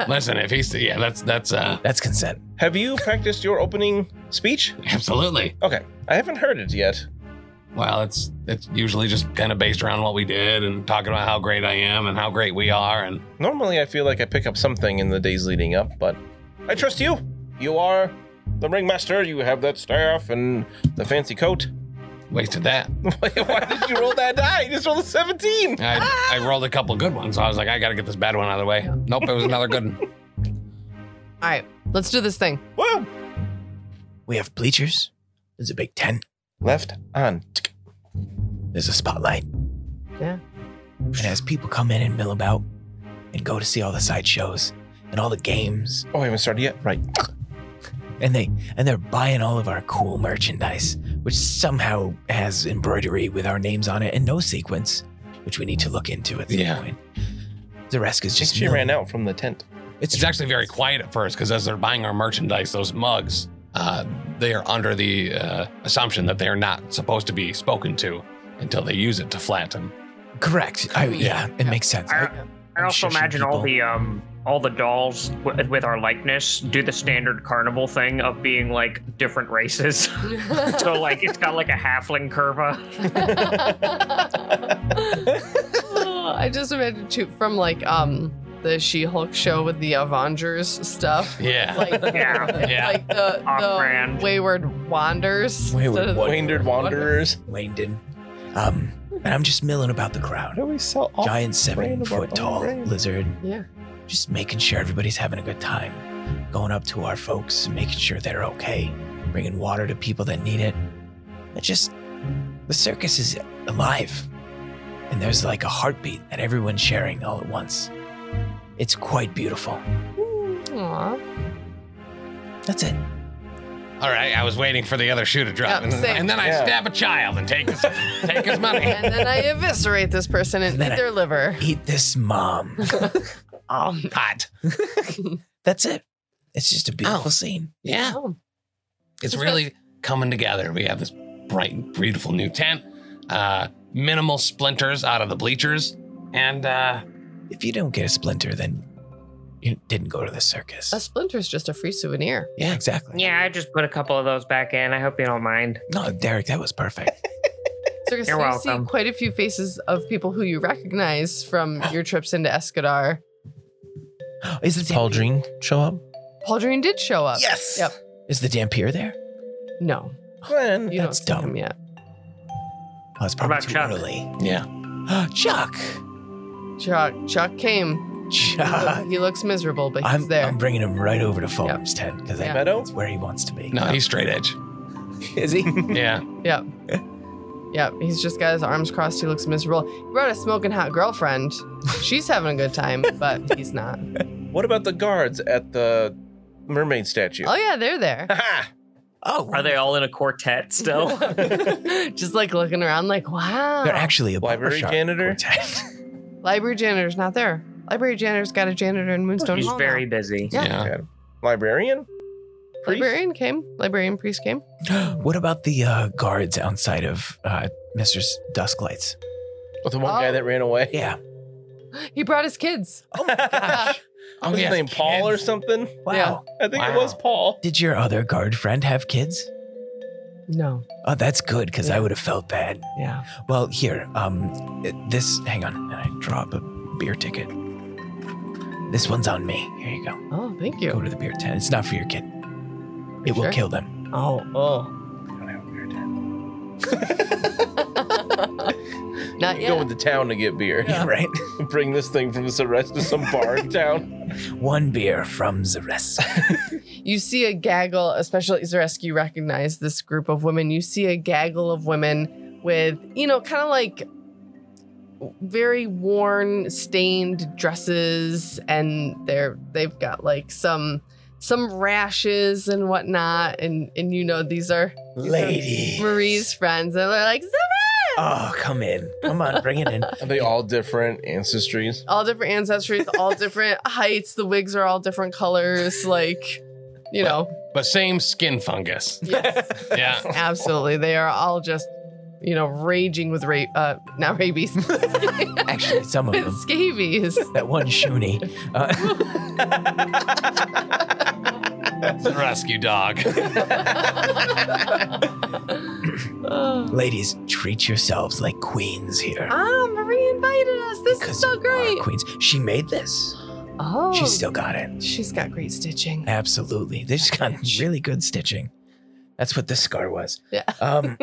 Speaker 2: Listen, if he's yeah, that's that's uh
Speaker 3: That's consent.
Speaker 8: Have you practiced your opening speech?
Speaker 2: absolutely.
Speaker 8: I haven't heard it yet.
Speaker 2: Well, it's it's usually just kind of based around what we did and talking about how great I am and how great we are and
Speaker 8: Normally, I feel like I pick up something in the days leading up, but I trust you. You are the ringmaster. You have that staff and the fancy coat.
Speaker 2: wasted that.
Speaker 8: Why did you roll that die? You just rolled a 17.
Speaker 2: I, I rolled a couple good ones. So I was like, I got to get this bad one out of the way. Nope, it was another good one.
Speaker 1: All right. Let's do this thing.
Speaker 8: Whoa.
Speaker 3: We have bleachers. There's a big tent.
Speaker 8: Left on.
Speaker 3: There's a spotlight.
Speaker 1: Yeah.
Speaker 3: And as people come in and mill about and go to see all the sideshows and all the games,
Speaker 8: Oh, I haven't started yet. Right.
Speaker 3: and they and they're buying all of our cool merchandise, which somehow has embroidery with our names on it and no sequence, which we need to look into at some
Speaker 8: Yeah.
Speaker 3: point. Zareska's just
Speaker 8: She
Speaker 3: milling-
Speaker 8: ran out from the tent.
Speaker 3: It's,
Speaker 2: It's actually very quiet at first because as they're buying our merchandise, those mugs, uh, they are under the uh, assumption that they are not supposed to be spoken to until they use it to flatten.
Speaker 3: correct. I, yeah, it
Speaker 1: Yeah.
Speaker 3: makes sense. I-
Speaker 5: I, I
Speaker 3: I'm
Speaker 5: also
Speaker 3: shushing
Speaker 5: imagine all
Speaker 3: people.
Speaker 5: the um all the dolls with, with our likeness do the standard carnival thing of being like different races. so like it's got like a halfling curva.
Speaker 1: Oh, I just imagine too, from like um the She-Hulk show with the Avengers stuff.
Speaker 2: Yeah.
Speaker 1: Like,
Speaker 5: Yeah.
Speaker 2: Yeah.
Speaker 1: like the, the
Speaker 5: Off-brand.
Speaker 1: Wayward Wanders.
Speaker 3: Wayward
Speaker 1: instead of the-
Speaker 3: What-
Speaker 8: Wandered wanderers.
Speaker 3: Wayne didn't. Um, and I'm just milling about the crowd.
Speaker 8: do we sell
Speaker 3: Giant
Speaker 8: brand
Speaker 3: seven
Speaker 8: of our
Speaker 3: foot
Speaker 8: own
Speaker 3: tall
Speaker 8: brand.
Speaker 3: lizard.
Speaker 1: Yeah.
Speaker 3: Just making sure everybody's having a good time. Going up to our folks, and making sure they're okay. Bringing water to people that need it. It just, the circus is alive. And there's like a heartbeat that everyone's sharing all at once. It's quite beautiful.
Speaker 1: Aw.
Speaker 3: That's it.
Speaker 2: All right, I was waiting for the other shoe to drop,
Speaker 1: Yeah,
Speaker 2: and, then,
Speaker 1: same.
Speaker 2: and then I
Speaker 8: Yeah.
Speaker 2: stab a child and take his take his money.
Speaker 1: And then I eviscerate this person and
Speaker 3: Then
Speaker 1: eat
Speaker 3: I-
Speaker 1: their liver.
Speaker 3: Eat this, mom.
Speaker 1: Oh,
Speaker 2: Hot.
Speaker 3: That's it. It's just a beautiful scene.
Speaker 2: Yeah,
Speaker 1: Oh.
Speaker 2: it's really coming together. We have this bright, beautiful new tent. Uh, minimal splinters out of the bleachers, and uh,
Speaker 3: If you don't get a splinter, then you didn't go to the circus.
Speaker 1: a splinter's just a free souvenir.
Speaker 3: yeah, exactly.
Speaker 5: Yeah, I just put a couple of those back in. I hope you don't mind.
Speaker 3: No, Derek, that was perfect.
Speaker 1: Circus,
Speaker 5: You're
Speaker 1: you see
Speaker 5: welcome.
Speaker 1: quite a few faces of people who you recognize from your trips into Escadar.
Speaker 3: Is the
Speaker 8: Paul
Speaker 3: Dampier-
Speaker 8: Jean show up?
Speaker 1: Paul Green did show up.
Speaker 3: Yes.
Speaker 1: Yep.
Speaker 3: Is the Dampier there?
Speaker 1: No,
Speaker 8: Glenn.
Speaker 1: you
Speaker 3: That's
Speaker 1: don't see
Speaker 3: dumb.
Speaker 1: him yet.
Speaker 3: Oh, it's probably
Speaker 5: about
Speaker 3: too
Speaker 5: Chuck?
Speaker 3: early.
Speaker 8: Yeah.
Speaker 3: Chuck.
Speaker 1: Chuck, Chuck came.
Speaker 3: Chuck.
Speaker 1: he looks miserable, but he's
Speaker 3: Uh, I'm,
Speaker 1: there.
Speaker 3: I'm bringing him right over to Fulham's tent because
Speaker 1: Yeah.
Speaker 8: Meadow?
Speaker 3: that's where he wants to be.
Speaker 2: no, he's straight edge.
Speaker 3: Is he?
Speaker 2: Yeah,
Speaker 1: Yep, he's just got his arms crossed. He looks miserable. He brought a smoking hot girlfriend. She's having a good time, but he's not.
Speaker 8: What about the guards at the mermaid statue?
Speaker 1: Oh yeah, they're there.
Speaker 8: Ha!
Speaker 3: Oh,
Speaker 5: Are they all in a quartet still?
Speaker 1: just like looking around, like wow.
Speaker 3: They're actually a barber
Speaker 8: Library
Speaker 3: shop
Speaker 8: janitor?
Speaker 3: quartet.
Speaker 1: Library janitor's not there. Library janitor's got a janitor in Moonstone
Speaker 5: He's
Speaker 1: Hall now.
Speaker 5: very busy.
Speaker 1: Yeah.
Speaker 2: yeah.
Speaker 8: Librarian? Priest?
Speaker 1: Librarian came. Librarian priest came.
Speaker 3: what about the uh, guards outside of uh, Mr. Dusklight's?
Speaker 8: With the one guy
Speaker 1: Oh.
Speaker 8: that ran away?
Speaker 3: Yeah.
Speaker 1: He brought his kids.
Speaker 8: Oh my gosh.
Speaker 2: Oh,
Speaker 8: What's
Speaker 2: he
Speaker 8: his
Speaker 2: has
Speaker 8: name? Paul or
Speaker 2: kids.
Speaker 8: something?
Speaker 3: Wow.
Speaker 1: Yeah.
Speaker 8: I think it
Speaker 2: Wow.
Speaker 8: was Paul.
Speaker 3: Did your other guard friend have kids?
Speaker 1: No.
Speaker 3: Oh, that's good because I
Speaker 1: Yeah.
Speaker 3: would have felt bad.
Speaker 1: Yeah.
Speaker 3: Well, here, um, it- this. Hang on, and I draw up a beer ticket. This one's on me. Here you go.
Speaker 1: Oh, thank
Speaker 3: Go
Speaker 1: you.
Speaker 3: to the beer tent. It's not for your kid. It will
Speaker 1: sure?
Speaker 3: kill them.
Speaker 1: Oh, oh. Not
Speaker 8: Go
Speaker 1: yet.
Speaker 8: into town to get beer.
Speaker 3: Right.
Speaker 8: Bring this thing from the rest of some bar in town.
Speaker 3: One beer from the rest.
Speaker 1: You see a gaggle, especially Zareski recognized this group of women. You see a gaggle of women with, you know, kind of like very worn, stained dresses, and they're they've got like some some rashes and whatnot, and and you know these are
Speaker 3: Lady.
Speaker 1: Marie's friends, and they're like
Speaker 3: Oh, come in. Come on, bring it in.
Speaker 8: Are they all different ancestries?
Speaker 1: all different ancestries, all different heights. The wigs are all different colors. Like, you know,
Speaker 2: but same skin fungus.
Speaker 1: yes,
Speaker 2: Yeah.
Speaker 1: absolutely. They are all just, you know, raging with ra- uh, not rabies, with
Speaker 3: Actually, some of them.
Speaker 1: scabies.
Speaker 3: That one Shuni. Uh,
Speaker 2: It's a rescue dog.
Speaker 1: Ah, oh,
Speaker 3: ladies, treat yourselves like queens here.
Speaker 1: ah, Marie invited us. This is so
Speaker 3: you are
Speaker 1: great.
Speaker 3: queens. She made this.
Speaker 1: Oh,
Speaker 3: She still got it.
Speaker 1: she's got great stitching.
Speaker 3: Absolutely. They just got really good stitching. That's what this scar was.
Speaker 1: Yeah.
Speaker 3: Um,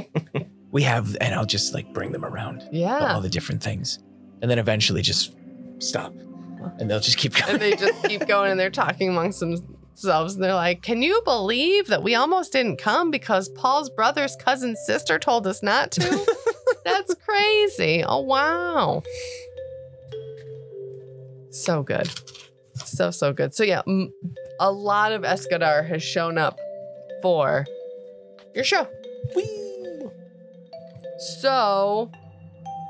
Speaker 3: we have, and I'll just like bring them around all
Speaker 1: Yeah.
Speaker 3: the different things, and then eventually just stop, and they'll just keep
Speaker 1: And
Speaker 3: going.
Speaker 1: they just keep going and they're talking amongst themselves. And they're like, Can you believe that we almost didn't come because Paul's brother's cousin's sister told us not to? That's crazy. Oh, wow. So good. So, so good. So, yeah, m- a lot of Escadar has shown up for your show. So,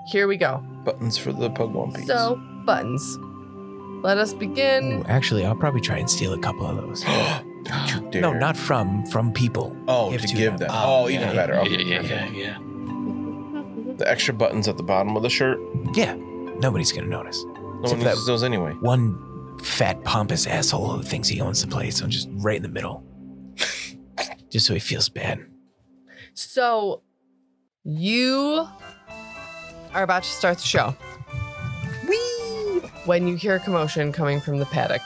Speaker 1: here we go.
Speaker 8: Buttons for the Pugwumpies.
Speaker 1: So, buttons. Let us
Speaker 3: Ooh,
Speaker 1: begin.
Speaker 3: actually, I'll probably try and steal a couple of those.
Speaker 2: Oh,
Speaker 8: Don't you dare.
Speaker 3: no, not from from people.
Speaker 8: Oh,
Speaker 3: give
Speaker 8: to
Speaker 3: to
Speaker 8: give
Speaker 3: them.
Speaker 8: them.
Speaker 3: Oh,
Speaker 8: Oh, even
Speaker 3: yeah,
Speaker 8: better. Okay,
Speaker 2: yeah, yeah,
Speaker 8: perfect.
Speaker 2: yeah.
Speaker 8: The extra buttons at the bottom of the shirt.
Speaker 3: Yeah, nobody's gonna notice.
Speaker 8: No
Speaker 3: Except
Speaker 8: one
Speaker 3: for
Speaker 8: uses those anyway.
Speaker 3: One fat pompous asshole who thinks he owns the place. So just right in the middle, just so he feels bad.
Speaker 1: So, you are about to start the show. When you hear a commotion coming from the paddock,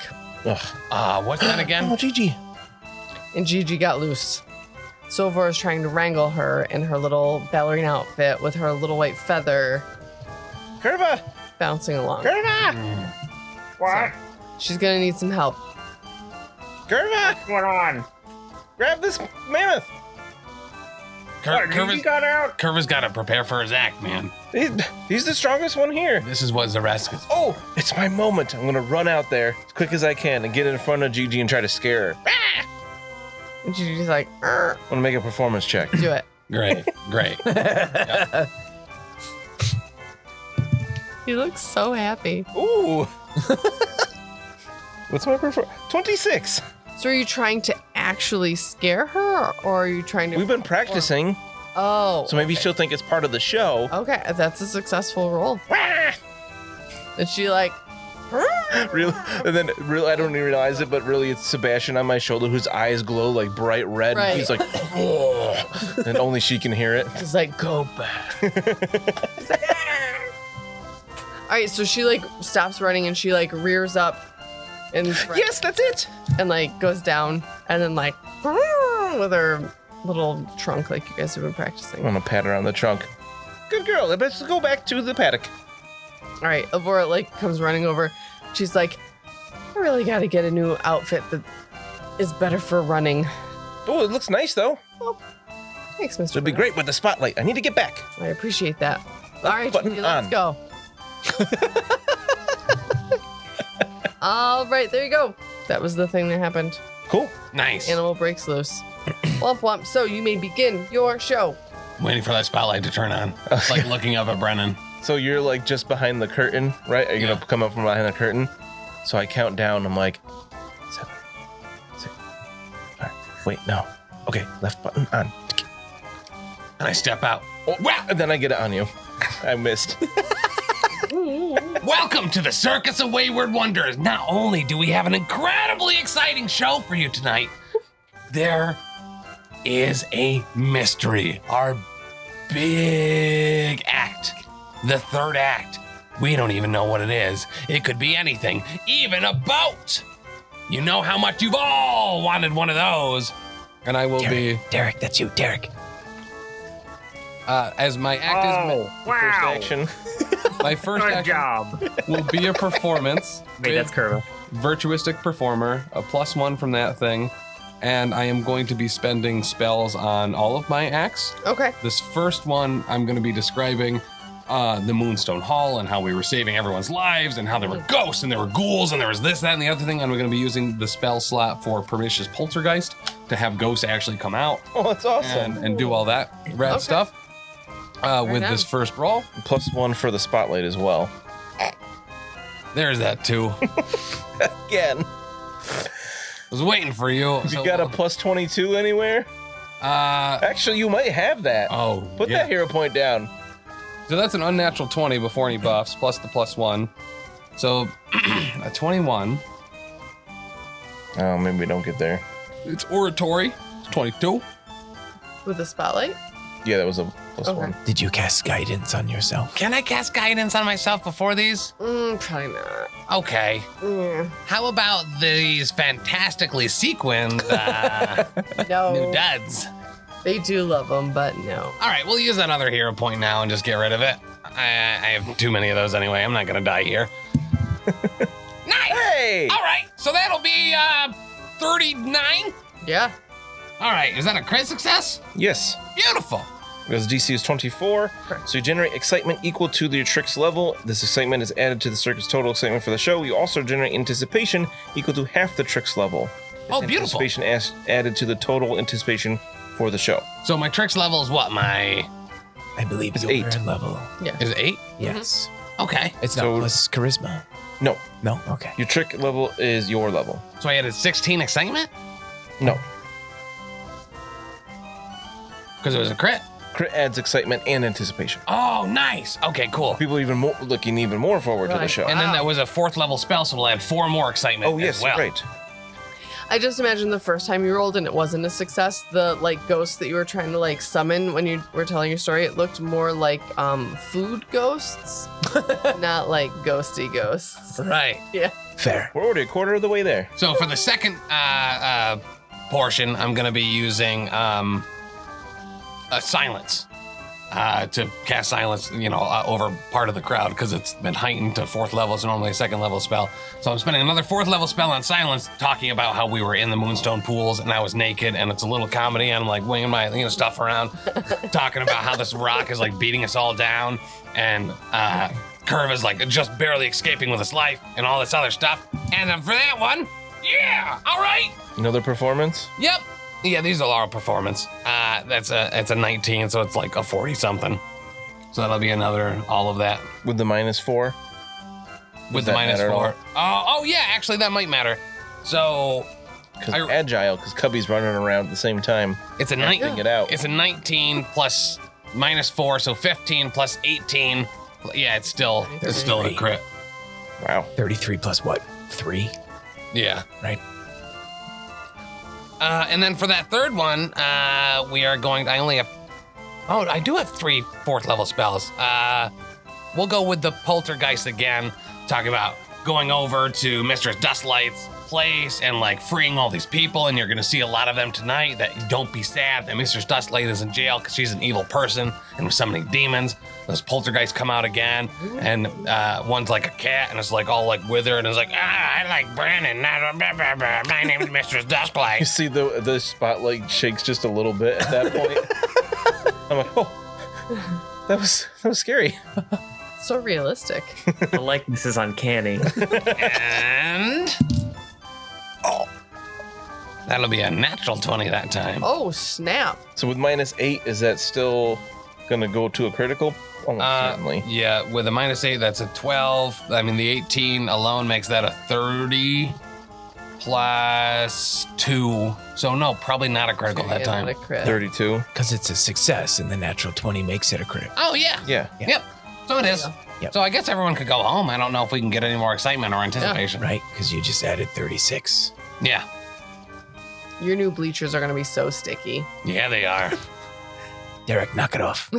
Speaker 2: Uh, what's that again?
Speaker 8: Oh, Gigi.
Speaker 1: and Gigi got loose. Silver is trying to wrangle her in her little ballerina outfit with her little white feather
Speaker 8: Curva.
Speaker 1: bouncing along.
Speaker 8: Curva.
Speaker 14: What?
Speaker 1: She's gonna need some help.
Speaker 8: Curva.
Speaker 14: What's going on?
Speaker 8: Grab this mammoth.
Speaker 2: Cur-
Speaker 14: what, Gigi
Speaker 2: Curva's,
Speaker 14: got out?
Speaker 2: Curva's got to prepare for his act, man.
Speaker 8: He's, he's the strongest one here.
Speaker 2: This is what Zaresk is.
Speaker 8: Oh, it's my moment. I'm gonna run out there as quick as I can and get in front of Gigi and try to scare her.
Speaker 1: And Gigi's like, "Er,
Speaker 8: I'm gonna make a performance check.
Speaker 1: do it.
Speaker 2: Great, great.
Speaker 1: He looks so happy.
Speaker 8: Ooh. What's my perform? Twenty-six.
Speaker 1: So are you trying to actually scare her or are you trying to
Speaker 8: We've been practicing,
Speaker 1: Oh.
Speaker 8: so maybe she'll think it's part of the show.
Speaker 1: Okay, that's a successful roll. And she like
Speaker 8: Real, and then real, I don't even realize it, but really, it's Sebastian on my shoulder whose eyes glow like bright red. and
Speaker 1: Right.
Speaker 8: He's like, "Ugh," and only she can hear it.
Speaker 1: is like go back. Alright, so she like stops running and she like rears up and
Speaker 8: Yes, that's it.
Speaker 1: and like goes down and then like with her little trunk like you guys have been practicing.
Speaker 8: I'm gonna pat her on the trunk. Good girl. Let's go back to the paddock.
Speaker 1: All right, Avora like comes running over. She's like, I really got to get a new outfit that is better for running.
Speaker 8: Oh, it looks nice though.
Speaker 1: Thanks, Mister.
Speaker 8: It'd be great with the spotlight. I need to get back.
Speaker 1: I appreciate that. All right,
Speaker 8: button
Speaker 1: Judy, let's
Speaker 8: on.
Speaker 1: go. All right, there you go. That was the thing that happened.
Speaker 8: Cool.
Speaker 2: Nice.
Speaker 1: Animal breaks loose. womp womp. So you may begin your show.
Speaker 2: Waiting for that spotlight to turn on. It's like looking up at Brennan.
Speaker 8: So you're like just behind the curtain, right? Are you
Speaker 2: Yeah.
Speaker 8: gonna come up from behind the curtain? So I count down. I'm like, seven, six. All right. Wait, no. Okay, left button on.
Speaker 2: And I step out.
Speaker 8: Oh, wow. And then I get it on you. I missed.
Speaker 2: Welcome to the Circus of Wayward Wonders. Not only do we have an incredibly exciting show for you tonight, there is a mystery. Our big act, the third act. We don't even know what it is. It could be anything, even a boat. You know how much you've all wanted one of those. And I will be,
Speaker 3: Derek, that's you, Derek.
Speaker 11: Uh, as my act is
Speaker 14: Oh, wow.
Speaker 8: Action.
Speaker 5: Oh.
Speaker 11: my first
Speaker 14: Good
Speaker 11: action
Speaker 14: job.
Speaker 11: will be a performance.
Speaker 5: Wait, that's Curva.
Speaker 11: virtuistic performer, a plus one from that thing, and I am going to be spending spells on all of my acts.
Speaker 1: Okay.
Speaker 11: This first one, I'm going to be describing uh, the Moonstone Hall and how we were saving everyone's lives and how there were ghosts and there were ghouls and there was this, that, and the other thing. And we're going to be using the spell slot for Pernicious Poltergeist to have ghosts actually come out
Speaker 8: Oh, that's awesome.
Speaker 11: and, and do all that rad
Speaker 1: Okay.
Speaker 11: stuff. Uh,
Speaker 1: Right
Speaker 11: with
Speaker 1: on.
Speaker 11: this first roll,
Speaker 8: Plus one for the spotlight as well.
Speaker 11: there's that two. I
Speaker 8: Again.
Speaker 11: was waiting for you.
Speaker 8: You
Speaker 11: So,
Speaker 8: got a plus 22 anywhere?
Speaker 11: uh,
Speaker 8: Actually, you might have that.
Speaker 2: Uh,
Speaker 11: oh,
Speaker 8: Put
Speaker 11: yeah.
Speaker 8: that hero point down.
Speaker 11: So that's an unnatural 20 before any buffs, plus the plus one. So a 21.
Speaker 8: Oh, maybe we don't get there.
Speaker 11: It's oratory. It's 22.
Speaker 1: With the spotlight.
Speaker 8: Yeah, that was a plus
Speaker 1: Okay.
Speaker 8: one.
Speaker 3: Did you cast guidance on yourself?
Speaker 2: Can I cast guidance on myself before these?
Speaker 1: Mm, probably not.
Speaker 2: Okay.
Speaker 1: Mm,
Speaker 2: How about these fantastically sequined uh, new
Speaker 1: no.
Speaker 2: duds?
Speaker 1: They do love them, but no.
Speaker 2: All right, we'll use that other hero point now and just get rid of it. I, I have too many of those anyway. I'm not gonna die here. nice.
Speaker 8: Hey!
Speaker 2: All right, so that'll be uh, 39.
Speaker 1: Yeah.
Speaker 2: All right, is that a crit success?
Speaker 8: Yes.
Speaker 2: Beautiful.
Speaker 8: Because DC is 24. So you generate excitement equal to the trick's level. This excitement is added to the circuit's total excitement for the show. You also generate anticipation equal to half the trick's level.
Speaker 2: Oh, beautiful.
Speaker 8: Anticipation as- added to the total anticipation for the show.
Speaker 2: So my tricks level is what? My
Speaker 3: I believe
Speaker 8: It's
Speaker 3: you're
Speaker 8: eight.
Speaker 3: at level.
Speaker 1: Mm-hmm.
Speaker 2: is it eight?
Speaker 3: Yes.
Speaker 2: Okay.
Speaker 3: It's not
Speaker 8: So-
Speaker 3: plus charisma.
Speaker 8: No,
Speaker 3: No. Okay.
Speaker 8: your trick level is your level.
Speaker 2: So I added 16 excitement
Speaker 8: No,
Speaker 2: because it was a crit.
Speaker 8: crit adds excitement and anticipation.
Speaker 2: Oh, nice. Okay, cool.
Speaker 8: People even more looking even more forward to the
Speaker 1: Right.
Speaker 8: show.
Speaker 2: And then
Speaker 1: Wow.
Speaker 2: that was a fourth level spell, so we'll add four more excitement.
Speaker 8: oh yes,
Speaker 2: as well.
Speaker 8: right.
Speaker 1: I just imagine the first time you rolled and it wasn't a success. The like ghosts that you were trying to like summon when you were telling your story, it looked more like um food ghosts, not like ghosty ghosts.
Speaker 2: Right.
Speaker 3: Fair.
Speaker 8: We're already a quarter of the way there.
Speaker 2: So for the second uh, uh, portion, I'm going to be using um, a silence uh, to cast silence, you know, uh, over part of the crowd because it's been heightened to fourth level. It's normally a second level spell. So I'm spending another fourth level spell on silence, talking about how we were in the Moonstone pools and I was naked, and it's a little comedy. And I'm like winging my you know stuff around, talking about how this rock is like beating us all down, and uh, Curve is like just barely escaping with his life, and all this other stuff. And then for that one, yeah, all right.
Speaker 8: Another performance.
Speaker 2: Yep. Yeah, these are all performance. Uh, that's a it's a 19, so it's like a 40 something. So that'll be another all of that
Speaker 8: with the minus four.
Speaker 2: with
Speaker 8: Does
Speaker 2: the
Speaker 8: that
Speaker 2: minus
Speaker 8: matter at all?
Speaker 2: four. Oh, oh yeah, actually that might matter. So
Speaker 8: Because
Speaker 2: I-
Speaker 8: agile, because Cubby's running around at the same time,
Speaker 2: it's a
Speaker 8: acting
Speaker 2: 19.
Speaker 8: it out.
Speaker 2: It's a 19 plus minus four, so 15 plus 18. Yeah, it's still it's still a crit.
Speaker 8: Wow.
Speaker 3: 33 plus what? Three?
Speaker 2: Yeah.
Speaker 3: Right.
Speaker 2: Uh, and then for that third one, uh, we are going. I only have. Oh, I do have three fourth level spells. Uh, we'll go with the poltergeist again. Talk about going over to Mistress Dustlight's place and like freeing all these people, and you're gonna see a lot of them tonight. That don't be sad that Mistress Dustlight is in jail because she's an evil person and was summoning demons. Those poltergeists come out again, and uh, one's like a cat, and it's like all like withered, and it's like ah, I like Brandon. My name is Mistress Dustlight.
Speaker 8: You see the the spotlight shakes just a little bit at that point. I'm like, oh, that was that was scary.
Speaker 1: So realistic.
Speaker 5: The likeness is uncanny.
Speaker 2: And oh, that'll be a natural twenty that time.
Speaker 1: Oh snap!
Speaker 8: So with minus eight, is that still gonna go to a critical? Almost
Speaker 2: Uh,
Speaker 8: certainly.
Speaker 2: yeah, with a minus eight, that's a twelve. I mean, the eighteen alone makes that a thirty plus two. So no, probably not a critical that
Speaker 1: Yeah, not
Speaker 2: time.
Speaker 1: a crit.
Speaker 8: Thirty-two.
Speaker 3: Because it's a success, and the natural 20 makes it a crit.
Speaker 2: Oh yeah.
Speaker 8: Yeah.
Speaker 2: Yep. So it is.
Speaker 3: Yep.
Speaker 2: So I guess everyone could go home. I don't know if we can get any more excitement or anticipation.
Speaker 3: Right? Because you just added 36.
Speaker 2: Yeah.
Speaker 1: Your new bleachers are gonna be so sticky.
Speaker 2: Yeah, they are.
Speaker 3: Derek, knock it off.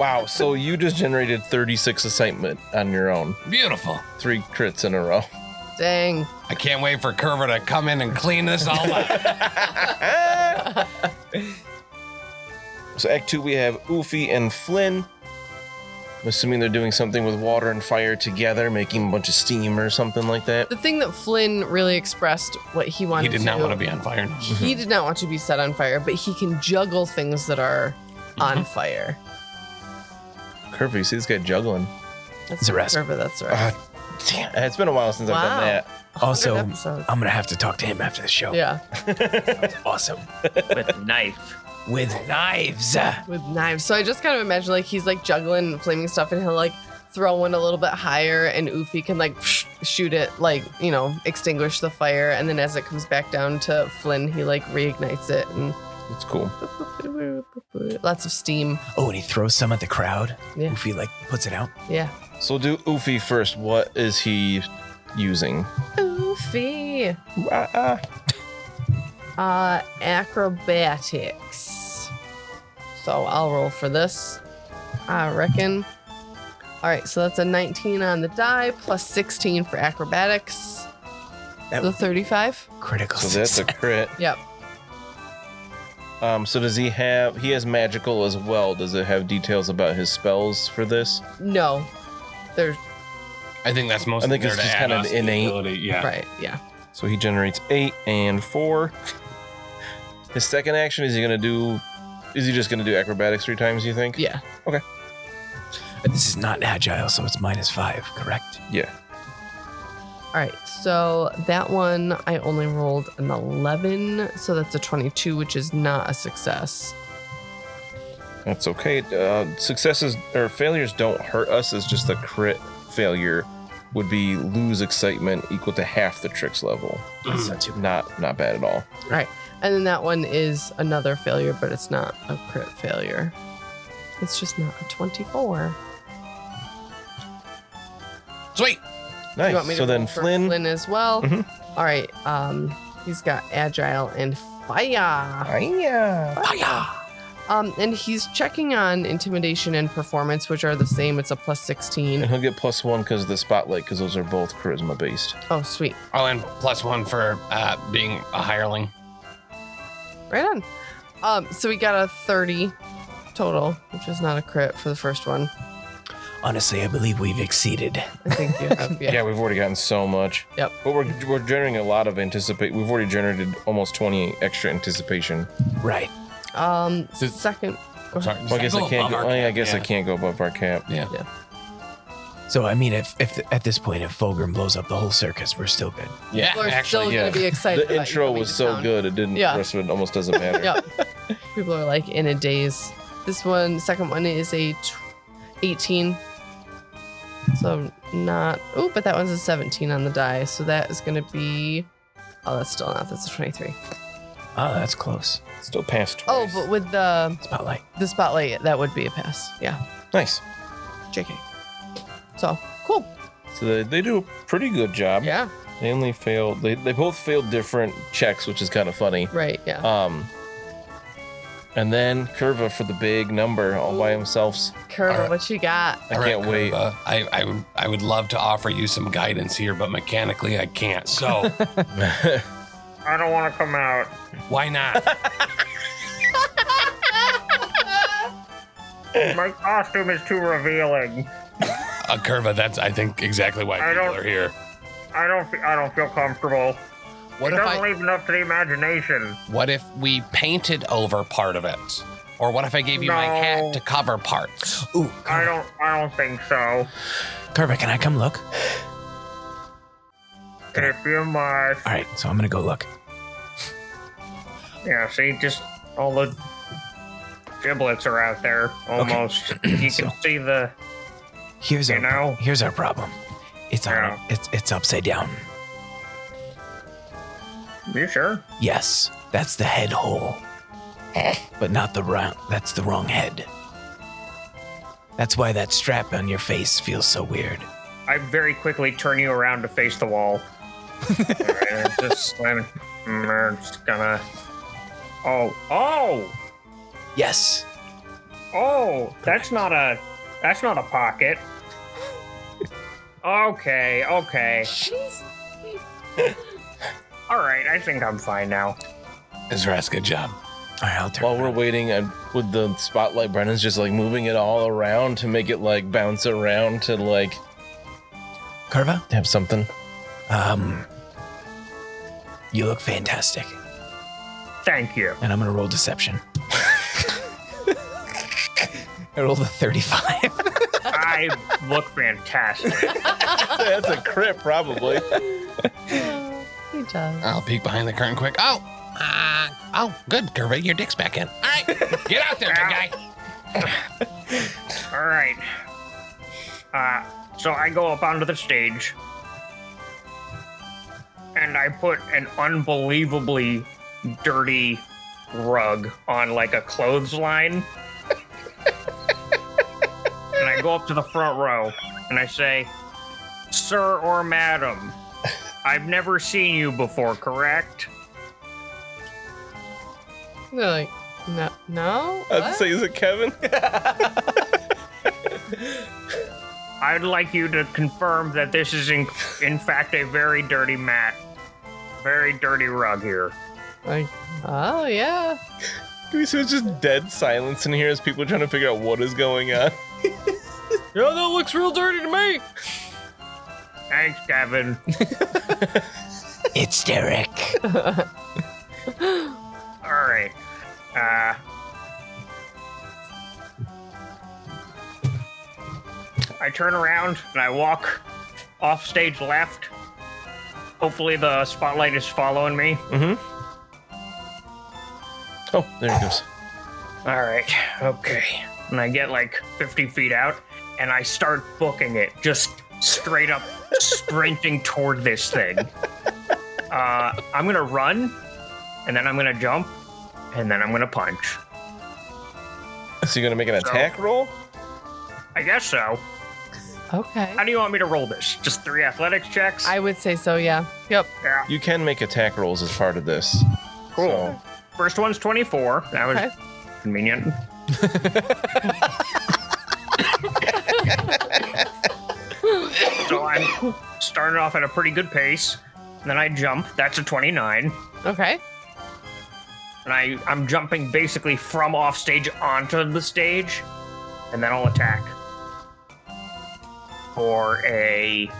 Speaker 8: Wow. So you just generated thirty-six excitement on your own.
Speaker 2: Beautiful.
Speaker 8: Three crits in a row.
Speaker 1: Dang.
Speaker 2: I can't wait for Curver to come in and clean this all up.
Speaker 8: So Act Two, we have Oofy and Flynn. I'm assuming they're doing something with water and fire together, making a bunch of steam or something like that.
Speaker 1: The thing that Flynn really expressed what he
Speaker 2: he
Speaker 1: wanted.
Speaker 2: did not want to be on fire. no.
Speaker 1: He did not want to be set on fire, but he can juggle things that are on
Speaker 2: Mm-hmm.
Speaker 1: fire.
Speaker 8: Curvy, you see this guy juggling.
Speaker 1: That's
Speaker 3: The rest.
Speaker 1: Trevor,
Speaker 2: Uh,
Speaker 1: that's right.
Speaker 8: Ah, damn, it's been a while since I've
Speaker 1: Wow.
Speaker 8: done that.
Speaker 3: Also, I'm
Speaker 1: Episodes.
Speaker 3: going to have to talk to him after the
Speaker 2: uh,
Speaker 3: show.
Speaker 1: yeah,
Speaker 3: Awesome.
Speaker 5: with knife.
Speaker 3: With knives. Oh,
Speaker 1: with knives. So I just kind of imagine like he's like juggling flaming stuff, and he'll like throw one a little bit higher, and Oofy can like shoot it, like you know, extinguish the fire, and then as it comes back down to Flynn, he like reignites it,
Speaker 8: It's cool.
Speaker 1: and lots of steam.
Speaker 3: Oh, and he throws some at the crowd.
Speaker 1: Yeah.
Speaker 3: If he like puts it out.
Speaker 1: Yeah,
Speaker 8: So do Oofy first. What is he using?
Speaker 1: Oofy.
Speaker 8: Ah, ah.
Speaker 1: Uh, acrobatics. So I'll roll for this. I reckon. All right, so that's a 19 on the die plus 16 for acrobatics.
Speaker 3: That
Speaker 1: the
Speaker 3: would be
Speaker 1: 35.
Speaker 3: critical.
Speaker 8: So that's a
Speaker 3: success.
Speaker 8: crit.
Speaker 1: Yep.
Speaker 8: Um, so does he have? He has magical as well. Does it have details about his spells for this?
Speaker 1: No. There's
Speaker 2: I think that's mostly
Speaker 8: I think
Speaker 2: there
Speaker 8: it's
Speaker 2: to
Speaker 8: just
Speaker 2: add
Speaker 8: kind of
Speaker 2: us
Speaker 8: innate.
Speaker 2: ability, Yeah.
Speaker 1: right. Yeah.
Speaker 8: So he generates eight and four. His second action is he gonna do Is he just going to do acrobatics three times, you think?
Speaker 1: Yeah.
Speaker 3: And this is not agile, so it's minus five, correct?
Speaker 1: All right. So that one, I only rolled an 11. So that's a 22, which is not a success.
Speaker 8: That's okay. Uh, successes or failures don't hurt us. It's just the crit failure would be lose excitement equal to half the tricks level.
Speaker 3: That's not too
Speaker 8: Not not bad at all.
Speaker 1: And then that one is another failure, but it's not a crit failure. It's just not a 24.
Speaker 11: Sweet.
Speaker 8: Nice.
Speaker 1: You want me to
Speaker 8: so
Speaker 1: roll
Speaker 8: then
Speaker 1: for
Speaker 8: Flynn,
Speaker 1: Flynn as well.
Speaker 8: Mhm.
Speaker 1: All right. Um, he's got agile and fire.
Speaker 8: Hiya.
Speaker 1: Um, and he's checking on intimidation and performance, which are the same. It's a plus
Speaker 8: and
Speaker 1: 16.
Speaker 8: he'll get plus one because of the spotlight because those are both charisma based.
Speaker 1: Oh, sweet.
Speaker 2: Oh, and plus one for uh, being a hireling.
Speaker 1: Right on. Um, so we got a 30 total, which is not a crit for the first one.
Speaker 3: Honestly, I believe we've exceeded.
Speaker 1: I think you have, yeah.
Speaker 8: Yeah. we've already gotten so much.
Speaker 1: Yep.
Speaker 8: But we're we're generating a lot of anticipate. We've already generated almost twenty extra anticipation.
Speaker 3: Right.
Speaker 1: Um,
Speaker 2: Did-
Speaker 1: second.
Speaker 2: Sorry.
Speaker 8: Well, I guess I can't go.
Speaker 2: above our
Speaker 8: I
Speaker 2: cap,
Speaker 8: guess I
Speaker 2: yeah.
Speaker 8: can't go above our cap.
Speaker 3: So I mean, if, if at this point, if Fulgrim blows up the whole circus, we're still good.
Speaker 2: Yeah,
Speaker 1: People are
Speaker 2: actually,
Speaker 1: still
Speaker 8: yeah.
Speaker 1: going to be excited.
Speaker 8: The
Speaker 1: about you
Speaker 8: intro
Speaker 1: coming
Speaker 8: was
Speaker 1: to
Speaker 8: so
Speaker 1: town.
Speaker 8: good it didn't.
Speaker 1: Yeah.
Speaker 8: The rest of it almost doesn't matter.
Speaker 1: Yep. People are like in a daze. This one, second one is a tw- 18. So not. Oh, but that one's a 17 on the die. So that is going to be. Oh, that's still not. That's a 23.
Speaker 3: Oh, that's close.
Speaker 8: Still passed.
Speaker 1: Oh,
Speaker 8: twice.
Speaker 1: but with the
Speaker 3: Spotlight.
Speaker 1: the spotlight, that would be a pass. Yeah.
Speaker 8: nice.
Speaker 1: JK. So cool.
Speaker 8: So they, they do a pretty good job.
Speaker 1: Yeah.
Speaker 8: They only fail. They, they both failed different checks, which is kind of funny.
Speaker 1: Right. Yeah.
Speaker 8: Um, and then Curva for the big number all by themselves.
Speaker 1: Curva,
Speaker 2: alright.
Speaker 1: what you got?
Speaker 8: I
Speaker 2: All right,
Speaker 8: can't wait.
Speaker 2: Kurva, Uh, I, I would I would love to offer you some guidance here, but mechanically I can't. So
Speaker 14: I don't want to come out.
Speaker 2: why not?
Speaker 14: My costume is too revealing.
Speaker 2: A curva. Uh, That's I think exactly why
Speaker 14: I
Speaker 2: people
Speaker 14: don't-
Speaker 2: are here.
Speaker 14: I don't. Fe- I don't feel comfortable.
Speaker 2: What
Speaker 14: it
Speaker 2: if
Speaker 14: doesn't
Speaker 2: I
Speaker 14: leave enough to the imagination.
Speaker 2: What if we painted over part of it? Or what if I gave you my
Speaker 14: No.
Speaker 2: hat to cover parts?
Speaker 3: Ooh,
Speaker 14: I
Speaker 2: Hmm.
Speaker 3: Carver,
Speaker 14: don't. I don't think so.
Speaker 3: Carver, can I come look?
Speaker 14: If you must.
Speaker 3: All right, so I'm gonna go look.
Speaker 14: Yeah. See, just all the giblets are out there almost. You
Speaker 3: So-
Speaker 14: can see the.
Speaker 3: Here's
Speaker 14: You
Speaker 3: our
Speaker 14: know?
Speaker 3: here's our problem. It's on
Speaker 14: Yeah.
Speaker 3: it's it's upside down.
Speaker 14: You sure?
Speaker 3: Yes, that's the head hole, but not the round. That's the wrong head. That's why that strap on your face feels so weird.
Speaker 14: I very quickly turn you around to face the wall. Alright, I'm just slamming. Mm, I'm just gonna. Oh, oh,
Speaker 3: Yes,
Speaker 14: oh! That's not a. That's not a pocket. Okay, okay. All right, I think I'm fine now.
Speaker 2: Zras, good job.
Speaker 3: all right, I'll turn.
Speaker 8: While we're waiting, and with the spotlight, Brennan's just like moving it all around to make it like bounce around to like
Speaker 3: Carva,
Speaker 8: have something.
Speaker 3: um, you look fantastic,
Speaker 14: Thank you.
Speaker 3: and I'm gonna roll deception. I rolled a 35.
Speaker 14: I look fantastic.
Speaker 8: That's a crit, probably.
Speaker 1: uh, Good job.
Speaker 2: I'll peek behind the curtain quick. Oh, uh, oh, good, Curva. Your dick's back in. All right, get out there, big guy.
Speaker 14: All right. Uh, so I go up onto the stage, and I put an unbelievably dirty rug on like a clothesline, and I go up to the front row, and I say, "Sir or madam, I've never seen you before, correct?"
Speaker 1: They're like, no, no.
Speaker 8: I'd
Speaker 1: What?
Speaker 8: say, is it Kevin?
Speaker 14: I'd like you to confirm that this is, in, in fact, a very dirty mat. Very dirty rug here.
Speaker 1: like, oh yeah.
Speaker 8: Can we see it's just dead silence in here as people are trying to figure out what is going on?
Speaker 2: Yo, that looks real dirty to me.
Speaker 14: Thanks, Kevin.
Speaker 3: it's Derek.
Speaker 14: All right. Uh,
Speaker 5: turn around and I walk off stage left. Hopefully the spotlight is following me.
Speaker 8: Oh, there it goes.
Speaker 5: All right, okay. And I get like 50 feet out and I start booking it, just straight up sprinting toward this thing. Uh, I'm gonna run and then I'm gonna jump and then I'm gonna punch.
Speaker 8: So you're gonna make an attack roll?
Speaker 5: I guess so.
Speaker 1: Okay.
Speaker 5: How do you want me to roll this? Just three athletics checks?
Speaker 1: I would say so, yeah. Yep.
Speaker 5: yeah.
Speaker 8: You can make attack rolls as part of this. Cool.
Speaker 5: First one's 24. That was
Speaker 1: Okay.
Speaker 5: convenient. so I'm starting off at a pretty good pace. Then I jump. That's a 29.
Speaker 1: Okay.
Speaker 5: And I, I'm jumping basically from off stage onto the stage. And then I'll attack for a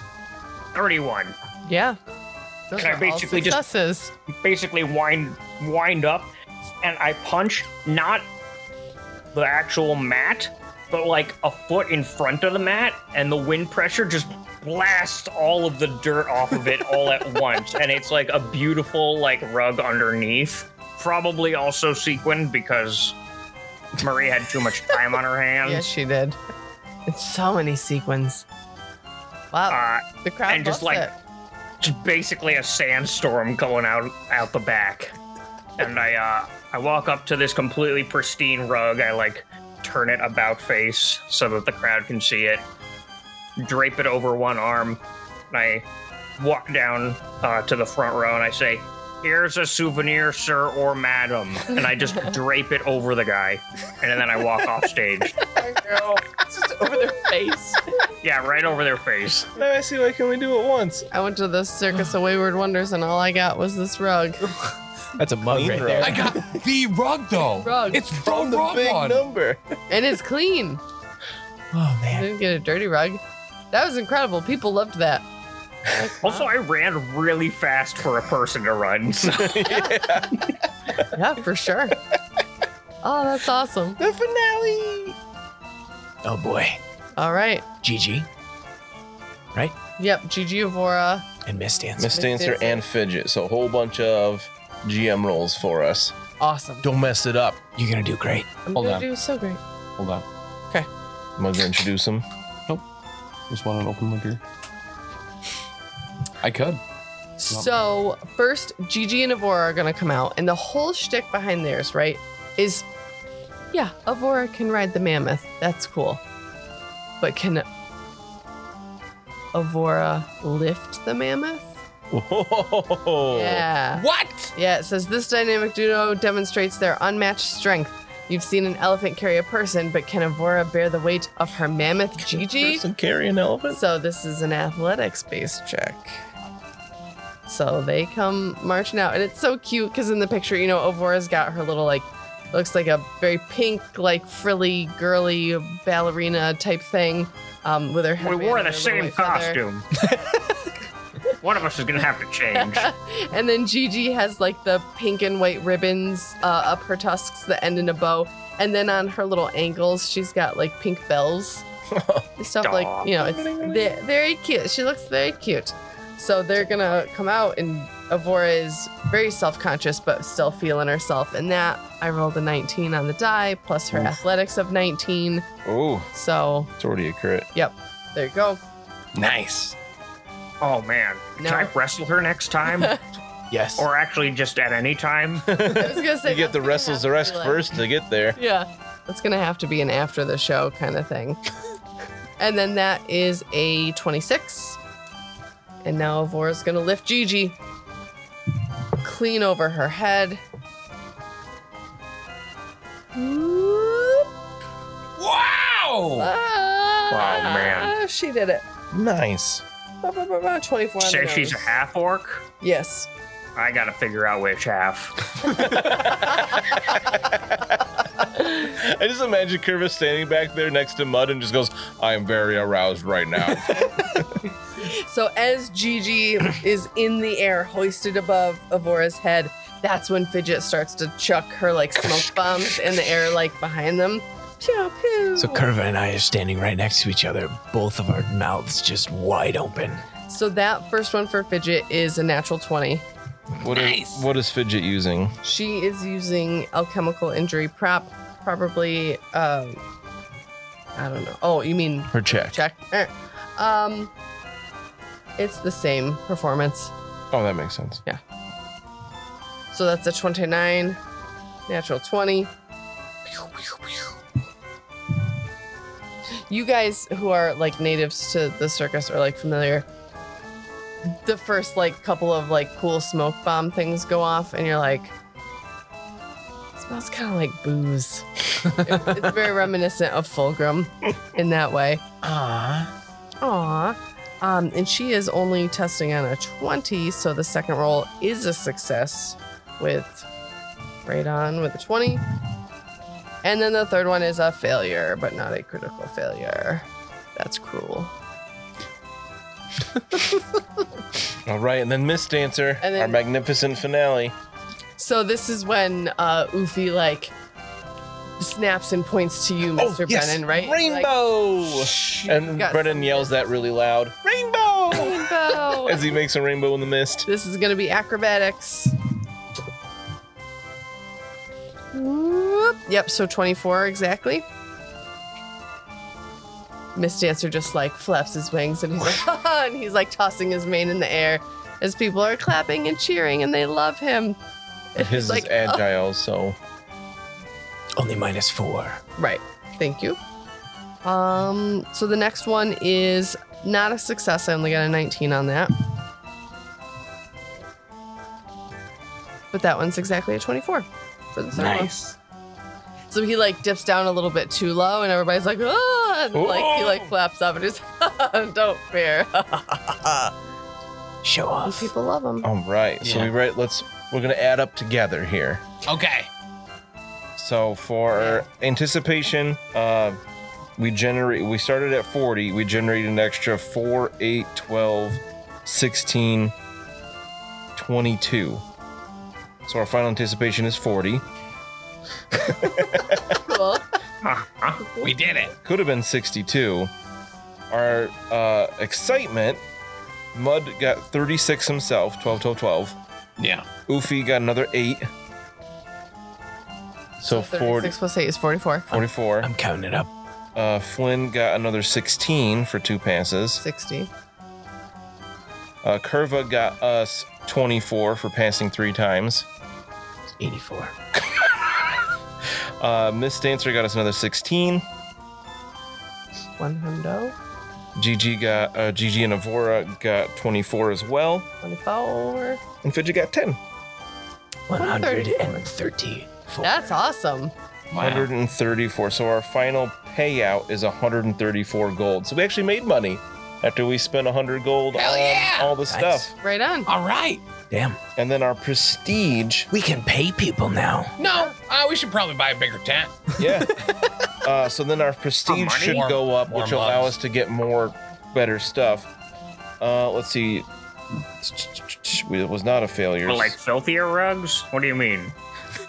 Speaker 5: 31.
Speaker 1: Yeah. Those
Speaker 5: Can I
Speaker 1: are all
Speaker 5: basically just-
Speaker 1: successes.
Speaker 5: basically wind wind up and I punch not the actual mat, but like a foot in front of the mat, and the wind pressure just blasts all of the dirt off of it all at once. And it's like a beautiful like rug underneath. Probably also sequined because Marie had too much time on her
Speaker 1: Yes,
Speaker 5: hands.
Speaker 1: she did. It's so many sequins. Wow.
Speaker 5: Uh,
Speaker 1: the crowd
Speaker 5: and just
Speaker 1: loves
Speaker 5: like-
Speaker 1: it.
Speaker 5: just basically a sandstorm going out out the back. And I uh I walk up to this completely pristine rug. I like turn it about face so that the crowd can see it. Drape it over one arm. And I walk down uh, to the front row and I say, "Here's a souvenir, sir or madam." And I just drape it over the guy, and then I walk off stage.
Speaker 1: just over their face.
Speaker 5: Yeah, right over their face.
Speaker 8: I see why can we do it once?
Speaker 1: I went to the Circus of Wayward Wonders and all I got was this rug.
Speaker 3: That's a mug
Speaker 8: Clean
Speaker 3: right
Speaker 8: roll.
Speaker 3: there.
Speaker 2: I got the rug though.
Speaker 1: Rug.
Speaker 2: It's the
Speaker 8: From the
Speaker 2: rug
Speaker 8: big
Speaker 2: one.
Speaker 8: number.
Speaker 1: And it's clean.
Speaker 3: Oh
Speaker 1: I
Speaker 3: man.
Speaker 1: didn't get a dirty rug. That was incredible. People loved that. Like,
Speaker 5: Also, I ran really fast for a person to run. So.
Speaker 1: yeah, for sure. Oh, that's awesome.
Speaker 8: The finale.
Speaker 3: Oh boy.
Speaker 1: All right.
Speaker 3: Gigi
Speaker 1: Yep. Gigi Avora.
Speaker 3: and Miss Dance.
Speaker 8: Miss Dancer
Speaker 1: Dancer.
Speaker 8: and Fidget. So a whole bunch of GM rolls for us.
Speaker 1: Awesome.
Speaker 8: Don't mess it up.
Speaker 3: You're gonna do great.
Speaker 1: I'm
Speaker 15: Hold
Speaker 1: gonna
Speaker 15: on.
Speaker 1: do so great.
Speaker 15: Hold on.
Speaker 8: I'm gonna introduce them.
Speaker 15: Just want to open my beer. I could.
Speaker 1: So first, Gigi and Avora are gonna come out, and the whole shtick behind theirs, right, is, yeah, Avora can ride the mammoth. That's cool. But can Avora lift the mammoth?
Speaker 8: Whoa.
Speaker 1: Yeah.
Speaker 2: What?
Speaker 1: Yeah, it says this dynamic duo demonstrates their unmatched strength. You've seen an elephant carry a person, but can Avora bear the weight of her mammoth Gigi?
Speaker 8: Person carry an elephant?
Speaker 1: So this is an athletics based check. So they come marching out, and it's so cute because in the picture, you know, Avora's got her little like, looks like a very pink, like frilly, girly ballerina type thing, um, with her.
Speaker 5: We
Speaker 1: headband
Speaker 5: wore
Speaker 1: and
Speaker 5: the
Speaker 1: her little
Speaker 5: same
Speaker 1: white feather.
Speaker 5: costume. One of us is gonna have to change.
Speaker 1: and then Gigi has like the pink and white ribbons uh, up her tusks that end in a bow. And then on her little ankles, she's got like pink bells. Stuff like, you know, it's ve- very cute. She looks very cute. So they're going to come out, and Avora is very self conscious, but still feeling herself. And that, I rolled a 19 on the die, plus her athletics of 19.
Speaker 8: Oh,
Speaker 1: So
Speaker 8: it's already a crit.
Speaker 1: there you go.
Speaker 3: Nice.
Speaker 5: Oh man,
Speaker 1: No.
Speaker 5: can I wrestle her next time,
Speaker 3: Yes.
Speaker 5: or actually just at any time?
Speaker 1: I was gonna say,
Speaker 8: You
Speaker 1: that's
Speaker 8: get the
Speaker 1: gonna
Speaker 8: wrestles
Speaker 1: have
Speaker 8: the
Speaker 1: to
Speaker 8: rest
Speaker 1: be, like-
Speaker 8: first to get there.
Speaker 1: Yeah. That's going to have to be an after the show kind of thing. and then that is a 26. And now Avora's going to lift Gigi clean over her head. Whoop.
Speaker 2: Wow.
Speaker 1: Ah,
Speaker 5: Wow, man.
Speaker 1: She did it.
Speaker 8: Nice.
Speaker 1: Bah, bah, bah, bah, 24 on
Speaker 5: Say
Speaker 1: the
Speaker 5: she's a
Speaker 1: nose.
Speaker 5: half orc.
Speaker 1: Yes.
Speaker 5: I gotta figure out which half.
Speaker 8: I just imagine Curvis standing back there next to Mud and just goes, I am very aroused right now.
Speaker 1: So as Gigi is in the air, hoisted above Avora's head, that's when Fidget starts to chuck her like smoke bombs in the air, like behind them.
Speaker 3: So Curva and I are standing right next to each other, both of our mouths just wide open.
Speaker 1: So that first one for Fidget is a natural 20.
Speaker 8: What is what is Fidget using?
Speaker 1: She is using alchemical injury prop, probably, um, I don't know. Oh, you mean
Speaker 8: Her check.
Speaker 1: check? Eh. Um, it's the same performance.
Speaker 8: Oh, that makes sense.
Speaker 1: So that's a 29, natural 20. You guys who are like natives to the circus are like familiar. The first like couple of like cool smoke bomb things go off, and you're like, it smells kind of like booze. It- it's very reminiscent of Fulgrim in that way.
Speaker 3: Ah.
Speaker 1: Aw. Um, and she is only testing on a 20, so the second roll is a success with right on with a 20. And then the third one is a failure, but not a critical failure. That's cruel.
Speaker 8: All right, and then Miss Dancer,
Speaker 1: And then-
Speaker 8: our magnificent finale.
Speaker 1: So this is when uh Ufi like snaps and points to you, Mr. Brennan, right?
Speaker 8: Rainbow. and
Speaker 1: got
Speaker 8: Brennan yells that really loud. Rainbow.
Speaker 1: Like, Rainbow.
Speaker 8: As he makes a rainbow in the mist.
Speaker 1: This is gonna be acrobatics. Whoop. Yep, so 24 exactly. Miss Dancer just like flaps his wings and he's like, "Haha," and he's like tossing his mane in the air as people are clapping and cheering and they love him. And
Speaker 8: His
Speaker 1: he's like,
Speaker 8: is agile, so
Speaker 3: Only minus four.
Speaker 1: "Oh, right, thank you. Um, so the next one is not a success. I only got a 19 on that. But that one's exactly a 24 for the third one.
Speaker 2: Nice.
Speaker 1: So he like dips down a little bit too low, and everybody's like, ah, and, like he like flaps up and he's, don't fear.
Speaker 3: Show
Speaker 1: And
Speaker 3: off.
Speaker 1: people love him.
Speaker 8: all right. So
Speaker 2: Yeah.
Speaker 8: we right. Let's we're gonna add up together here.
Speaker 2: Okay.
Speaker 8: So for anticipation, uh, we generate we started at 40, we generated an extra 4, 8, 12, 16, 22. So our final anticipation is 40.
Speaker 1: Cool.
Speaker 2: We did it.
Speaker 8: Could have been 62. Our uh, excitement, Mud got 36 himself, 12, 12, 12.
Speaker 2: Yeah.
Speaker 8: Oofy got another 8. So 40,
Speaker 1: 36 plus 8 is 44.
Speaker 8: 44.
Speaker 3: I'm counting it up.
Speaker 8: Uh, Flynn got another 16 for two passes.
Speaker 1: 60.
Speaker 8: Uh, Curva got us 24 for passing three times.
Speaker 3: It's 84.
Speaker 8: Uh, Miss Dancer got us another 16.
Speaker 1: 100.
Speaker 8: GG got uh, GG and Avora got 24 as well,
Speaker 1: 24.
Speaker 8: and Fidget got 10.
Speaker 3: 134.
Speaker 1: That's awesome.
Speaker 2: Wow.
Speaker 8: 134. So our final payout is 134 gold. So we actually made money after we spent 100 gold
Speaker 2: Hell
Speaker 8: on
Speaker 2: yeah!
Speaker 8: all the
Speaker 3: Nice.
Speaker 8: stuff,
Speaker 1: Right on.
Speaker 2: All right.
Speaker 3: Damn.
Speaker 8: and then our prestige.
Speaker 3: We can pay people now.
Speaker 2: No, uh, we should probably buy a bigger tent.
Speaker 8: Yeah. uh, so then our prestige
Speaker 2: money?
Speaker 8: should
Speaker 2: More-
Speaker 8: go up,
Speaker 2: more
Speaker 8: which will allow
Speaker 2: mugs.
Speaker 8: us to get more better stuff. Uh, let's see. It was not a failure.
Speaker 14: But like filthier rugs? What do you mean?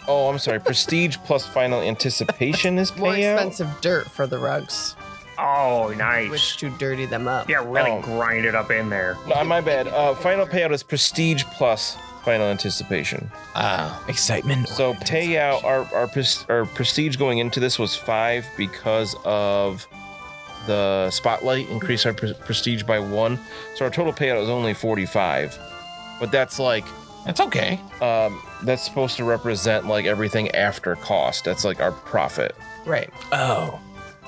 Speaker 8: Oh, I'm sorry. Prestige plus final anticipation is
Speaker 1: More
Speaker 8: payout.
Speaker 1: expensive dirt for the rugs,
Speaker 14: Oh,
Speaker 1: which
Speaker 14: nice.
Speaker 1: to dirty them up.
Speaker 14: Yeah, really
Speaker 8: Oh.
Speaker 14: grind it up in there.
Speaker 8: No, my bad. Uh, final payout is prestige plus final anticipation.
Speaker 2: Uh,
Speaker 3: Excitement. or
Speaker 8: So
Speaker 3: intensity.
Speaker 8: payout our our, pres- our prestige going into this was five because of the spotlight increased our pre- prestige by one. So our total payout was only forty five, but that's like
Speaker 2: that's okay.
Speaker 8: um, that's supposed to represent like everything after cost. That's like our profit.
Speaker 1: Right.
Speaker 3: Oh.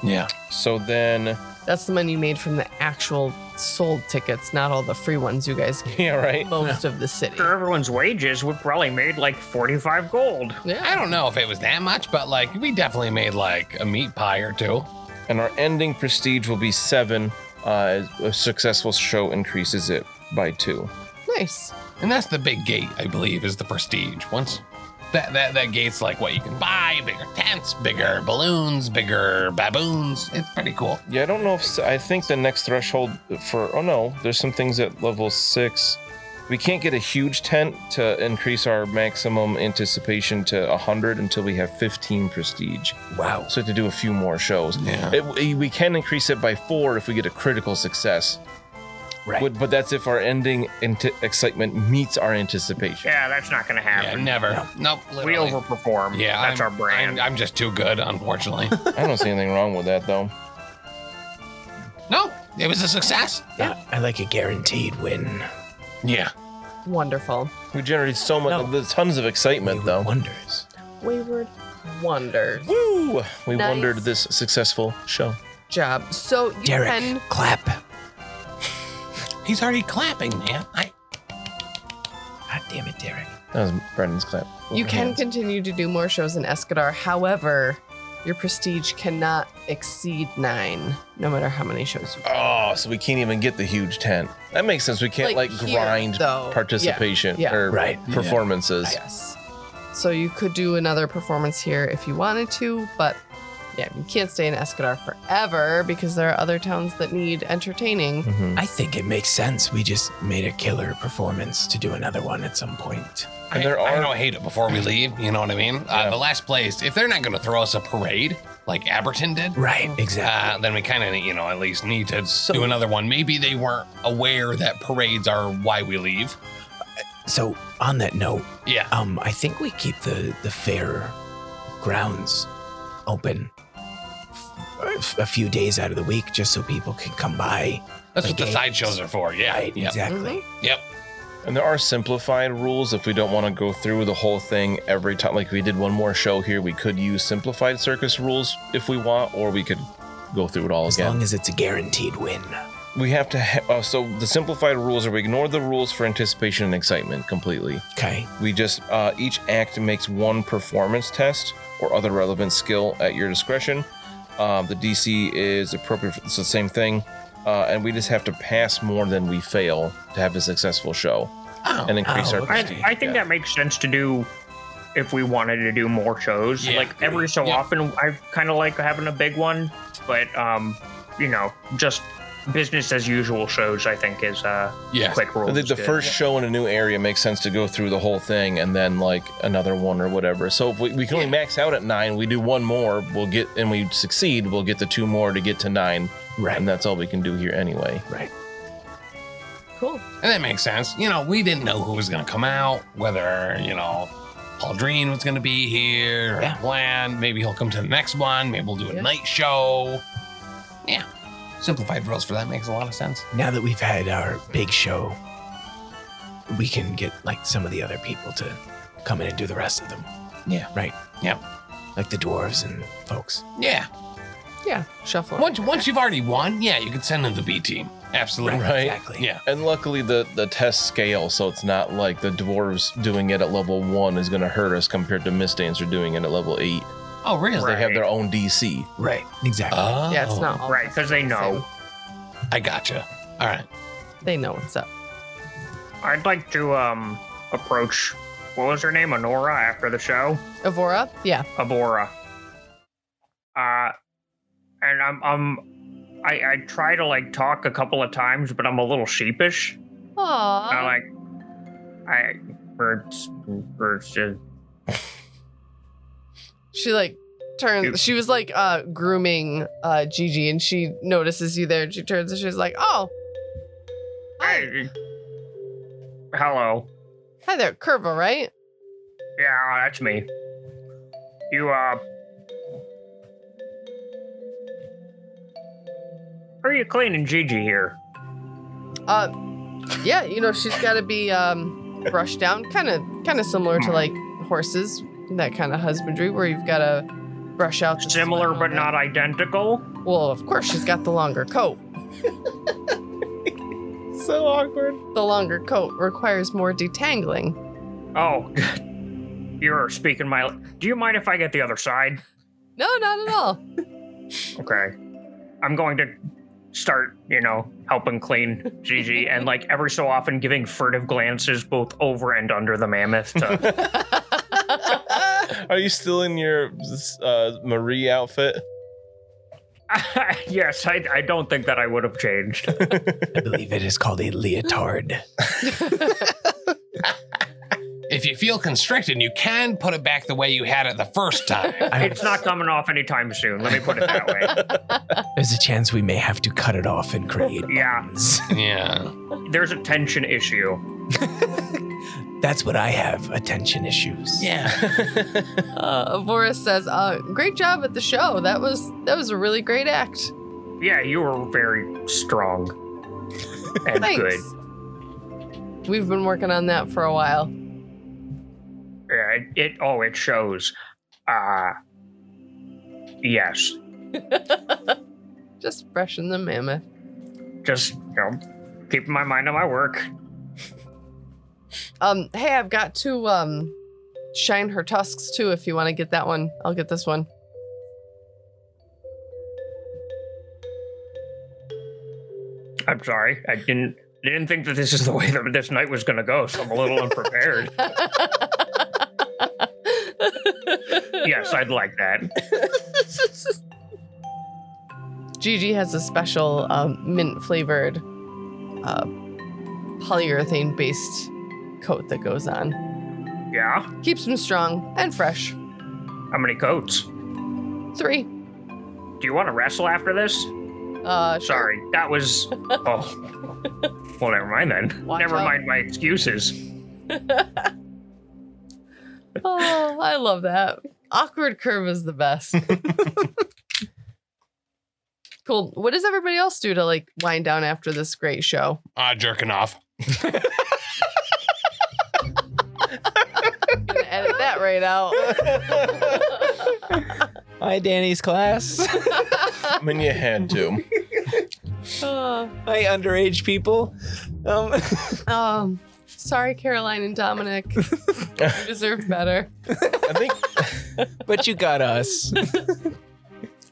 Speaker 2: Yeah.
Speaker 8: So then,
Speaker 1: That's the money you made from the actual sold tickets, not all the free ones you guys gave
Speaker 8: yeah, right.
Speaker 1: most of the city.
Speaker 14: After everyone's wages, we probably made like 45 gold.
Speaker 1: Yeah.
Speaker 2: I don't know if it was that much, but like we definitely made like a meat pie or two.
Speaker 8: And our ending prestige will be seven. Uh, a successful show increases it by two.
Speaker 1: Nice.
Speaker 2: And that's the big gate, I believe, is the prestige. Once that that that gate's like what you can buy, bigger tents, bigger balloons, bigger baboons. It's pretty cool.
Speaker 8: Yeah, I don't know if I think the next threshold for oh no, there's some things at level six. We can't get a huge tent to increase our maximum anticipation to 100 until we have 15 prestige.
Speaker 16: Wow.
Speaker 8: So we have to do a few more shows.
Speaker 2: Yeah.
Speaker 8: It, we can increase it by four if we get a critical success.
Speaker 16: Right.
Speaker 8: But, but that's if our ending ante- excitement meets our anticipation.
Speaker 5: Yeah, that's not gonna
Speaker 2: Yeah,
Speaker 5: happen.
Speaker 2: never. Nope.
Speaker 5: we
Speaker 2: literally.
Speaker 5: overperform.
Speaker 2: Yeah,
Speaker 5: that's
Speaker 2: I'm-
Speaker 5: our brand.
Speaker 2: I'm, I'm just too good, unfortunately.
Speaker 8: I don't see anything wrong with that though.
Speaker 2: no, it was a success.
Speaker 3: Uh, I like a guaranteed win.
Speaker 2: Yeah.
Speaker 1: Wonderful.
Speaker 8: We generated so much,
Speaker 3: No.
Speaker 8: there's tons of excitement
Speaker 3: Wayward
Speaker 8: though.
Speaker 3: Wonders.
Speaker 1: Wayward wonders.
Speaker 8: Woo! We
Speaker 1: Nice.
Speaker 8: wondered this successful show.
Speaker 1: Job. So you
Speaker 3: Derek,
Speaker 1: can
Speaker 3: clap.
Speaker 2: He's already clapping, man. I,
Speaker 3: God damn it, Derek.
Speaker 8: That was Brendan's clap.
Speaker 1: you
Speaker 8: With
Speaker 1: can
Speaker 8: hands.
Speaker 1: continue to do more shows in Escadar. However, your prestige cannot exceed nine, no matter how many shows. you
Speaker 8: Oh, so we can't even get the huge tent. That makes sense. We can't
Speaker 1: Like
Speaker 8: like,
Speaker 1: here,
Speaker 8: grind
Speaker 1: though.
Speaker 8: participation
Speaker 1: Yeah, yeah.
Speaker 8: or
Speaker 3: Right.
Speaker 8: performances.
Speaker 1: Yes. So you could do another performance here if you wanted to, but yeah, you can't stay in Escadar forever because there are other towns that need entertaining.
Speaker 8: Mhm.
Speaker 3: I think it makes sense. We just made a killer performance to do another one at some point.
Speaker 2: I,
Speaker 8: And there
Speaker 2: I
Speaker 8: are-
Speaker 2: don't hate it before we leave. You know what I mean? Uh,
Speaker 8: Yeah.
Speaker 2: the last place, if they're not going to throw us a parade like Aberton did,
Speaker 3: Right,
Speaker 5: Oh.
Speaker 8: Ah.
Speaker 3: exactly.
Speaker 2: uh, then we kind of, you know, at least need to
Speaker 3: So-
Speaker 2: do another one. Maybe they weren't aware that parades are why we leave.
Speaker 3: so on that note,
Speaker 2: Yeah.
Speaker 3: um, I think we keep the the fair grounds open f- a few days out of the week just so people can come by.
Speaker 2: That's what the
Speaker 3: Okay.
Speaker 2: sideshows are for. Yeah.
Speaker 3: right,
Speaker 2: Yep.
Speaker 3: exactly.
Speaker 5: Mm-hmm.
Speaker 2: Yep.
Speaker 8: And there are simplified rules if we don't want to go through the whole thing every time. Like we did one more show here, we could use simplified circus rules if we want, or we could go through it all
Speaker 3: As
Speaker 8: again.
Speaker 3: long as it's a guaranteed win.
Speaker 8: we have to. Ha- uh, so the simplified rules are we ignore the rules for anticipation and excitement completely.
Speaker 3: Okay.
Speaker 8: We just uh, each act makes one performance test or other relevant skill at your discretion. Um, the DC is appropriate. For, it's the same thing, uh, and we just have to pass more than we fail to have a successful show
Speaker 2: Oh.
Speaker 8: and increase
Speaker 3: Oh,
Speaker 8: our.
Speaker 3: okay.
Speaker 5: I,
Speaker 8: prestige.
Speaker 5: I think
Speaker 8: Yeah.
Speaker 5: that makes sense to do if we wanted to do more shows.
Speaker 2: Yeah,
Speaker 5: like every so
Speaker 2: Yeah.
Speaker 5: often, I kind of like having a big one, but um, you know, just business as usual shows. I think is uh,
Speaker 2: Yeah.
Speaker 5: quick rule.
Speaker 8: I think
Speaker 5: is
Speaker 8: the
Speaker 5: good.
Speaker 8: first show in a new area makes sense to go through the whole thing and then like another one or whatever. So if we, we can only max out at nine, we do one more, we'll get and we succeed, we'll get the two more to get to nine,
Speaker 3: Right.
Speaker 8: and that's all we can do here anyway.
Speaker 1: Cool.
Speaker 2: And that makes sense. You know, we didn't know who was going to come out, whether, you know, Paul Dreen was going to be here, or
Speaker 3: Yeah.
Speaker 2: plan. Maybe he'll come to the next one. Maybe we'll do a
Speaker 1: Yeah.
Speaker 2: night show. Yeah. Simplified rules for that makes a lot of sense.
Speaker 3: Now that we've had our big show, we can get like some of the other people to come in and do the rest of them.
Speaker 2: Yeah.
Speaker 3: Right.
Speaker 2: Yeah.
Speaker 3: Like the dwarves and folks.
Speaker 2: Yeah.
Speaker 1: Yeah. Shuffle.
Speaker 2: Once, once you've already won, yeah, you can send in the B team. Absolutely.
Speaker 8: Right.
Speaker 3: Exactly.
Speaker 2: Yeah.
Speaker 8: And luckily the the test scale, so it's not like the dwarves doing it at level one is gonna hurt us compared to Mistdancer doing it at level eight.
Speaker 2: Oh, really?
Speaker 8: They have their own DC.
Speaker 3: Right. Exactly.
Speaker 2: Oh.
Speaker 1: Yeah, it's not all
Speaker 5: Right, 'cause they know.
Speaker 2: I gotcha. All right.
Speaker 1: They know what's up.
Speaker 5: I'd like to um approach. What was her name? Honora after the show.
Speaker 1: Avora? Yeah.
Speaker 5: Abora. Uh, and I'm I'm I I try to like talk a couple of times, but I'm a little sheepish. I
Speaker 1: Aww.
Speaker 5: like I birds birds uh,
Speaker 1: She like turns. She was like uh grooming uh Gigi, and she notices you there. And she turns and she's like, "Oh, hi,
Speaker 5: hey, Hello.
Speaker 1: hi there, Curva, right?
Speaker 5: Yeah, that's me. You uh Are you cleaning Gigi here?
Speaker 1: Uh, yeah. You know, she's got to be um brushed down, kind of, kind of similar to like horses, that kind of husbandry where you've got to brush out. the
Speaker 5: Similar
Speaker 1: smell
Speaker 5: but
Speaker 1: and-
Speaker 5: not identical.
Speaker 1: Well, of course, she's got the longer coat.
Speaker 8: So awkward.
Speaker 1: The longer coat requires more detangling.
Speaker 5: Oh you're speaking my do you mind if I get the other side?
Speaker 1: No, not at all.
Speaker 5: Okay. I'm going to start, you know, helping clean Gigi and like every so often giving furtive glances both over and under the mammoth to
Speaker 8: Are you still in your uh, Marie outfit?
Speaker 14: yes, I, I don't think that I would have changed.
Speaker 3: I believe it is called a leotard.
Speaker 2: If you feel constricted, you can put it back the way you had it the first time.
Speaker 3: I-
Speaker 14: It's not coming off anytime soon. Let me put it that way.
Speaker 3: There's a chance we may have to cut it off and create
Speaker 14: Yeah.
Speaker 3: buttons.
Speaker 2: yeah.
Speaker 14: There's a tension issue.
Speaker 3: That's what I have attention issues.
Speaker 1: Uh, Voris says, uh, "Great job at the show. That was that was a really great act.
Speaker 14: Yeah, you were very strong and good.
Speaker 1: Thanks. We've been working on that for a while.
Speaker 14: Yeah, it, it oh, it shows. Uh yes,
Speaker 1: Just brushing the mammoth.
Speaker 14: just you know, keeping my mind on my work.
Speaker 1: Um, hey, I've got to um, shine her tusks too. If you want to get that one, I'll get this one.
Speaker 14: I'm sorry, I didn't I didn't think that this is the way that this night was going to go, so I'm a little unprepared. yes, I'd like that.
Speaker 1: Gigi has a special um, mint flavored uh, polyurethane based coat that goes on.
Speaker 14: Yeah,
Speaker 1: Keeps them strong and fresh.
Speaker 14: how many coats?
Speaker 1: Three.
Speaker 14: Do you want to wrestle after this?
Speaker 1: Uh, sure.
Speaker 14: Sorry, that was. Oh, well, never mind then.
Speaker 1: Watch
Speaker 14: never
Speaker 1: out.
Speaker 14: mind my excuses.
Speaker 1: Oh, I love that. Awkward curve is the best. cool. What does everybody else do to like wind down after this great show?
Speaker 2: Ah, jerking off.
Speaker 1: I'm gonna edit that right out.
Speaker 12: Hi, Danny's class.
Speaker 8: I mean, you had to.
Speaker 1: Uh,
Speaker 12: Hi, underage people. Um,
Speaker 1: um, sorry, Caroline and Dominic. you deserve better.
Speaker 8: I think
Speaker 12: but you got us.
Speaker 5: I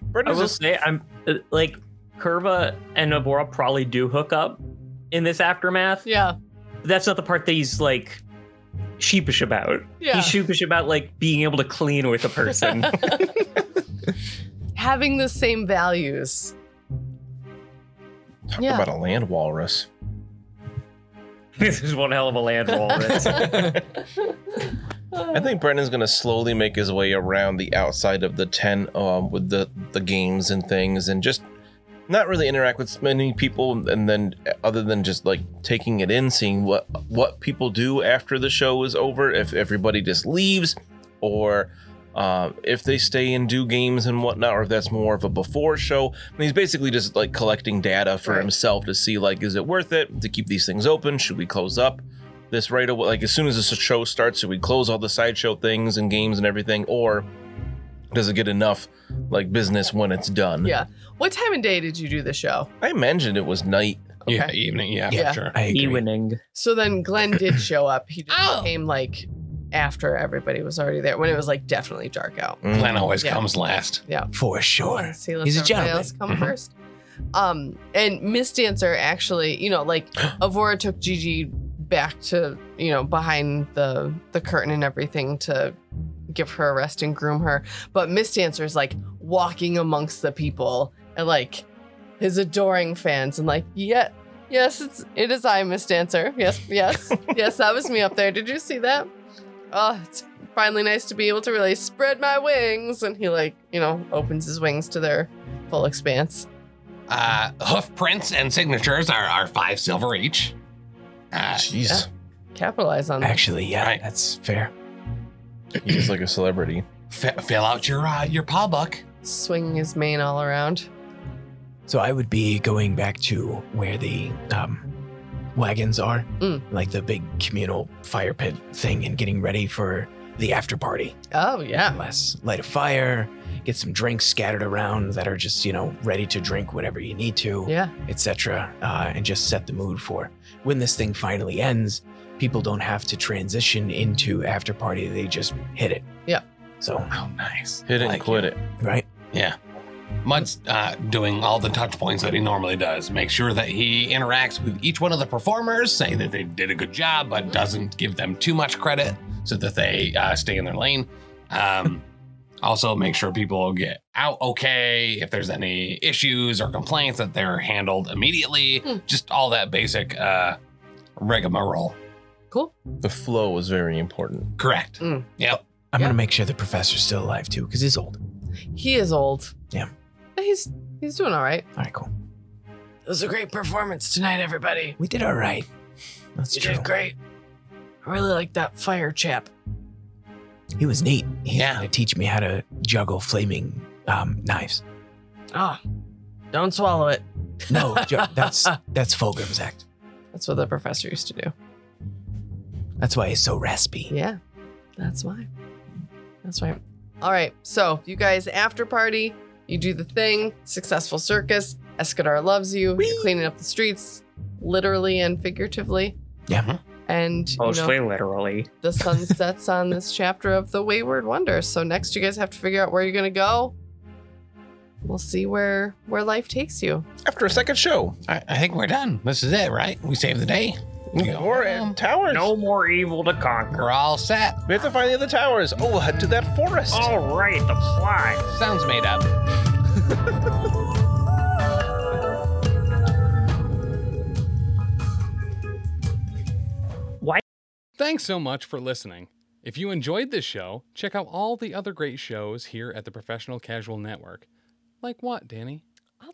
Speaker 8: Brendan's
Speaker 5: will
Speaker 8: just,
Speaker 5: say I'm uh, like Curva and Abora probably do hook up in this aftermath.
Speaker 1: Yeah.
Speaker 5: That's not the part that he's like sheepish about.
Speaker 1: Yeah.
Speaker 5: He's sheepish about like being able to clean with a person.
Speaker 1: Having the same values.
Speaker 8: talk
Speaker 1: Yeah.
Speaker 8: about a land walrus.
Speaker 5: this is one hell of a land walrus.
Speaker 8: I think Brendan's gonna slowly make his way around the outside of the tent um, with the the games and things, and just not really interact with many people. And then, other than just like taking it in, seeing what what people do after the show is over, if everybody just leaves, or uh, if they stay and do games and whatnot, or if that's more of a before show. I mean, he's basically just like collecting data for
Speaker 1: Right.
Speaker 8: himself to see like, is it worth it to keep these things open? Should we close up? this right away. Like as soon as this show starts, do we close all the sideshow things and games and everything, or does it get enough like business when it's done?
Speaker 1: Yeah. What time of day did you do the show?
Speaker 8: I imagined it was night.
Speaker 2: Yeah, evening. Yeah,
Speaker 1: Yeah.
Speaker 2: for sure.
Speaker 3: I agree.
Speaker 5: Ewining.
Speaker 1: So then Glenn did show up. He just came like after everybody was already there when it was like definitely dark out.
Speaker 8: Mm.
Speaker 2: Glenn always
Speaker 1: Yeah.
Speaker 2: comes last.
Speaker 3: For sure.
Speaker 1: Let's see, let
Speaker 3: He's a
Speaker 1: everybody
Speaker 3: gentleman. Mm-hmm.
Speaker 1: else come
Speaker 8: Mhm.
Speaker 1: first. Um, and Miss Dancer actually, you know, like Avora took Gigi back to, you know, behind the the curtain and everything to give her a rest and groom her. But Miss Dancer's like walking amongst the people and like his adoring fans and like, yeah, yes, it's it is I, Miss Dancer. Yes, yes, yes, that was me up there. Did you see that? Oh, it's finally nice to be able to really spread my wings. And he like, you know, opens his wings to their full expanse.
Speaker 2: Uh, hoof prints and signatures are, are five silver each. Uh,
Speaker 8: Jeez,
Speaker 1: Capitalize on that.
Speaker 3: Actually, yeah,
Speaker 2: Right.
Speaker 3: that's fair.
Speaker 8: he's like a celebrity.
Speaker 2: f- fill out your uh, your paw book.
Speaker 1: Swinging his mane all around.
Speaker 3: So I would be going back to where the um, wagons are,
Speaker 1: Mm.
Speaker 3: like the big communal fire pit thing, and getting ready for the after party.
Speaker 1: Oh, yeah.
Speaker 3: Let's light a fire, get some drinks scattered around that are just you know ready to drink whenever you need to,
Speaker 1: Yeah.
Speaker 3: etc., uh, and just set the mood for when this thing finally ends. People don't have to transition into after party; they just hit it.
Speaker 1: Yeah.
Speaker 3: So
Speaker 2: Oh, nice.
Speaker 8: Hit it
Speaker 2: Like
Speaker 8: and quit it.
Speaker 3: right,
Speaker 2: Mud's uh, doing all the touch points that he normally does. Make sure that he interacts with each one of the performers, saying that they did a good job, but doesn't give them too much credit so that they uh, stay in their lane. Um, Also, make sure people get out okay. If there's any issues or complaints, that they're handled immediately.
Speaker 1: Hmm.
Speaker 2: Just all that basic uh, rigmarole.
Speaker 8: The flow was very important.
Speaker 2: Correct.
Speaker 1: Mm.
Speaker 2: Yep.
Speaker 3: I'm
Speaker 1: Yeah.
Speaker 3: gonna make sure the professor's still alive too, because he's old.
Speaker 1: He is old.
Speaker 3: Yeah.
Speaker 1: But he's he's doing all right.
Speaker 3: All right, cool.
Speaker 1: It was a great performance tonight, everybody.
Speaker 3: We did all right. That's
Speaker 1: You
Speaker 3: true.
Speaker 1: did great. I really like that fire chap.
Speaker 3: He was neat. He
Speaker 2: Yeah.
Speaker 3: had to teach me how to juggle flaming um, knives.
Speaker 1: Ah, don't swallow it.
Speaker 3: No, ju- that's that's Fulgrim's act.
Speaker 1: That's what the professor used to do.
Speaker 3: That's why he's so raspy.
Speaker 1: Yeah, that's why. That's right. All right. So you guys after party, you do the thing. Successful circus. Escadar loves you. You're cleaning up the streets, literally and figuratively.
Speaker 3: Yeah.
Speaker 1: And you know,
Speaker 5: Mostly literally.
Speaker 1: the sun sets on this chapter of the Wayward Wonders. So next, you guys have to figure out where you're gonna go. We'll see where where life takes you.
Speaker 8: After a second show,
Speaker 2: I, I think we're done. This is it, right? We saved the day. We go
Speaker 8: we're
Speaker 2: home.
Speaker 8: at towers.
Speaker 14: No more evil to conquer.
Speaker 2: We're all set.
Speaker 8: We have to find the other towers. Oh, we'll head to that forest.
Speaker 14: All right, the plot.
Speaker 2: Sounds made up.
Speaker 11: Thanks so much for listening. If you enjoyed this show, check out all the other great shows here at the Professional Casual Network. Like what, Danny?
Speaker 1: I'll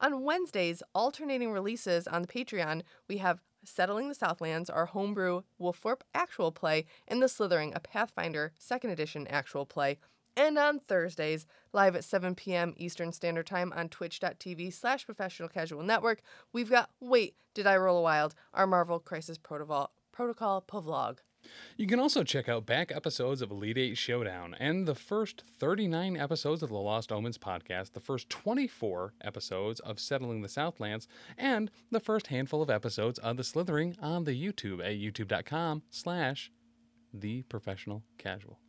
Speaker 1: On Wednesdays, alternating releases on the Patreon, we have Settling the Southlands, our homebrew Wolforp actual play, and The Slithering, a Pathfinder second edition actual play. And on Thursdays, live at 7 p.m. Eastern Standard Time on twitch.tv slash professional casual network, we've got Wait, Did I Roll a Wild? Our Marvel Crisis Protocol, Protocol Povlog.
Speaker 11: You can also check out back episodes of Elite Eight Showdown and the first 39 episodes of the Lost Omens podcast, the first 24 episodes of Settling the Southlands, and the first handful of episodes of The Slithering on the YouTube at youtube.com slash the professional casual.